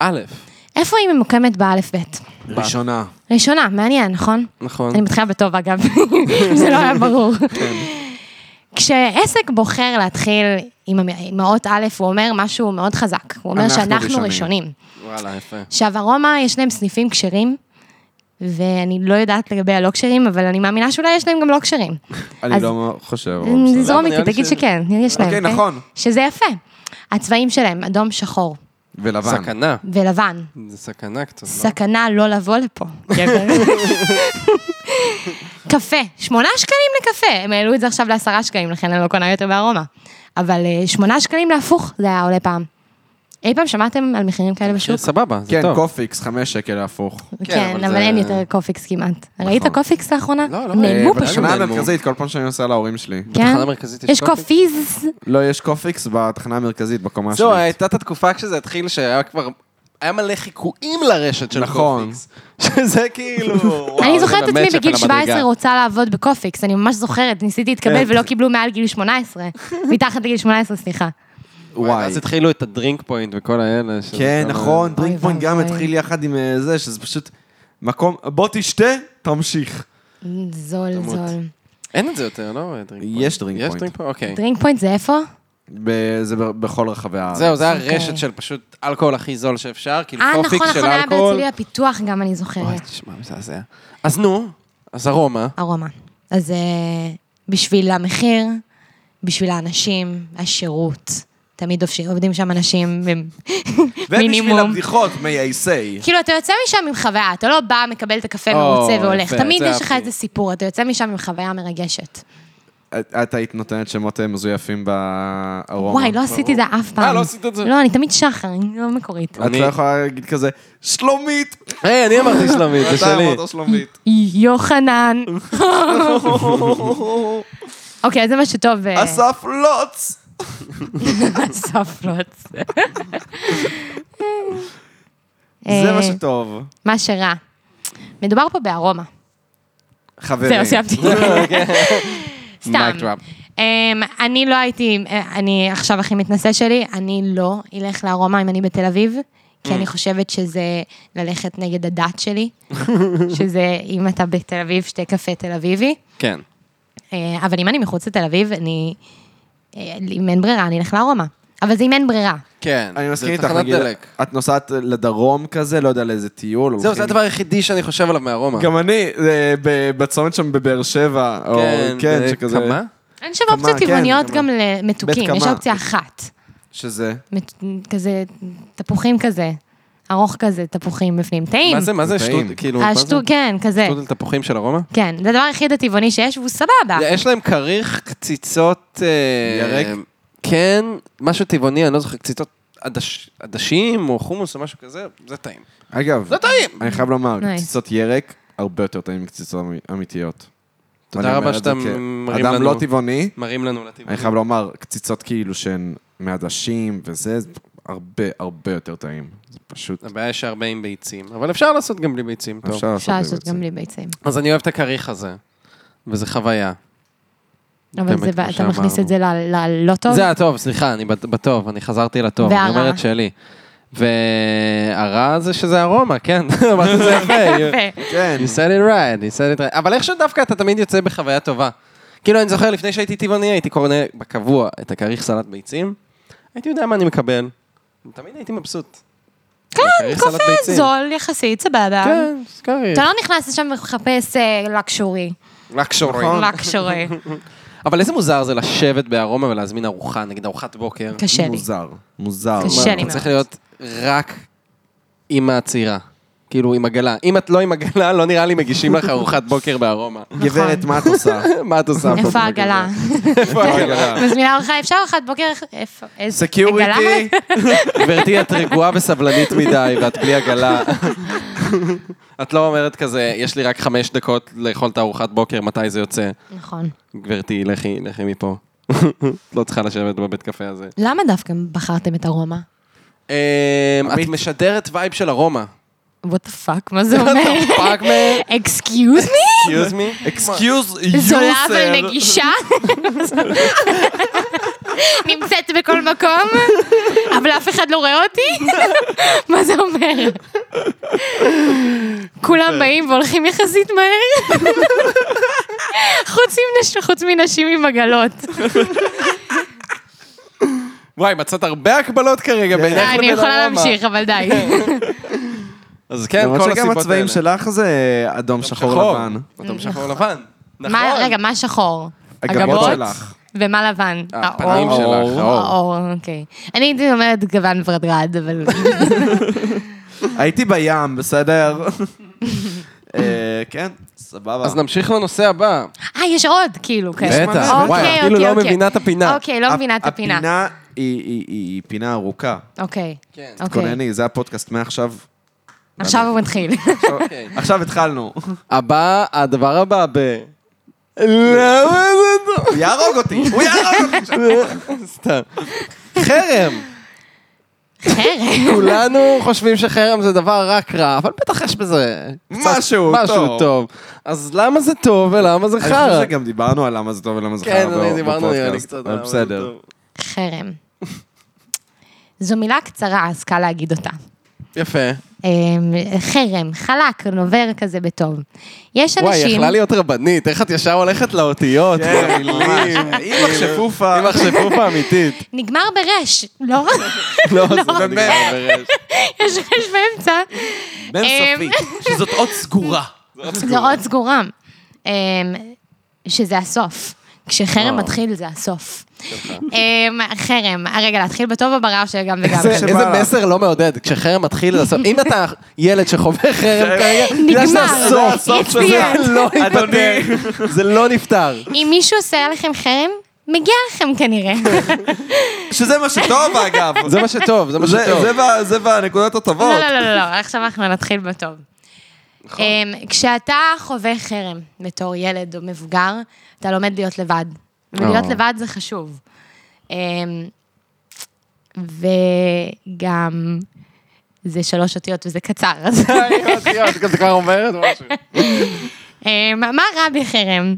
S4: א',
S3: איפה היא ממוקמת באלף-בית?
S2: ראשונה.
S3: ראשונה, מעניין, נכון?
S4: נכון.
S3: אני מתחילה בטוב אגב, אם זה לא היה ברור. כשעסק בוחר להתחיל עם המ- עם האות א', הוא אומר משהו מאוד חזק. הוא אומר
S2: אנחנו
S3: שאנחנו
S2: ראשונים.
S3: ראשונים.
S4: וואלה, יפה.
S3: עכשיו, ארומה, יש להם סניפים כשרים, ואני לא יודעת לגבי הלא כשרים, אבל אני מאמינה שאולי יש להם גם לא כשרים.
S2: אני
S3: אז-
S2: לא חושב. אבל בסדר.
S3: תזרום
S4: למה? נראה
S3: איתי,
S4: לי
S3: תגיד
S4: ש-
S3: שכן, יש להם. כן?
S2: אוקיי, נכון.
S3: שזה יפה. הצבעים שלהם, אדום, שחור
S2: ולבן.
S4: סכנה.
S3: ולבן.
S4: זה סכנה קצת. לא?
S3: סכנה לא לבוא לפה. גבר. קפה, שמונה שקלים לקפה. הם העלו את זה עכשיו לעשרה שקלים, לכן אני לא קונה יותר בארומה. אבל אה, שמונה שקלים להפוך, זה היה עולה פעם. אי פעם שמעתם על מחירים כאלה בשוק?
S4: סבבה, זה
S2: כן,
S4: טוב.
S2: קופיקס, חמש שקל להפוך.
S4: כן,
S3: כן,
S4: אבל
S3: אבל
S4: זה-
S3: אין יותר קופיקס כמעט. ראית
S4: נכון.
S3: קופיקס לאחרונה?
S4: לא, לא.
S3: הם נעלמו
S4: אה,
S3: פשוט.
S2: בתחנה
S4: נעלמו.
S2: המרכזית, כל פעם שאני נוסע להורים שלי.
S3: כן?
S4: בתחנה המרכזית
S3: יש
S4: קופיקס?
S3: קופיז?
S2: לא, יש קופיקס בתחנה המרכזית, בקומה השלישית.
S4: זהו, הייתה את התקופה כשזה התחיל, שהיה כבר... היה מלא חיקויים לרשת של
S2: נכון.
S4: קופיקס. שזה כאילו... וואו,
S3: אני
S4: זה
S3: זוכרת את
S4: באמת
S3: עצמי
S4: שפל
S3: בגיל
S4: המדרגה.
S3: 17 רוצה לעבוד בקופיקס, אני ממש זוכרת, ניסיתי
S4: כן.
S3: להתקבל ולא קיבלו מעל גיל 18. מתחת לגיל 18, סליחה.
S2: וואי.
S4: אז התחילו את הדרינק פוינט וכל האלה. שזה
S2: כן,
S4: כל ה-
S2: נכון, דרינקפוינט
S3: אוי
S2: גם
S3: ואבוי.
S2: התחיל יחד עם אה, זה, שזה פשוט מקום, בוא תשתה, תמשיך.
S3: זול,
S4: תמות.
S3: זול.
S4: אין את זה יותר, לא? דרינק פוינט.
S2: יש דרינק
S4: יש
S2: פוינט.
S4: דרינק פוינט, אוקיי.
S3: דרינק פוינט זה איפה?
S2: ב- זה ב- בכל רחבי הארץ.
S4: זהו, זה
S3: אוקיי.
S4: היה רשת של פשוט אלכוהול הכי זול שאפשר, כאילו
S3: אה, נכון,
S4: קופיקס של
S3: נכון, היה
S4: אלכוהול.
S3: בהרצליה פיתוח גם, אני זוכרת.
S4: אוי, תשמע, מזעזע. אז נו, אז ארומה.
S3: ארומה. אז אה, בשביל המחיר, בשביל האנשים, השירות, תמיד עובשים- עובדים שם אנשים עם
S2: ובשביל
S3: מינימום.
S2: הבדיחות, מי אייסיי.
S3: כאילו, אתה יוצא משם עם חוויה, אתה לא בא, מקבל את הקפה
S4: או,
S3: מרוצה והולך.
S4: יפה,
S3: תמיד
S4: זה
S3: יש לך
S4: אהבתי.
S3: איזה סיפור, אתה יוצא משם עם חוויה מרגשת.
S2: את את היית נותנת שמות אה, מזויפים בארומה.
S3: וואי, לא עשיתי את זה אף פעם.
S4: לא עשית את זה?
S3: לא, אני תמיד שחר, אני לא מקורית.
S2: את
S4: אני-
S2: לא יכולה להגיד כזה, שלומית!
S4: היי, אני אמרתי שלומית, זה
S2: אתה
S4: שלי.
S2: אמרת שלומית.
S3: יוחנן. אוקיי, אז זה משהו טוב. אה,
S2: אסף לוץ!
S3: אסף לא לוץ.
S2: זה
S3: אה,
S2: מה שטוב.
S3: מה שרע. מדובר פה בארומה.
S2: חברים.
S3: זהו, סיימתי. סתם.
S4: Mic drop.
S3: אמ, אני לא הייתי, אה, אני עכשיו הכי מתנשא שלי, אני לא אלך לארומה אם אני בתל אביב, כי
S4: Mm.
S3: אני חושבת שזה ללכת נגד הדת שלי, שזה אם אתה בתל אביב, שתה קפה תל אביבי.
S4: כן.
S3: אה, אבל אם אני מחוץ לתל אביב, אני... אה, אם אין ברירה, אני אלך לארומה. אבל זה אם אין ברירה.
S4: כן.
S2: אני מסכים איתך,
S4: זה תחנת
S2: נגיד,
S4: דלק. אוקיי.
S2: את נוסעת לדרום כזה, לא יודע לאיזה טיול.
S4: זהו,
S2: הולכים-
S4: זה הדבר היחידי שאני חושב עליו מארומה.
S2: גם אני, אה, ב- בצומת שם בבאר שבע, או כן,
S4: זה
S2: שכזה...
S4: אה, כמה?
S3: אין שם
S2: כמה,
S3: אופציות
S2: כן,
S3: טבעוניות
S2: כמה.
S3: גם למתוקים,
S2: בית
S3: יש
S2: כמה.
S3: אופציה אחת.
S2: שזה?
S3: מת- כזה תפוחים כזה, ארוך כזה, תפוחים בפנים. טעים.
S4: מה זה, מה זה
S2: זה
S4: שטות?
S2: טעים.
S4: כאילו, מה זה?
S3: השטו- כן, כזה.
S4: שטות על תפוחים של ארומה?
S3: כן, זה הדבר היחיד הטבעוני שיש, והוא סבבה.
S4: יש להם כריך, קציצות... אה,
S2: ירק?
S4: כן, משהו טבעוני, אני לא זוכר, קציצות עדש- עדשים או חומוס או משהו כזה, זה טעים.
S2: אגב,
S4: זה טעים!
S2: אני חייב לומר,
S3: Nice.
S2: קציצות ירק הרבה יותר טעים מקציצות אמי- אמיתיות.
S4: תודה
S2: ואני
S4: רבה
S2: אומר את זה
S4: שאתה
S2: כ-
S4: מרים
S2: אדם
S4: לנו.
S2: לא טבעוני,
S4: מראים לנו לטבעוני.
S2: אני חייב לומר, קציצות כאילו שהן מעדשים וזה, זה הרבה הרבה יותר טעים. זה פשוט...
S4: הבעיה יש הרבה עם ביצים, אבל אפשר לעשות גם בלי ביצים, טוב.
S2: אפשר
S3: אפשר
S2: לעשות
S3: לעשות
S2: את זה.
S3: גם בלי ביצים.
S4: אז אני אוהב את הכריך הזה, וזה חוויה.
S3: אבל
S4: באמת,
S3: זה,
S4: כמו
S3: אתה מכניס
S4: שאמרנו.
S3: את זה ל- ללא טוב?
S4: זה הטוב, סליחה, אני בת- בטוב, אני חזרתי לטוב,
S3: והרע?
S4: אני אומר את שלי. והרע זה שזה ארומה, כן, אמרת את זה יפה.
S3: יפה.
S2: כן,
S4: You said it right, you said it right. אבל איכשהו דווקא אתה תמיד יוצא בחוויה טובה. כאילו, אני זוכר לפני שהייתי טבעוני, הייתי קונה בקבוע את הכריך סלט ביצים, הייתי יודע מה אני מקבל. תמיד הייתי מבסוט. כן,
S3: קופץ זול יחסית, סבבה.
S4: כן, זה כריך.
S3: אתה לא נכנס לשם ומחפש אה, לקשורי.
S4: רק שורים.
S3: לקשורי.
S4: אבל איזה מוזר זה לשבת בארומה ולהזמין ארוחה, נגיד ארוחת בוקר.
S3: קשה לי.
S2: מוזר. מוזר.
S3: קשה לי
S4: אתה
S3: מאוד.
S4: צריך להיות רק עם העצירה. כאילו, עם עגלה. אם את לא עם עגלה, לא נראה לי מגישים לך ארוחת בוקר בארומה.
S2: גברת, מה את עושה?
S4: מה את עושה?
S3: איפה העגלה?
S4: איפה העגלה?
S3: מזמינה אותך, אפשר ארוחת בוקר? איפה? איזה עגלה?
S2: סקיוריטי!
S4: גברתי, את רגועה וסבלנית מדי, ואת בלי עגלה. את לא אומרת כזה, יש לי רק חמש דקות לאכול את הארוחת בוקר, מתי זה יוצא?
S3: נכון.
S4: גברתי, לכי, לכי מפה. לא צריכה לשבת בבית קפה הזה.
S3: למה דווקא בחרתם את ארומה?
S4: אמ, את משדרת וייב של ארומה.
S3: what the fuck, מה זה אומר?
S4: פאק מן,
S3: אקסקיוז מי?
S4: אקיוז מי.
S2: אקסקיוז
S3: זולה
S2: יוסר.
S3: ונגישה? נמצאת בכל מקום, אבל אף אחד לא רואה אותי? מה זה אומר? כולם באים והולכים יחסית מהר? חוץ, עם נש... חוץ מנשים עם עגלות.
S4: וואי, מצאת הרבה הקבלות
S2: כן.
S4: כרגע בינך לבין
S3: אני יכולה
S4: ארומה.
S3: להמשיך, אבל די.
S4: אז כן,
S2: למרות
S4: כל
S2: שגם
S4: הסיבות
S2: הצבעים
S4: האלה.
S2: שלך זה אדום שחור לבן.
S4: אדום שחור לבן. נכון.
S3: מה, רגע, מה שחור?
S2: הגבות שלך.
S3: ומה לבן?
S4: אה, הפנים
S3: האור?
S4: שלך, נכון. האור.
S3: האור, אוקיי. אני הייתי אומרת גוון ורדרד, אבל...
S2: הייתי בים, בסדר? אה, כן, סבבה.
S4: אז נמשיך לנושא הבא.
S3: אה, יש עוד, כאילו, כאלה.
S4: בטח,
S2: כן.
S3: אוקיי,
S4: וואי,
S3: אוקיי,
S4: כאילו לא
S3: אוקיי.
S4: מבינה את הפינה.
S3: אוקיי, לא מבינה את הפינה.
S2: הפינה היא- היא- היא פינה ארוכה.
S3: אוקיי.
S4: כן.
S3: אוקיי.
S2: כונני, זה הפודקאסט מעכשיו.
S3: עכשיו הוא מתחיל.
S4: אוקיי.
S2: עכשיו התחלנו.
S4: הבא, הדבר הבא ב... לא, למה זה טוב?
S2: הוא יהרוג אותי, הוא יהרוג אותי.
S4: לא. סתם. חרם!
S3: חרם.
S4: כולנו חושבים שחרם זה דבר רק רע, אבל בטח יש בזה קצת
S2: משהו
S4: משהו
S2: טוב.
S4: טוב. אז למה זה טוב ולמה זה
S2: אני חושב
S4: חרא?
S2: שגם דיברנו על למה זה טוב ולמה זה חרא
S4: כן,
S2: בפודקאסט.
S4: אני דיברנו נראה לי קצת.
S2: אבל
S4: על למה זה
S2: בסדר.
S4: טוב.
S3: חרם. זו מילה קצרה, אז קל להגיד אותה.
S4: יפה.
S3: אמ, חרם, חלק, נובר כזה בטוב. יש
S4: וואי,
S3: אנשים...
S4: יכלה להיות רבנית, איך את ישר הולכת לאותיות,
S2: כן, ממש.
S4: למילים.
S2: אימא שפופה.
S4: אם אכשפופה אמיתית.
S3: נגמר ברש, לא? אה,
S4: לא, זה לא
S2: באמת.
S4: נגמר ברש.
S3: יש רש באמצע.
S1: בן סופי, שזאת אות סגורה.
S3: זה עוד סגורה. אמ, שזה הסוף. כשחרם מתחיל זה הסוף. אמ, חרם, רגע, להתחיל בטוב או ברע או שגם וגם?
S4: זה-
S2: שבא
S4: איזה
S2: לה.
S4: מסר לא מעודד, כשחרם מתחיל לעשות, אם אתה ילד שחווה חרם כרגע, תדע שזה הסוף.
S3: הסוף
S2: של
S4: זה
S2: זה.
S4: לא ייפתר, זה לא נפתר.
S3: אם מישהו עושה עליכם חרם, מגיע לכם כנראה.
S2: שזה מה שטוב אגב.
S4: זה מה שטוב, זה מה
S2: זה-
S4: שטוב.
S2: זה ב- זה בנקודות הטובות.
S3: לא, לא, לא, לא, לא, עכשיו אנחנו נתחיל בטוב.
S4: נכון.
S3: אמ, כשאתה חווה חרם בתור ילד או מבוגר, אתה לומד להיות לבד. ולהיות
S4: אה.
S3: לבד זה חשוב. אמ, וגם זה שלוש אותיות וזה קצר, אז...
S4: זה כבר אומרת משהו.
S3: אמ, מה רע בחרם?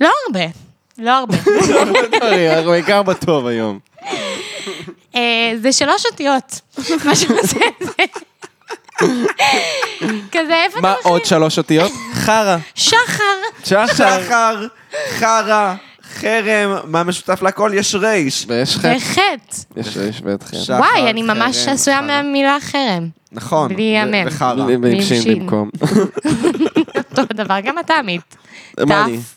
S3: לא הרבה, לא הרבה.
S4: אנחנו בעיקר בטוב היום.
S3: אה, זה שלוש אותיות, מה שעושה את זה. כזה, איפה אתה
S4: מה
S3: מחליט?
S4: עוד שלוש אותיות? חרא.
S3: שחר.
S4: שחר.
S3: לא.
S2: שחר, חרא, חרם, מה משותף להכל? יש רייש.
S4: ויש חטא.
S3: וחטא.
S4: יש רייש ואת חטא.
S2: שחר,
S3: וואי, אני ממש
S2: חרם,
S3: עשויה
S2: חרא.
S3: מהמילה חרם.
S2: נכון.
S3: בלי
S2: ו-
S3: יאמן.
S2: וחרא.
S4: עם שין
S3: שין.
S4: במקום.
S3: אותו דבר, גם אתה עמית.
S4: מה אני?
S3: תף,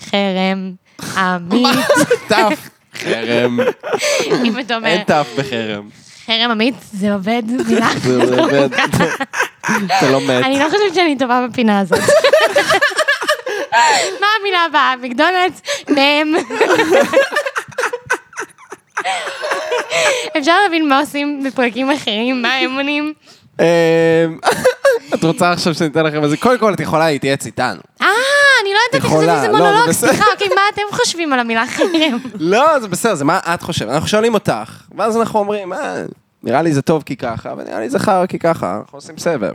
S3: חרם, עמית.
S4: תף. חרם.
S3: אם אתה אומר
S4: אין תף בחרם.
S3: חרם עמית, זה עובד מילה.
S4: זה עובד. אתה לא מת.
S3: אני לא חושבת שאני טובה בפינה הזאת. מה המילה הבאה? מקדונלדס? מם. אפשר להבין מה עושים בפרקים אחרים, מה הם עונים?
S4: אמ, את רוצה עכשיו שניתן לכם איזה... קודם כל, את יכולה להתייעץ איתנו.
S3: אה, אני לא יודעת איך חשבתי
S4: יכולה,
S3: שזה
S4: לא, זה
S3: מונולוג,
S4: בסדר.
S3: סליחה, אוקיי, מה אתם חושבים על המילה חרם?
S4: לא, זה בסדר, זה מה את חושבת. אנחנו שואלים אותך, ואז אנחנו אומרים, אה, נראה לי זה טוב כי ככה, ונראה לי זה חרא כי ככה, אנחנו עושים סבב.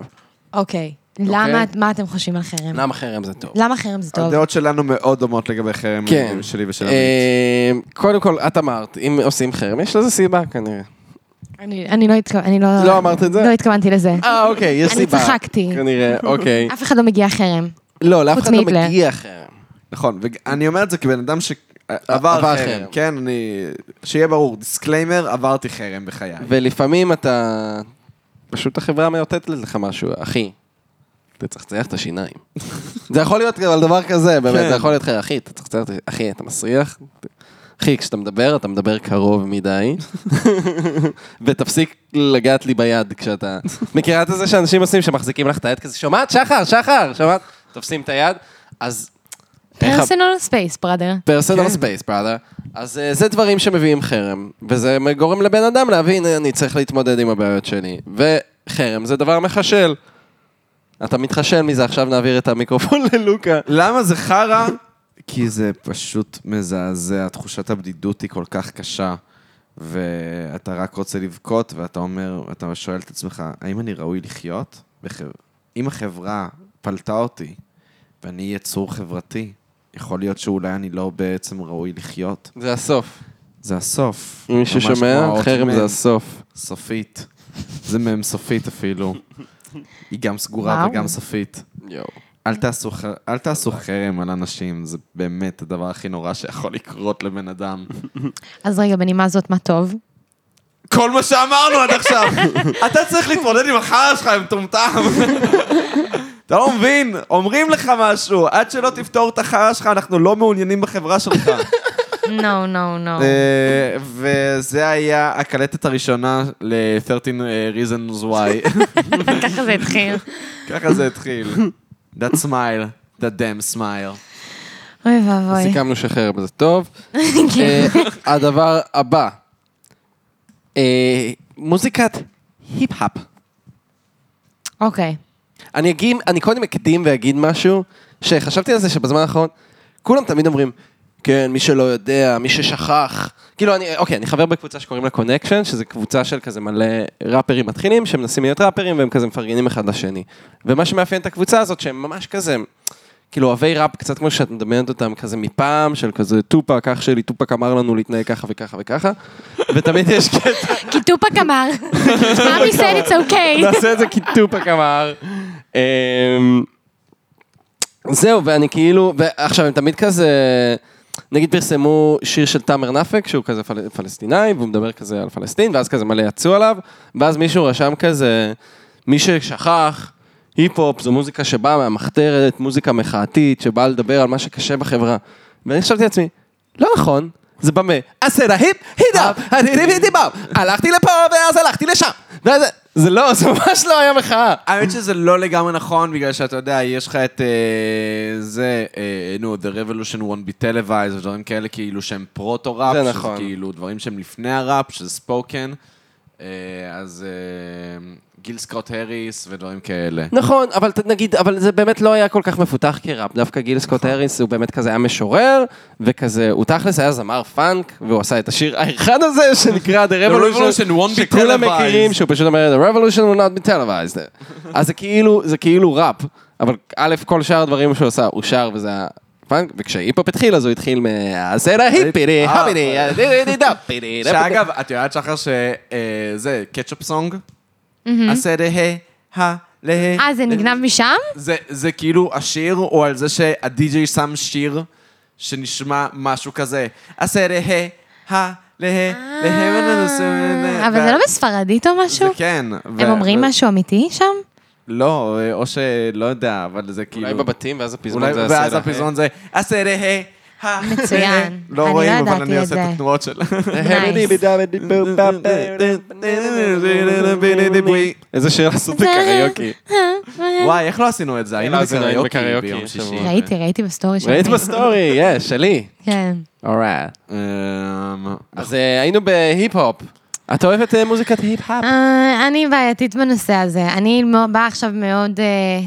S3: אוקיי, למה, מה אתם חושבים על חרם?
S4: למה חרם זה טוב?
S3: למה חרם זה טוב?
S4: לא.
S2: הדעות שלנו מאוד דומות לגבי חרם
S4: כן.
S2: שלי ושל עמית.
S4: אמ, קודם כל, את אמרת, אם עושים חרם, יש לזה סיבה כנראה.
S3: אני אני לא התכוונתי, אני לא...
S4: לא אמרת את זה?
S3: לא התכוונתי לזה.
S4: אה, אוקיי, יש
S3: אני
S4: סיבה.
S3: צחקתי.
S4: כנראה, אוקיי.
S3: אף אחד לא מגיע חרם.
S4: לא, לאף
S3: חוץ
S4: אחד לא
S3: מהיטלר.
S4: מגיע חרם.
S2: נכון, ואני אומר את זה כבן אדם שעבר
S4: אה, עבר
S2: חרם.
S4: חרם.
S2: כן, אני... שיהיה ברור, דיסקליימר, עברתי חרם בחיי.
S4: ולפעמים אתה... פשוט החברה מאותת לך משהו, אחי. תצחצח את השיניים. זה יכול להיות על דבר כזה, באמת, זה יכול להיות חרא, אחי, תצחצח את השיניים, אחי, אתה מסריח? אחי, כשאתה מדבר, אתה מדבר קרוב מדי, ותפסיק לגעת לי ביד כשאתה... מכירה את זה שאנשים עושים שמחזיקים לך את היד כזה, שומעת, שחר, שחר, שומעת? תופסים את היד, אז... איך ה-
S3: פרסונל ספייס, בראדר.
S2: כן.
S4: פרסונל ספייס, בראדר. אז אה, זה דברים שמביאים חרם, וזה גורם לבן אדם להבין, "אה, אני צריך להתמודד עם הבעיות שלי. וחרם זה דבר מחשל. אתה מתחשל מזה, עכשיו נעביר את המיקרופון ללוקה.
S2: למה זה חרא? כי זה פשוט מזעזע, תחושת הבדידות היא כל כך קשה, ואתה רק רוצה לבכות, ואתה אומר, אתה שואל את עצמך, האם אני ראוי לחיות? בח... אם החברה פלטה אותי, ואני יצור חברתי, יכול להיות שאולי אני לא בעצם ראוי לחיות.
S4: זה הסוף.
S2: זה הסוף.
S4: מי
S2: ממש
S4: ששומע,
S2: כמו האות
S4: חרם
S2: מ',
S4: זה הסוף.
S2: סופית. זה מ"ם סופית אפילו. היא גם סגורה
S3: וואו.
S2: וגם סופית.
S4: יואו.
S2: אל תעשו, ח- אל תעשו חרם על אנשים, זה באמת הדבר הכי נורא שיכול לקרות לבן אדם.
S3: אז רגע, בנימה זאת, מה טוב?
S2: כל מה שאמרנו עד עכשיו, אתה צריך להתמודד עם החרא שלך, עם מטומטם. אתה לא מבין, אומרים לך משהו, עד שלא תפתור את החרא שלך, אנחנו לא מעוניינים בחברה שלך.
S3: נו, נו, נו.
S2: אה, וזה היה הקלטת הראשונה ל-13 Reasons Why.
S3: ככה זה התחיל.
S2: ככה זה התחיל. That smile, that damn smile.
S3: אוי ואבוי. כן.
S4: סיכמנו שחרם זה טוב. אה, הדבר אה, הבא, אה, מוזיקת היפ-הפ.
S3: אוקיי.
S4: אני אגיד, אני קודם אקדים ואגיד משהו, שחשבתי על זה שבזמן האחרון, כולם תמיד אומרים, כן, מי שלא יודע, מי ששכח. כאילו, אני, אוקיי, אני חבר בקבוצה שקוראים לה קונקשן, שזו קבוצה של כזה מלא ראפרים מתחילים, שמנסים להיות ראפרים, והם כזה מפרגנים אחד לשני. ומה שמאפיין את הקבוצה הזאת, שהם ממש כזה, כאילו אוהבי ראפ, קצת כמו שאת מדמיינת אותם, כזה מפעם, של כזה טופק, אח שלי, טופק אמר לנו להתנהג ככה וככה וככה, ותמיד יש קטע
S3: כי טופק אמר, מאמי said it's okay.
S4: נעשה את זה כי טופק אמר. אמ, זהו, ואני כאילו, ועכשיו הם תמיד כזה, נגיד פרסמו שיר של תאמר נאפק, שהוא כזה פל, פלסטינאי, והוא מדבר כזה על פלסטין, ואז כזה מלא יצאו עליו, ואז מישהו רשם כזה, מי ששכח, היפ-הופ זו מוזיקה שבאה מהמחתרת, מוזיקה מחאתית, שבאה לדבר על מה שקשה בחברה. ואני חשבתי לעצמי, לא נכון, זה במה, עשה היפ, הידאפ, הידיפ, הלכתי לפה ואז הלכתי לשם. ואז- זה לא, זה ממש לא היה מחאה.
S2: האמת שזה לא לגמרי נכון, בגלל שאתה יודע, יש לך את אה, זה, אה, נו, The Revolution won't be televised, ודברים כאלה כאילו שהם פרוטו-ראפ,
S4: זה
S2: שזה
S4: נכון.
S2: כאילו דברים שהם לפני הראפ, שזה ספוקן, אה, אז אה, גיל סקוט הריס ודברים כאלה.
S4: נכון, אבל ת- נגיד, אבל זה באמת לא היה כל כך מפותח כראפ. דווקא גיל סקוט
S2: נכון.
S4: האריס הוא באמת כזה היה משורר, וכזה, הוא תכלס היה זמר פאנק, והוא עשה את השיר האחד הזה שנקרא The Revolution,
S2: Revolution won't be
S4: שכולם
S2: televised.
S4: מכירים, שהוא פשוט אומר The Revolution will not be televised. אז זה כאילו, זה כאילו ראפ, אבל א', כל שאר הדברים שהוא עשה, הוא שר וזה היה... פאנק, וכשהיפ-הופ התחיל אז הוא התחיל מ... אז זה היפירי,
S2: אה,
S4: הבירי, דידי דפירי,
S2: שאגב, את יודעת שחר שזה קטשופ סונג? עשה דה, ה, לה.
S3: אה, זה נגנב משם?
S2: זה, זה כאילו השיר הוא על זה שהדי-ג'יי שם שיר שנשמע משהו כזה. עשה לה, ה, לה, לה,
S3: אה, אבל זה לא בספרדית או
S2: זה
S3: משהו?
S2: כן.
S3: הם אומרים משהו אמיתי שם?
S2: לא, או שלא יודע, אבל זה כאילו...
S4: אולי בבתים ואז
S2: אולי-
S4: הפזמון זה
S2: ואז
S4: הסדר.
S2: הפזמון זה עשה לה, ה, לה.
S3: מצוין.
S2: לא
S3: אני
S2: רואים,
S3: לא
S2: אבל
S3: ידעתי
S2: אני
S3: את
S2: עושה את
S3: זה.
S2: התנועות שלה.
S4: איזה שיר לעשות בקריוקי.
S2: וואי, איך לא עשינו את זה? היינו
S4: לא עשינו, היינו
S2: בקריוקי ביום
S4: בקריוקי
S2: שישי.
S4: השבוע.
S3: ראיתי, ראיתי בסטורי שלך.
S4: אוקיי. ראית בסטורי, יש, שלי.
S3: כן.
S4: אורייט.
S2: אמ,
S4: אז אה, היינו בהיפ-הופ. את אוהבת אה, מוזיקת היפ-הופ?
S3: אה, אני בעייתית בנושא הזה. אני מ- באה עכשיו מאוד אה,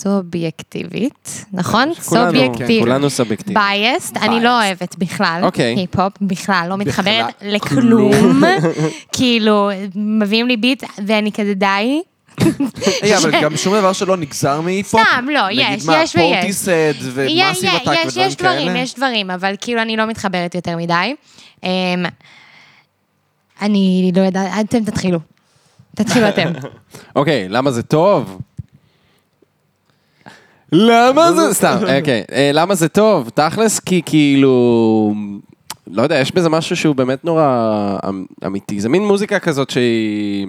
S3: סובייקטיבית, נכון?
S4: כולנו, כן,
S3: סובייקטיב.
S4: כולנו סובייקטיביים.
S3: בייסט, אני לא אוהבת בכלל,
S4: אוקיי.
S3: היפ-הופ, בכלל, לא מתחברת לכלום. כאילו, מביאים לי ביט ואני כזה די.
S2: היי, אה, אבל גם שום דבר שלא נגזר מהיפ-הופ.
S3: כן. סתם, לא, יש, יש
S2: נגיד מה,
S3: ויש.
S2: פורטיסד
S3: יהיה,
S2: ומאסי
S3: יהיה,
S2: וטק ודברים
S3: יש, יש דברים,
S2: כאלה.
S3: יש דברים, אבל כאילו אני לא מתחברת יותר מדי. אמ, אני לא יודעת, אתם תתחילו. תתחילו
S4: אה,
S3: אתם.
S4: אוקיי, למה זה טוב? למה זה... סתם, אוקיי. אה, למה זה טוב? תכלס, כי כאילו... לא יודע, יש בזה משהו שהוא באמת נורא אמ- אמיתי. זה מין מוזיקה כזאת שהיא...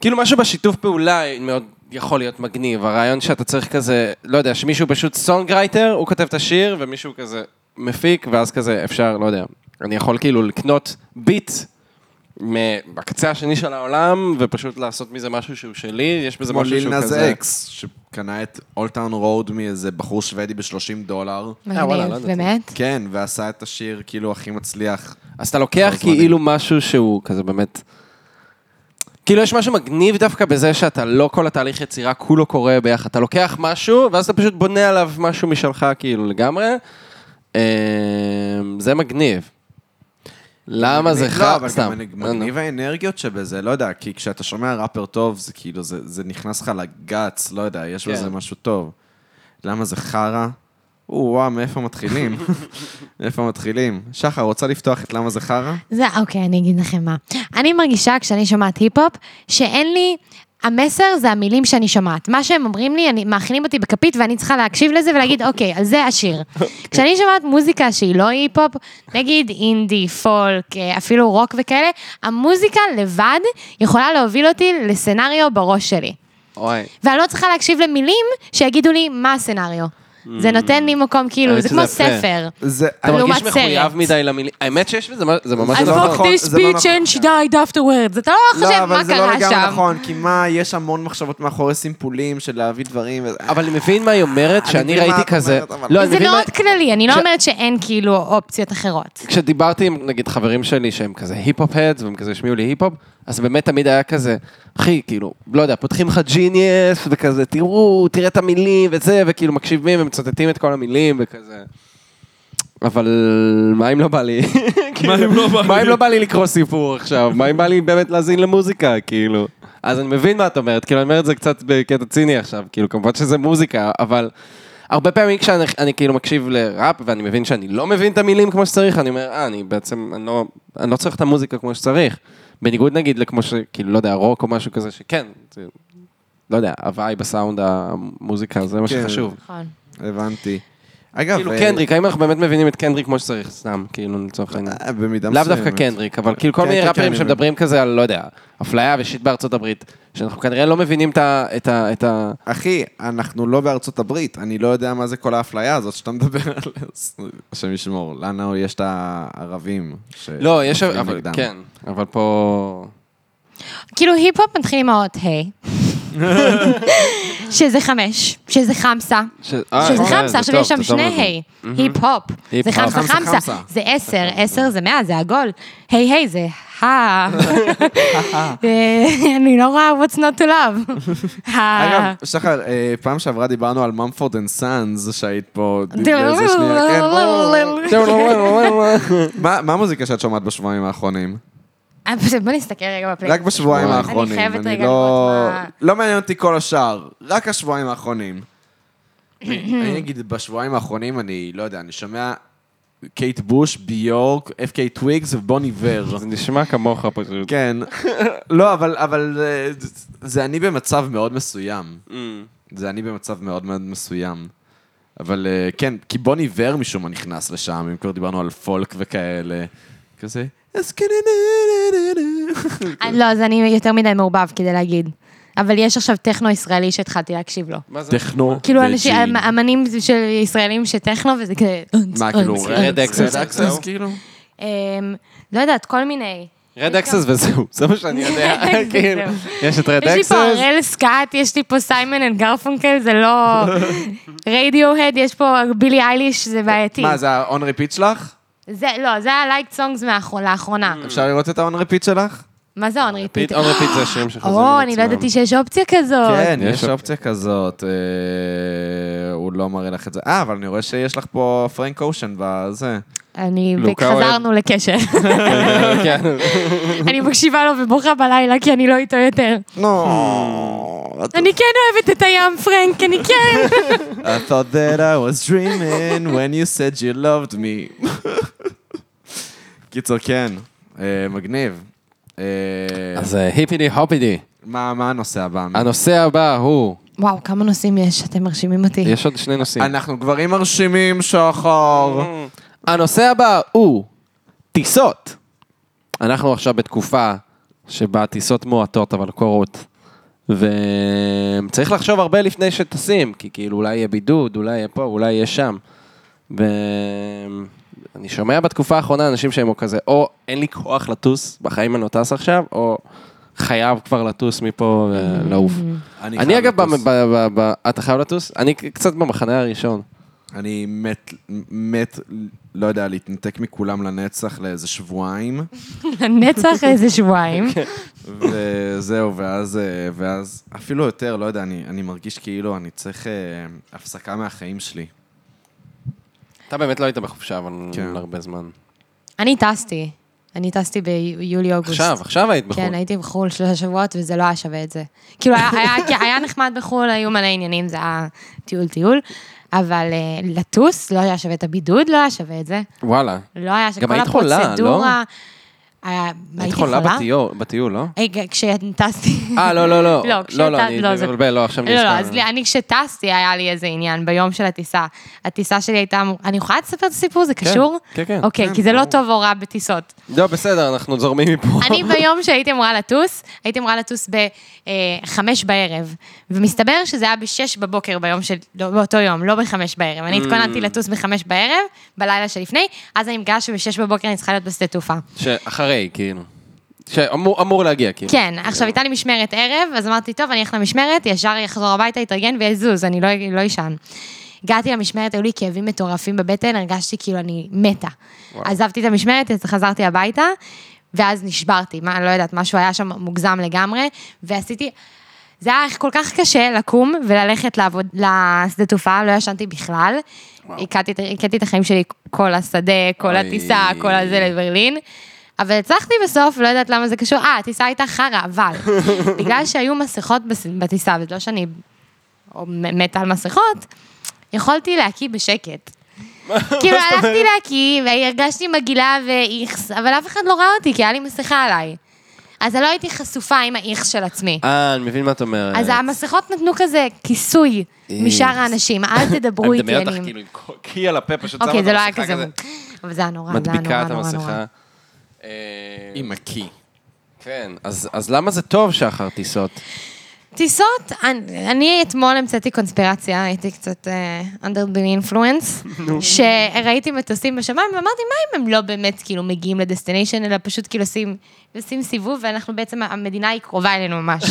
S4: כאילו משהו בשיתוף פעולה מאוד יכול להיות מגניב. הרעיון שאתה צריך כזה, לא יודע, שמישהו פשוט סונגרייטר, הוא כותב את השיר, ומישהו כזה מפיק, ואז כזה אפשר, לא יודע, אני יכול כאילו לקנות ביט בקצה השני של העולם, ופשוט לעשות מזה משהו שהוא שלי, יש בזה
S2: כמו
S4: משהו
S2: ליל
S4: שהוא
S2: נאז
S4: כזה...
S2: אקס, שקנה את אולטאון רוד מאיזה בחור שוודי ב-30 דולר.
S4: וואלה, לא
S3: מגניב,
S4: ידעתי.
S3: באמת.
S2: כן, ועשה את השיר כאילו הכי מצליח.
S4: אז אתה לוקח
S2: אז
S4: כאילו משהו שהוא כזה באמת... כאילו יש משהו מגניב דווקא בזה שאתה לא כל התהליך יצירה כולו קורה ביחד. אתה לוקח משהו, ואז אתה פשוט בונה עליו משהו משלך כאילו לגמרי. אמ, זה מגניב. למה זה
S2: לא,
S4: חרא?
S2: אבל
S4: סתם. לא,
S2: גם מגניב האנרגיות שבזה, לא יודע, כי כשאתה שומע ראפר טוב, זה כאילו, זה זה נכנס לך לגץ, לא יודע, יש
S4: כן.
S2: בזה משהו טוב. למה זה חרא? או, וואו, מאיפה מתחילים? מאיפה מתחילים? שחר, רוצה לפתוח את למה זה חרא?
S3: זה, אוקיי, אני אגיד לכם מה. אני מרגישה כשאני שומעת היפ-הופ, שאין לי... המסר זה המילים שאני שומעת. מה שהם אומרים לי, אני, מאכילים אותי בכפית ואני צריכה להקשיב לזה ולהגיד, אוקיי, על זה השיר. כשאני שומעת מוזיקה שהיא לא היפ-הופ, נגיד אינדי, פולק, אה, אפילו רוק וכאלה, המוזיקה לבד יכולה להוביל אותי לסצנריו בראש שלי.
S4: אוי.
S3: ואני לא צריכה להקשיב למילים שיגידו לי מה הסצנריו. זה נותן לי מקום, כאילו,
S4: Mm. האמת
S3: זה
S4: שזה
S3: כמו
S4: יפה.
S3: ספר.
S2: זה...
S4: אתה
S3: לעומת
S4: מרגיש מחויב
S3: סרט.
S4: מדי למילים. האמת שיש בזה, מה- זה ממש
S3: I
S2: לא
S4: לא
S3: fucked
S4: נכון.
S2: נכון,
S3: this
S2: זה לא
S3: bitch
S2: נכון.
S3: and she died afterwards. אתה לא חושב מה
S2: זה לא
S3: קרה
S2: לגמרי
S3: שם.
S2: נכון, כי מה, יש המון מחשבות מאחורי סימפולים של להביא דברים. וזה-
S4: אבל אני מבין מה היא אומרת,
S2: מבין
S4: שאני
S2: מה
S4: ראיתי
S2: את
S4: כזה...
S2: אומרת, אבל-
S4: לא, אני
S3: זה
S4: מבין מה...
S3: מאוד כללי, אני לא
S4: ש-
S3: אומרת שאין כאילו אופציות אחרות.
S4: כשדיברתי עם נגיד חברים שלי שהם כזה היפ-הופ הדס והם כזה השמיעו לי היפ-הופ, אז באמת תמיד היה כזה, אחי, כאילו, לא יודע, פותחים לך ג'יניאס וכזה, תראו, תראה את המילים וזה, וכאילו מקשיבים ומצטטים את כל המילים וכזה. אבל מה אם לא בא לי? כאילו,
S1: מה אם לא בא
S4: מה
S1: לי?
S4: אם לא בא לי לקרוא סיפור עכשיו? מה אם בא לי באמת להאזין למוזיקה, כאילו? אז אני מבין מה את אומרת, כאילו, אני אומר את זה קצת בקטע ציני עכשיו, כאילו, כמובן שזה מוזיקה, אבל... הרבה פעמים כשאני אני כאילו מקשיב לראפ ואני מבין שאני לא מבין את המילים כמו שצריך, אני אומר, אה, אני בעצם, אני לא, אני לא צריך את המוזיקה כמו שצריך. בניגוד נגיד לכמו ש... כאילו, לא יודע, רוק או משהו כזה, שכן, זה, לא יודע, הווייב, הסאונד, המוזיקה, זה מה
S2: כן.
S4: שחשוב.
S3: נכון.
S2: הבנתי. אגב,
S4: כאילו
S2: אה,
S4: קנדריק, האם אנחנו באמת מבינים את קנדריק כמו שצריך, סתם, כאילו לצורך העניין.
S2: אה, במידה
S4: לאו
S2: מסוימת.
S4: דווקא קנדריק, אבל כאילו כל
S2: כן,
S4: מיני
S2: כן, כן,
S4: ראפרים
S2: אני
S4: שמדברים כזה על, לא יודע, אפליה ושיט בארצות הברית, שאנחנו כנראה לא מבינים את ה- את ה... את ה-
S2: אחי, אנחנו לא בארצות הברית, אני לא יודע מה זה כל האפליה הזאת שאתה מדבר עליה. השם ישמור, לנו יש את הערבים. ש-
S4: לא, יש...
S2: מפלים
S4: אבל-
S2: נגדם.
S4: כן, אבל פה...
S3: כאילו היפ-הופ מתחיל עם האות ה', שזה חמש, שזה חמסה,
S4: ש- אה,
S3: שזה
S4: אוקיי,
S3: חמסה,
S4: זה
S3: עכשיו
S4: טוב,
S3: יש שם
S4: זה טוב לנו.
S3: שני ה', היפ-הופ, זה
S4: היפ-הופ.
S3: חמסה
S2: חמסה,
S3: חמסה,
S2: חמסה.
S3: זה עשר, עשר זה מאה, זה עגול, היי היי זה הא, אה, אני לא רואה what's not to love. הא.
S2: אגב, שחר, אה, פעם שעברה דיברנו על ממפורד אנד סאנז, שהיית פה ד- באיזה שנייה. כן, בואו. מה מה המוזיקה שאת שומעת בשבועיים האחרונים?
S3: אה, פשוט בוא נסתכל רגע בפלייסט.
S2: רק בשבועיים
S4: אני
S2: האחרונים.
S3: חייבת רגע
S2: לא-
S3: לראות מה-
S2: לא מעניין אותי כל השאר, רק השבועיים האחרונים. אני אגיד, בשבועיים האחרונים, אני לא יודע, אני שומע קייט בוש, ביורק, FK טוויגס ובון איבר.
S4: זה נשמע כמוך פשוט.
S2: כן. לא, אבל- אבל אה, זה- זה אני במצב מאוד מסוים. זה אני במצב מאוד מאוד מסוים. אבל אה, כן, כי בון עיוור משום מה נכנס לשם, אם כבר דיברנו על פולק וכאלה. כזה... אז כן,
S3: אה, לא, אז אני יותר מדי מעורבב כדי להגיד. אבל יש עכשיו טכנו ישראלי שהתחלתי להקשיב לו.
S4: מה זה?
S2: טכנו
S3: כאילו אנשים,
S2: וג'ין.
S3: אמנים של ישראלים שטכנו וזה כזה... לא,
S2: מה, כאילו,
S4: רד אקסס
S2: אקסס,
S4: וזהו?
S2: כאילו?
S3: אמ, לא יודעת, כל מיני.
S4: רד אקסס וזהו, זה מה שאני יודע.
S3: וזהו.
S4: כאילו, יש את רד
S3: כן, יש לי
S4: אקסס.
S3: פה הראל סקאט, יש לי פה סיימון אנד גרפונקל, זה לא... רדיו-הד, יש פה בילי אייליש, זה בעייתי.
S2: מה, זה ה-on repeat שלך?
S3: זה, לא, זה הלייק סונגס לאחרונה.
S2: אפשר לראות את ה-on repeat שלך?
S3: מה זה און ריפיט?
S4: פתאום רפיט זה השם שחוזרים.
S3: אה, או,
S4: על
S3: אני לא
S4: עצמם.
S3: ידעתי שיש אופציה כזאת.
S2: כן, יש
S4: יש אופ-
S2: אופציה כזאת. אה, הוא לא מראה לך את זה. אה, אבל אני רואה שיש לך פה פרנק אושן בזה.
S3: אני,
S4: לוקה
S3: חזרנו לקשר.
S4: כן.
S3: אני מקשיבה לו ובוכה בלילה כי אני לא איתו יותר.
S2: נו.
S3: אני כן אוהבת את הים, פרנק, אני כן.
S2: I thought that I was dreaming when you said you loved me. קיצר, כן, אה, מגניב. אה,
S4: אז אה, היפידי הופידי,
S2: מה מה הנושא הבא?
S4: הנושא הבא הוא,
S3: וואו, כמה נושאים יש, אתם מרשימים אותי.
S4: יש עוד שני נושאים.
S2: אנחנו גברים מרשימים, שחר.
S4: הנושא הבא הוא טיסות. אנחנו עכשיו בתקופה שבה טיסות מועטות אבל קורות. וצריך לחשוב הרבה לפני שטסים, כי כאילו אולי יהיה בידוד, אולי יהיה פה, אולי יהיה שם. ואני שומע בתקופה האחרונה אנשים שהם או כזה, או אין לי כוח לטוס, בחיים אני לא טס עכשיו, או חייב כבר לטוס מפה ולעוף. אני
S2: חייב
S4: אגב,
S2: לטוס.
S4: ב- ב- ב- ב- אתה חייב לטוס? אני ק- קצת במחנה הראשון.
S2: אני מת, מת, לא יודע, להתנתק מכולם לנצח לאיזה שבועיים,
S3: לנצח איזה שבועיים.
S4: כן.
S2: וזהו, ואז, אה, ואז, אפילו יותר, לא יודע, אני, אני מרגיש כאילו אני צריך אה, הפסקה מהחיים שלי.
S4: אתה באמת לא היית בחופשה, אבל
S2: כן.
S4: הרבה זמן.
S3: אני טסתי. אני טסתי ביולי-אוגוסט.
S4: עכשיו, עכשיו היית בחו"ל.
S3: כן, הייתי בחו"ל שלושה שבועות, וזה לא היה שווה את זה. כאילו, היה- היה- כי היה נחמד בחו"ל, היו מלא עניינים, זה היה טיול-טיול, אבל אה, לטוס, לא היה שווה את הבידוד, לא היה שווה את זה.
S4: וואלה.
S3: לא היה
S4: גם
S3: שכל
S4: היית חולה,
S3: הפרוצדורה... אה,
S4: היית
S3: הייתי
S4: חולה
S3: חולה?
S4: בטיול- בטיול, לא?
S3: רגע, כשטסתי.
S4: אה, לא, לא, לא.
S3: לא,
S4: לא, לא,
S3: כשאתה-
S4: אני
S3: לא, זה-
S4: מבלבל, לא, עכשיו
S3: לא, לא,
S4: נשמע.
S3: אז לי- אני כשטסתי היה לי איזה עניין ביום של הטיסה. הטיסה שלי הייתה אמור... אני יכולה לספר את הסיפור? זה קשור?
S4: כן, כן.
S3: אוקיי, כי זה לא טוב או רע בטיסות.
S4: לא, בסדר, אנחנו זורמים מפה.
S3: אני ביום שהייתי אמורה לטוס, הייתי אמורה לטוס בחמש בערב, ומסתבר שזה היה בשש בבוקר ביום של, לא, באותו יום, לא בחמש בערב.
S4: Mm.
S3: אני התכוננתי לטוס בחמש בערב, בלילה שלפני, אז אני מגלה שבשש בבוקר אני צריכה להיות בשדה תעופה.
S4: שאחרי, כאילו. שאמור אמור להגיע, כאילו.
S3: כן, עכשיו הייתה לי משמרת ערב, אז אמרתי, טוב, אני אלך למשמרת, ישר אחזור הביתה, אתארגן ואזוז, אני לא לא אשן. הגעתי למשמרת, היו לי כאבים מטורפים בבטן, הרגשתי כאילו אני מתה. עזבתי את המשמרת, אז חזרתי הביתה, ואז נשברתי, מה, אני לא יודעת, משהו היה שם מוגזם לגמרי, ועשיתי... זה היה כל כך קשה לקום וללכת לעבוד, לשדה תעופה, לא ישנתי בכלל. הכרתי את- הכרתי את החיים שלי, כל השדה, כל
S4: אוי.
S3: הטיסה, כל הזה לברלין. אבל הצלחתי בסוף, לא יודעת למה זה קשור. אה, הטיסה הייתה חרא, אבל בגלל שהיו מסכות בס- בטיסה, וזה לא שאני או מ- מתה על מסכות, יכולתי להקיא בשקט. כאילו, הלכתי להקיא, והרגשתי מגעילה ואיכס, אבל אף אחד לא ראה אותי, כי היה לי מסכה עליי. אז אני לא הייתי חשופה עם האיכס של עצמי.
S4: אה, אני מבין מה את אומרת.
S3: אז המסכות נתנו כזה כיסוי משאר האנשים, אל תדברו
S4: אה, אני
S3: איתי.
S4: מדמיין אותך
S3: אני-
S4: כאילו עם קי על הפה, פשוט שמה
S3: כן, אוקיי,
S4: את
S3: זה לא היה
S4: המסכה
S3: כזה... אבל זה היה נורא, זה היה נורא, נורא,
S4: מדביקה את
S3: נורא.
S4: המסכה. אה,
S2: עם הקי.
S4: כן, אז אז למה זה טוב שחר טיסות?
S3: טיסות, אני, אני אתמול המצאתי קונספירציה, הייתי קצת uh, under the influence, שראיתי מטוסים בשמיים, ואמרתי, מה אם הם לא באמת כאילו מגיעים לדסטיניישן, אלא פשוט כאילו עושים, עושים סיבוב, ואנחנו בעצם, המדינה היא קרובה אלינו ממש.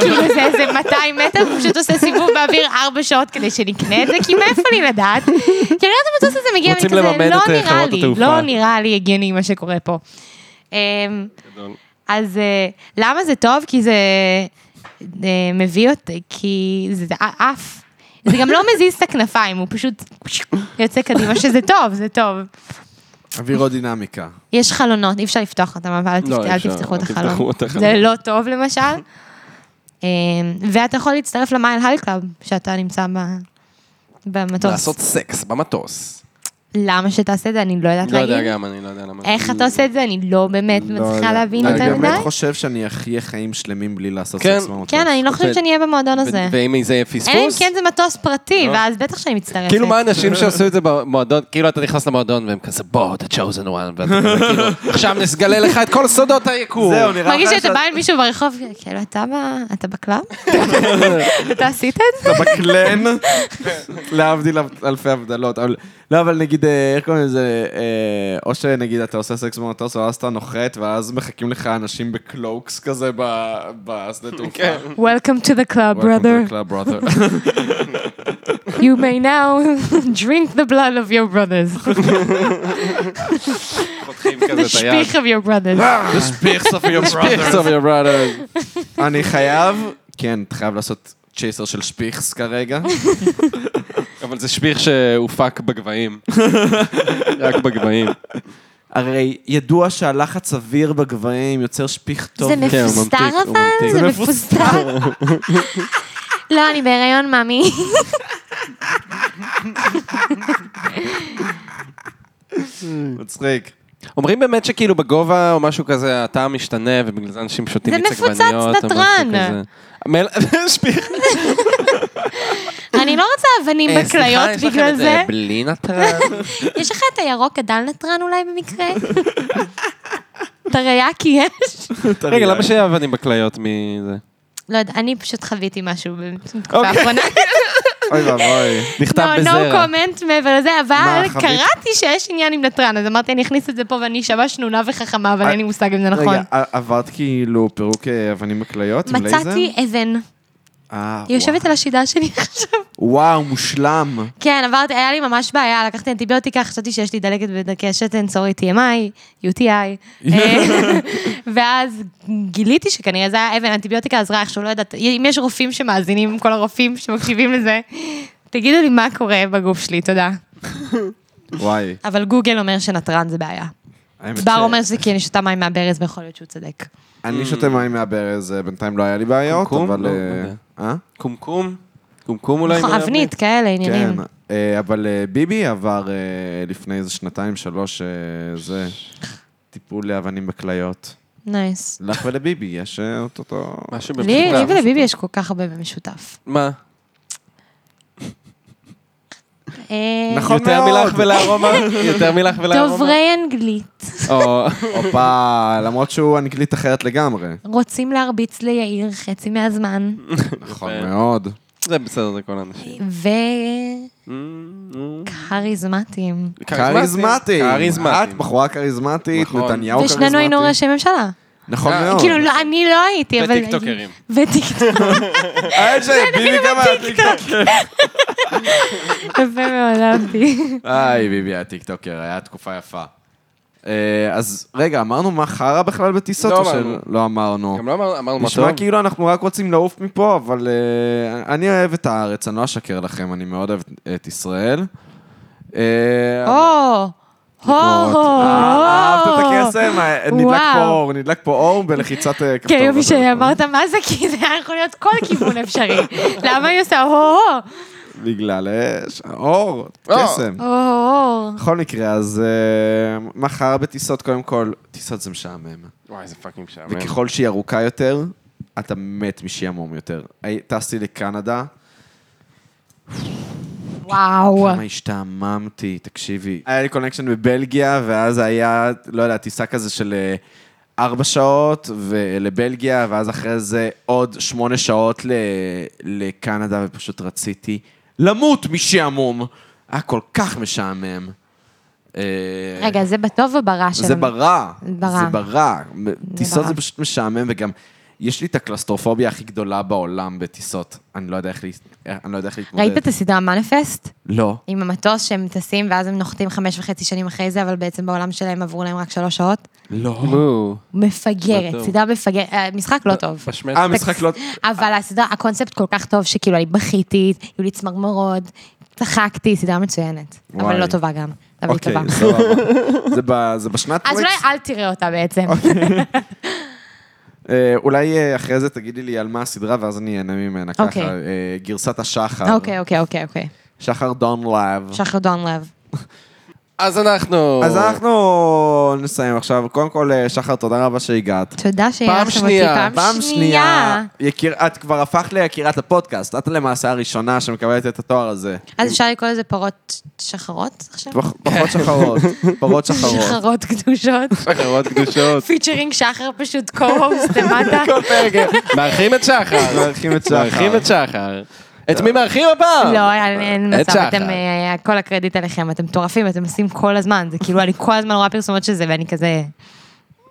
S3: כאילו זה איזה 200 מטר, הוא פשוט עושה סיבוב באוויר 4 שעות כדי שנקנה את זה, כי מאיפה לי לדעת? כי אני רואה את המטוס הזה מגיע,
S4: רוצים
S3: ואני כזה,
S4: לממן
S3: לא
S4: את, אה,
S3: נראה
S4: חברות
S3: לי,
S4: התעופה."
S3: לא נראה לי הגיוני מה שקורה פה. אמ, אז אה, למה זה טוב? כי זה אה, מביא אותי, כי זה ע- עף. זה גם לא מזיז את הכנפיים, הוא פשוט יוצא קדימה, שזה טוב, זה טוב.
S2: אווירודינמיקה.
S3: יש חלונות, אי אפשר לפתוח אותם, אבל אל,
S4: לא,
S3: תפת... אל
S4: אפשר,
S3: תפתחו
S4: אל
S3: את
S4: תפתחו
S3: החלון.
S4: את החלון.
S3: זה לא טוב למשל. אה, ואתה יכול להצטרף למייל הייל קלאב, שאתה נמצא ב... במטוס.
S4: לעשות סקס במטוס.
S3: למה שתעשה את זה, אני לא יודעת
S4: לא
S3: להגיד.
S4: יודע גם, אני לא יודע למה.
S3: איך אתה עושה את זה, אני לא באמת מצליחה להבין יותר
S2: אני
S3: מדי.
S2: באמת חושב שאני אחיה חיים שלמים בלי לעשות
S4: כן.
S2: סקס במטוס.
S3: כן, אני לא חושבת שאני אהיה במועדון הזה.
S4: ו- ואם זה יהיה
S3: אלא אם
S4: פספוס?
S3: כן זה מטוס פרטי, ואז בטח שאני מצטרפת.
S4: כאילו מה האנשים שעשו את זה במועדון, כאילו אתה נכנס למועדון והם כזה בוא, אתה chosen one, ואתה כזה כאילו, עכשיו נגלה לך את כל סודות היקום.
S2: זהו, נראה
S3: מרגיש
S2: לך
S3: שאתה בא אל מישהו ברחוב, כאילו, אתה ב- אתה בקלאב? אתה עשית את זה?
S2: אתה בקלן, להבדיל אלפי הבדלות. אבל- לא, אבל נגיד, אה, איך קוראים לזה, אה, או שנגיד אתה עושה סקס במטוס, ואז אתה נוחת, ואז מחכים לך אנשים בקלוקס כזה ב- בשדה תעופה.
S4: כן.
S3: Welcome to the club, brother. You may now drink the blood of your brothers.
S4: כן, חותכים כזה
S3: The
S4: את היד.
S3: speak of your brothers.
S4: שפיכס of your brother.
S2: אני חייב, כן, אתה חייב לעשות צ'ייסר של שפיכס כרגע.
S4: אבל זה שפיך שהופק בגבהים. רק בגבהים.
S2: הרי ידוע שהלחץ אוויר בגבהים יוצר שפיך טוב.
S3: זה
S4: כן, הוא
S3: מפוסטר
S4: ממתיק, הוא
S3: אבל?
S4: ממתיק.
S3: זה מפוסטר? לא, אני בהיריון, מאמי.
S2: מצחיק.
S4: אומרים באמת שכאילו בגובה או משהו כזה, הטעם משתנה, ובגלל זה אנשים שותים
S3: זה
S4: מיץ
S3: מפוצץ
S4: עגבניות או משהו
S3: נתרן.
S4: כזה. מל... שפיך. אה,
S3: אני לא רוצה אבנים בקליות בגלל זה.
S4: בלי נתרן?
S3: יש לך את הירוק הדל נתרן אולי במקרה? תראה, כי יש.
S4: רגע, למה שיהיה אבנים בכליות מזה?
S3: לא יודע, אני פשוט חוויתי משהו
S2: אוקיי.
S3: בתקופה האחרונה.
S2: אוי ואבוי.
S4: נכתב
S3: לא, no
S4: בזרע.
S3: comment מעבר לזה, אבל
S2: מה, חווית?
S3: קראתי שיש עניין עם נתרן, אז אמרתי, אני אכניס את זה פה ואני אישבע שנונה וחכמה, אבל
S2: אה,
S3: אין לי מושג אם זה נכון.
S2: רגע, ע- עברת כאילו פירוק אה, אבנים בכליות עם לייזר?
S3: מצאתי אבן,
S2: אה,
S3: היא יושבת על השידה שלי עכשיו.
S2: וואו. וואו, מושלם.
S3: כן, עברתי, היה לי ממש בעיה, לקחתי אנטיביוטיקה, חשבתי שיש לי דלקת בדרכי השתן, סורי TMI, UTI, אה, ואז גיליתי שכנראה זה היה אבן, אנטיביוטיקה עזרה איכשהו, לא יודעת, אם יש רופאים שמאזינים, כל הרופאים שמקשיבים לזה, תגידו לי מה קורה בגוף שלי, תודה.
S2: וואי.
S3: אבל גוגל אומר שנתרן זה בעיה.
S2: האמת
S3: בר
S2: ש-
S3: אומר שזה כי אני שותה מים מהברז ויכול להיות שהוא צודק.
S2: אני שותה מים מהברז, אה, בינתיים לא היה לי בעיות,
S4: קומקום?
S2: אבל...
S4: לא,
S2: אה,
S4: לא יודע.
S2: אה?
S4: קומקום? קומקום אולי?
S3: נכון,
S4: עם
S3: אבנית, כאלה
S2: כן,
S3: עניינים.
S2: אה, אבל אה, ביבי עבר אה, לפני איזה שנתיים, שלוש, אה, זה... טיפול לאבנים בכליות.
S3: נייס.
S2: לך ולביבי יש אה, את אותו...
S4: מה
S3: לי לי
S4: שבמשותף.
S3: ולביבי יש כל כך הרבה במשותף.
S4: מה?
S3: אה,
S2: נכון
S4: יותר
S2: מאוד.
S4: מלך ולארומה? יותר מלך ולארומה?
S3: דוברי אנגלית
S4: או,
S2: הופה, למרות שהוא אנגלית אחרת לגמרי.
S3: רוצים להרביץ ליאיר חצי מהזמן,
S2: נכון
S4: יפה.
S2: מאוד.
S4: זה בסדר, זה כל האנשים. Mm-hmm.
S3: וכריזמטיים.
S2: כריזמטי.
S4: כריזמטי.
S2: את בחורה כריזמטית,
S4: נכון.
S2: נתניהו כריזמטי.
S3: ושנינו היינו ראשי ממשלה.
S2: נכון
S4: אה,
S2: מאוד.
S3: כאילו, לא, אני לא הייתי, אבל...
S4: וטיקטוקרים.
S3: וטיקטוק,
S2: האמת שביבי אה, גם היה טיקטוקר.
S3: יפה מאוד, אהבתי.
S2: היי, ביבי היה טיקטוקר, היה תקופה יפה. אה, אז רגע, אמרנו מה חרא בכלל בטיסות?
S4: לא
S2: או
S4: אמרנו.
S2: של- לא אמרנו.
S4: גם לא אמר- אמרנו מה
S2: נשמע
S4: טוב.
S2: כאילו אנחנו רק רוצים לעוף מפה, אבל אה, אני אוהב את הארץ, אני לא אשקר לכם, אני מאוד אוהב את ישראל. אה,
S3: או, הו, הו.
S2: אה, אהבת את הקסם? אה, נדלק פה
S3: וואו.
S2: אור, נדלק פה אור בלחיצת אה, כפתור.
S3: כן, יופי
S2: בטלפון.
S3: שאמרת מה זה, כי זה היה יכול להיות כל כיוון אפשרי. למה היא עושה הו, הו,
S2: בגלל אה, ש- אור,
S4: אור.
S2: קסם.
S3: הו, הו.
S2: בכל מקרה, אז אה, מה חרא בטיסות? קודם כל, טיסות זה משעמם.
S4: וואי, זה פאקינג משעמם.
S2: וככל שהיא ארוכה יותר, אתה מת משעמום יותר. הי- טסתי לקנדה,
S3: וואו.
S2: כמה השתעממתי, תקשיבי. היה לי קונקשן בבלגיה, ואז היה, לא יודע, טיסה כזה של אה, ארבע שעות ו- לבלגיה, ואז אחרי זה עוד שמונה שעות ל- לקנדה, ופשוט רציתי למות משעמום. היה כל כך משעמם. אה,
S3: רגע, זה בטוב או ברע שלנו?
S2: זה ברע.
S3: ברע.
S2: זה ברע. טיסות
S3: ברע.
S2: זה פשוט משעמם, וגם יש לי את הקלסטרופוביה הכי גדולה בעולם בטיסות. אני לא יודע איך להת- אני לא יודע איך להתמודד.
S3: ראית את הסדרה מנפסט?
S2: לא.
S3: עם המטוס שהם טסים ואז הם נוחתים חמש וחצי שנים אחרי זה, אבל בעצם בעולם שלהם עברו להם רק שלוש שעות?
S2: לא.
S4: נו.
S3: מפגרת,
S4: לא טוב.
S3: סדרה מפגרת, אה, משחק לא טוב.
S4: בשמש.
S2: אה, משחק לא...
S3: אבל הסדרה, הקונספט כל כך טוב, שכאילו אני בכיתי, היו לי צמרמורות, צחקתי, סדרה מצוינת. אבל
S2: וואי.
S3: לא טובה גם, אבל היא
S2: אוקיי,
S3: טובה.
S2: סבבה. זה ב- זה בשנת
S3: אז אולי אל תראה אותה בעצם.
S2: אוקיי. אה, אולי אה, אחרי זה תגידי לי על מה הסדרה, ואז אני אהנה ממנה. ככה,
S3: אוקיי.
S2: אה, גרסת השחר.
S3: אוקיי, אוקיי, אוקיי, אוקיי.
S2: שחר דון לאב.
S3: שחר דון לב.
S4: אז אנחנו...
S2: אז אנחנו נסיים עכשיו. קודם כל, אה, שחר, תודה רבה שהגעת.
S3: תודה שאירחתם אותי
S4: שנייה,
S3: פעם שנייה.
S2: יקיר, את כבר הפכת ליקירת הפודקאסט, את למעשה הראשונה שמקבלת את התואר הזה.
S3: אז אפשר לקרוא לזה פרות שחרות עכשיו?
S2: פח- פחות
S3: כן.
S2: שחרות, פחות שחרות.
S3: שחרות קדושות.
S4: שחרות קדושות.
S3: פיצ'רינג שחר פשוט קו-הוסט למטה.
S4: מארחים את שחר.
S2: מארחים את
S4: מארחים
S2: שחר.
S4: את שחר. את מי מארחים הפעם?
S3: לא, אין- אין
S4: את
S3: מצב,
S4: שחר.
S3: אתם, אה, כל הקרדיט עליכם, אתם מטורפים, אתם עושים כל הזמן, זה כאילו, אני כל הזמן רואה פרסומות של זה, ואני כזה...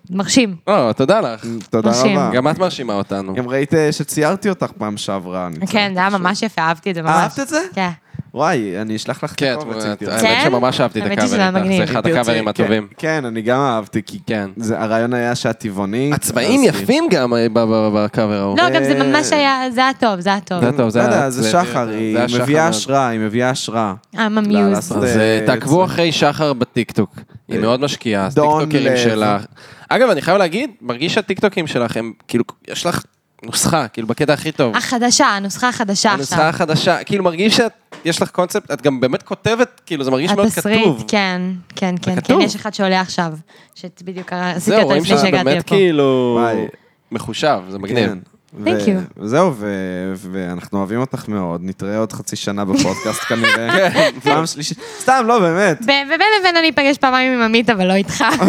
S3: מרשים.
S4: או, לא, תודה לך.
S2: תודה
S3: נשים.
S2: רבה.
S4: אה. גם את מרשימה אותנו.
S2: גם ראית אה, שציירתי אותך פעם שעברה. אני
S3: כן, זה היה ממש יפה, אהבתי את זה ממש.
S2: אהבת את זה?
S3: כן.
S2: וואי, אני אשלח לך את
S4: כן,
S2: הקובץ אם
S4: את-
S2: תרצי.
S4: האמת
S3: כן?
S4: שממש אהבתי את
S3: האמת
S4: הקאבר
S3: שזה היה
S4: איתך, זה
S3: מגניב.
S4: אחד
S2: אם תרצי,
S4: הקאברים
S2: כן.
S4: הטובים.
S2: כן, אני גם אהבתי, כי
S4: כן.
S2: זה- הרעיון היה שאת טבעונית.
S4: הצבעים
S2: אז-
S4: יפים גם אה, ב- ב- בקאבר ההוא.
S3: לא, גם זה ממש היה, זה היה טוב, זה היה טוב.
S4: אוקיי. זה היה טוב,
S2: לא יודע,
S4: היה-
S2: זה שחר,
S4: זה
S2: היא
S4: היה שחר
S2: מביאה
S4: מאוד.
S2: השראה, היא מביאה השראה.
S3: I'm
S2: לא,
S3: amused.
S2: לעשות-
S4: אז
S2: זה-
S4: אה, תעקבו אחרי שחר בטיקטוק, היא
S2: אה,
S4: מאוד משקיעה, אז
S2: דון
S4: טיקטוקרים
S2: לב.
S4: שלך. אגב, אני חייב להגיד, מרגיש שהטיקטוקים שלך הם, כאילו, יש לך נוסחה, כאילו, בקטע הכי טוב.
S3: החדשה, הנוסחה החדשה
S4: הנוסחה
S3: עכשיו.
S4: החדשה, כאילו, מרגיש שיש לך קונספט, את גם באמת כותבת, כאילו, זה מרגיש מאוד כתוב.
S2: כאילו,
S3: התסריט, כן, כן, כן, כן,
S4: כתוב.
S3: יש אחד שעולה עכשיו, שבדיוק עשיתי
S4: זהו,
S3: אותו
S4: רואים
S3: לפני
S4: שזה
S3: שהגעתי
S4: באמת
S3: לפה.
S4: כאילו
S2: וואי.
S4: מחושב, זה מגניב.
S2: כן. ו-
S3: Thank you.
S2: וזהו, ו- ואנחנו אוהבים אותך מאוד, נתראה עוד חצי שנה בפודקאסט כנראה.
S4: כן.
S2: פעם שלישית. סתם, לא, באמת.
S3: ב- ובין לבין אני אפגש פעמיים עם עמית, אבל לא איתך.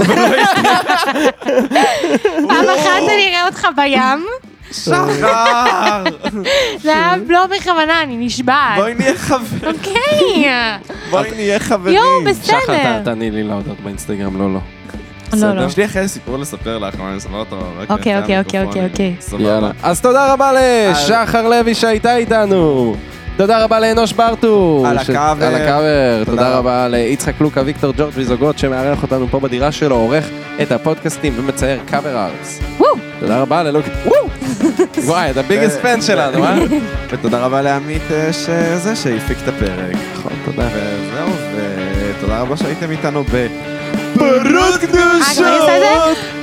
S3: פעם אחת אני אראה אותך בים,
S2: שחר!
S3: זה היה
S4: אוקיי.
S3: לא בכוונה, אני נשבעת.
S2: בואי נהיה חברים.
S3: אוקיי.
S2: בואי נהיה חברים.
S3: יואו,
S4: שחר, ת-
S3: בסדר.
S4: תעני לי להודות באינסטגרם, לא, לא.
S3: לא, לא.
S2: יש לי אחרי סיפור לספר לך, אבל אני אספר אותו. רק
S3: אוקיי,
S2: לפני
S3: אוקיי, אוקיי,
S2: המיקרופונים.
S3: אוקיי, אוקיי.
S2: סבבה.
S4: יאללה. אז תודה רבה לשחר לוי שהייתה איתנו. תודה רבה לאנוש ברטו.
S2: על
S4: ש-
S2: הקאבר.
S4: על הקאבר.
S2: תודה
S4: תודה
S2: רבה.
S4: רבה ליצחק לוקה, ויקטור ג'ורג' ויזוגות שמארח אותנו פה בדירה שלו, עורך את הפודקאסטים ומצייר קאבר ארץ.
S3: וואו.
S4: תודה רבה ללוק... וואו! וואי, אתה ביגסט פן שלנו, אה?
S2: ותודה רבה לעמית אה, שזה שהפיק את הפרק.
S4: נכון, תודה.
S2: וזהו, ותודה רבה שהייתם איתנו ב... פרות
S3: אה, גם אני עושה את זה?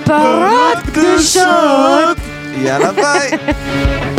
S2: קדושות!
S3: פרות קדושות!
S2: יאללה ביי!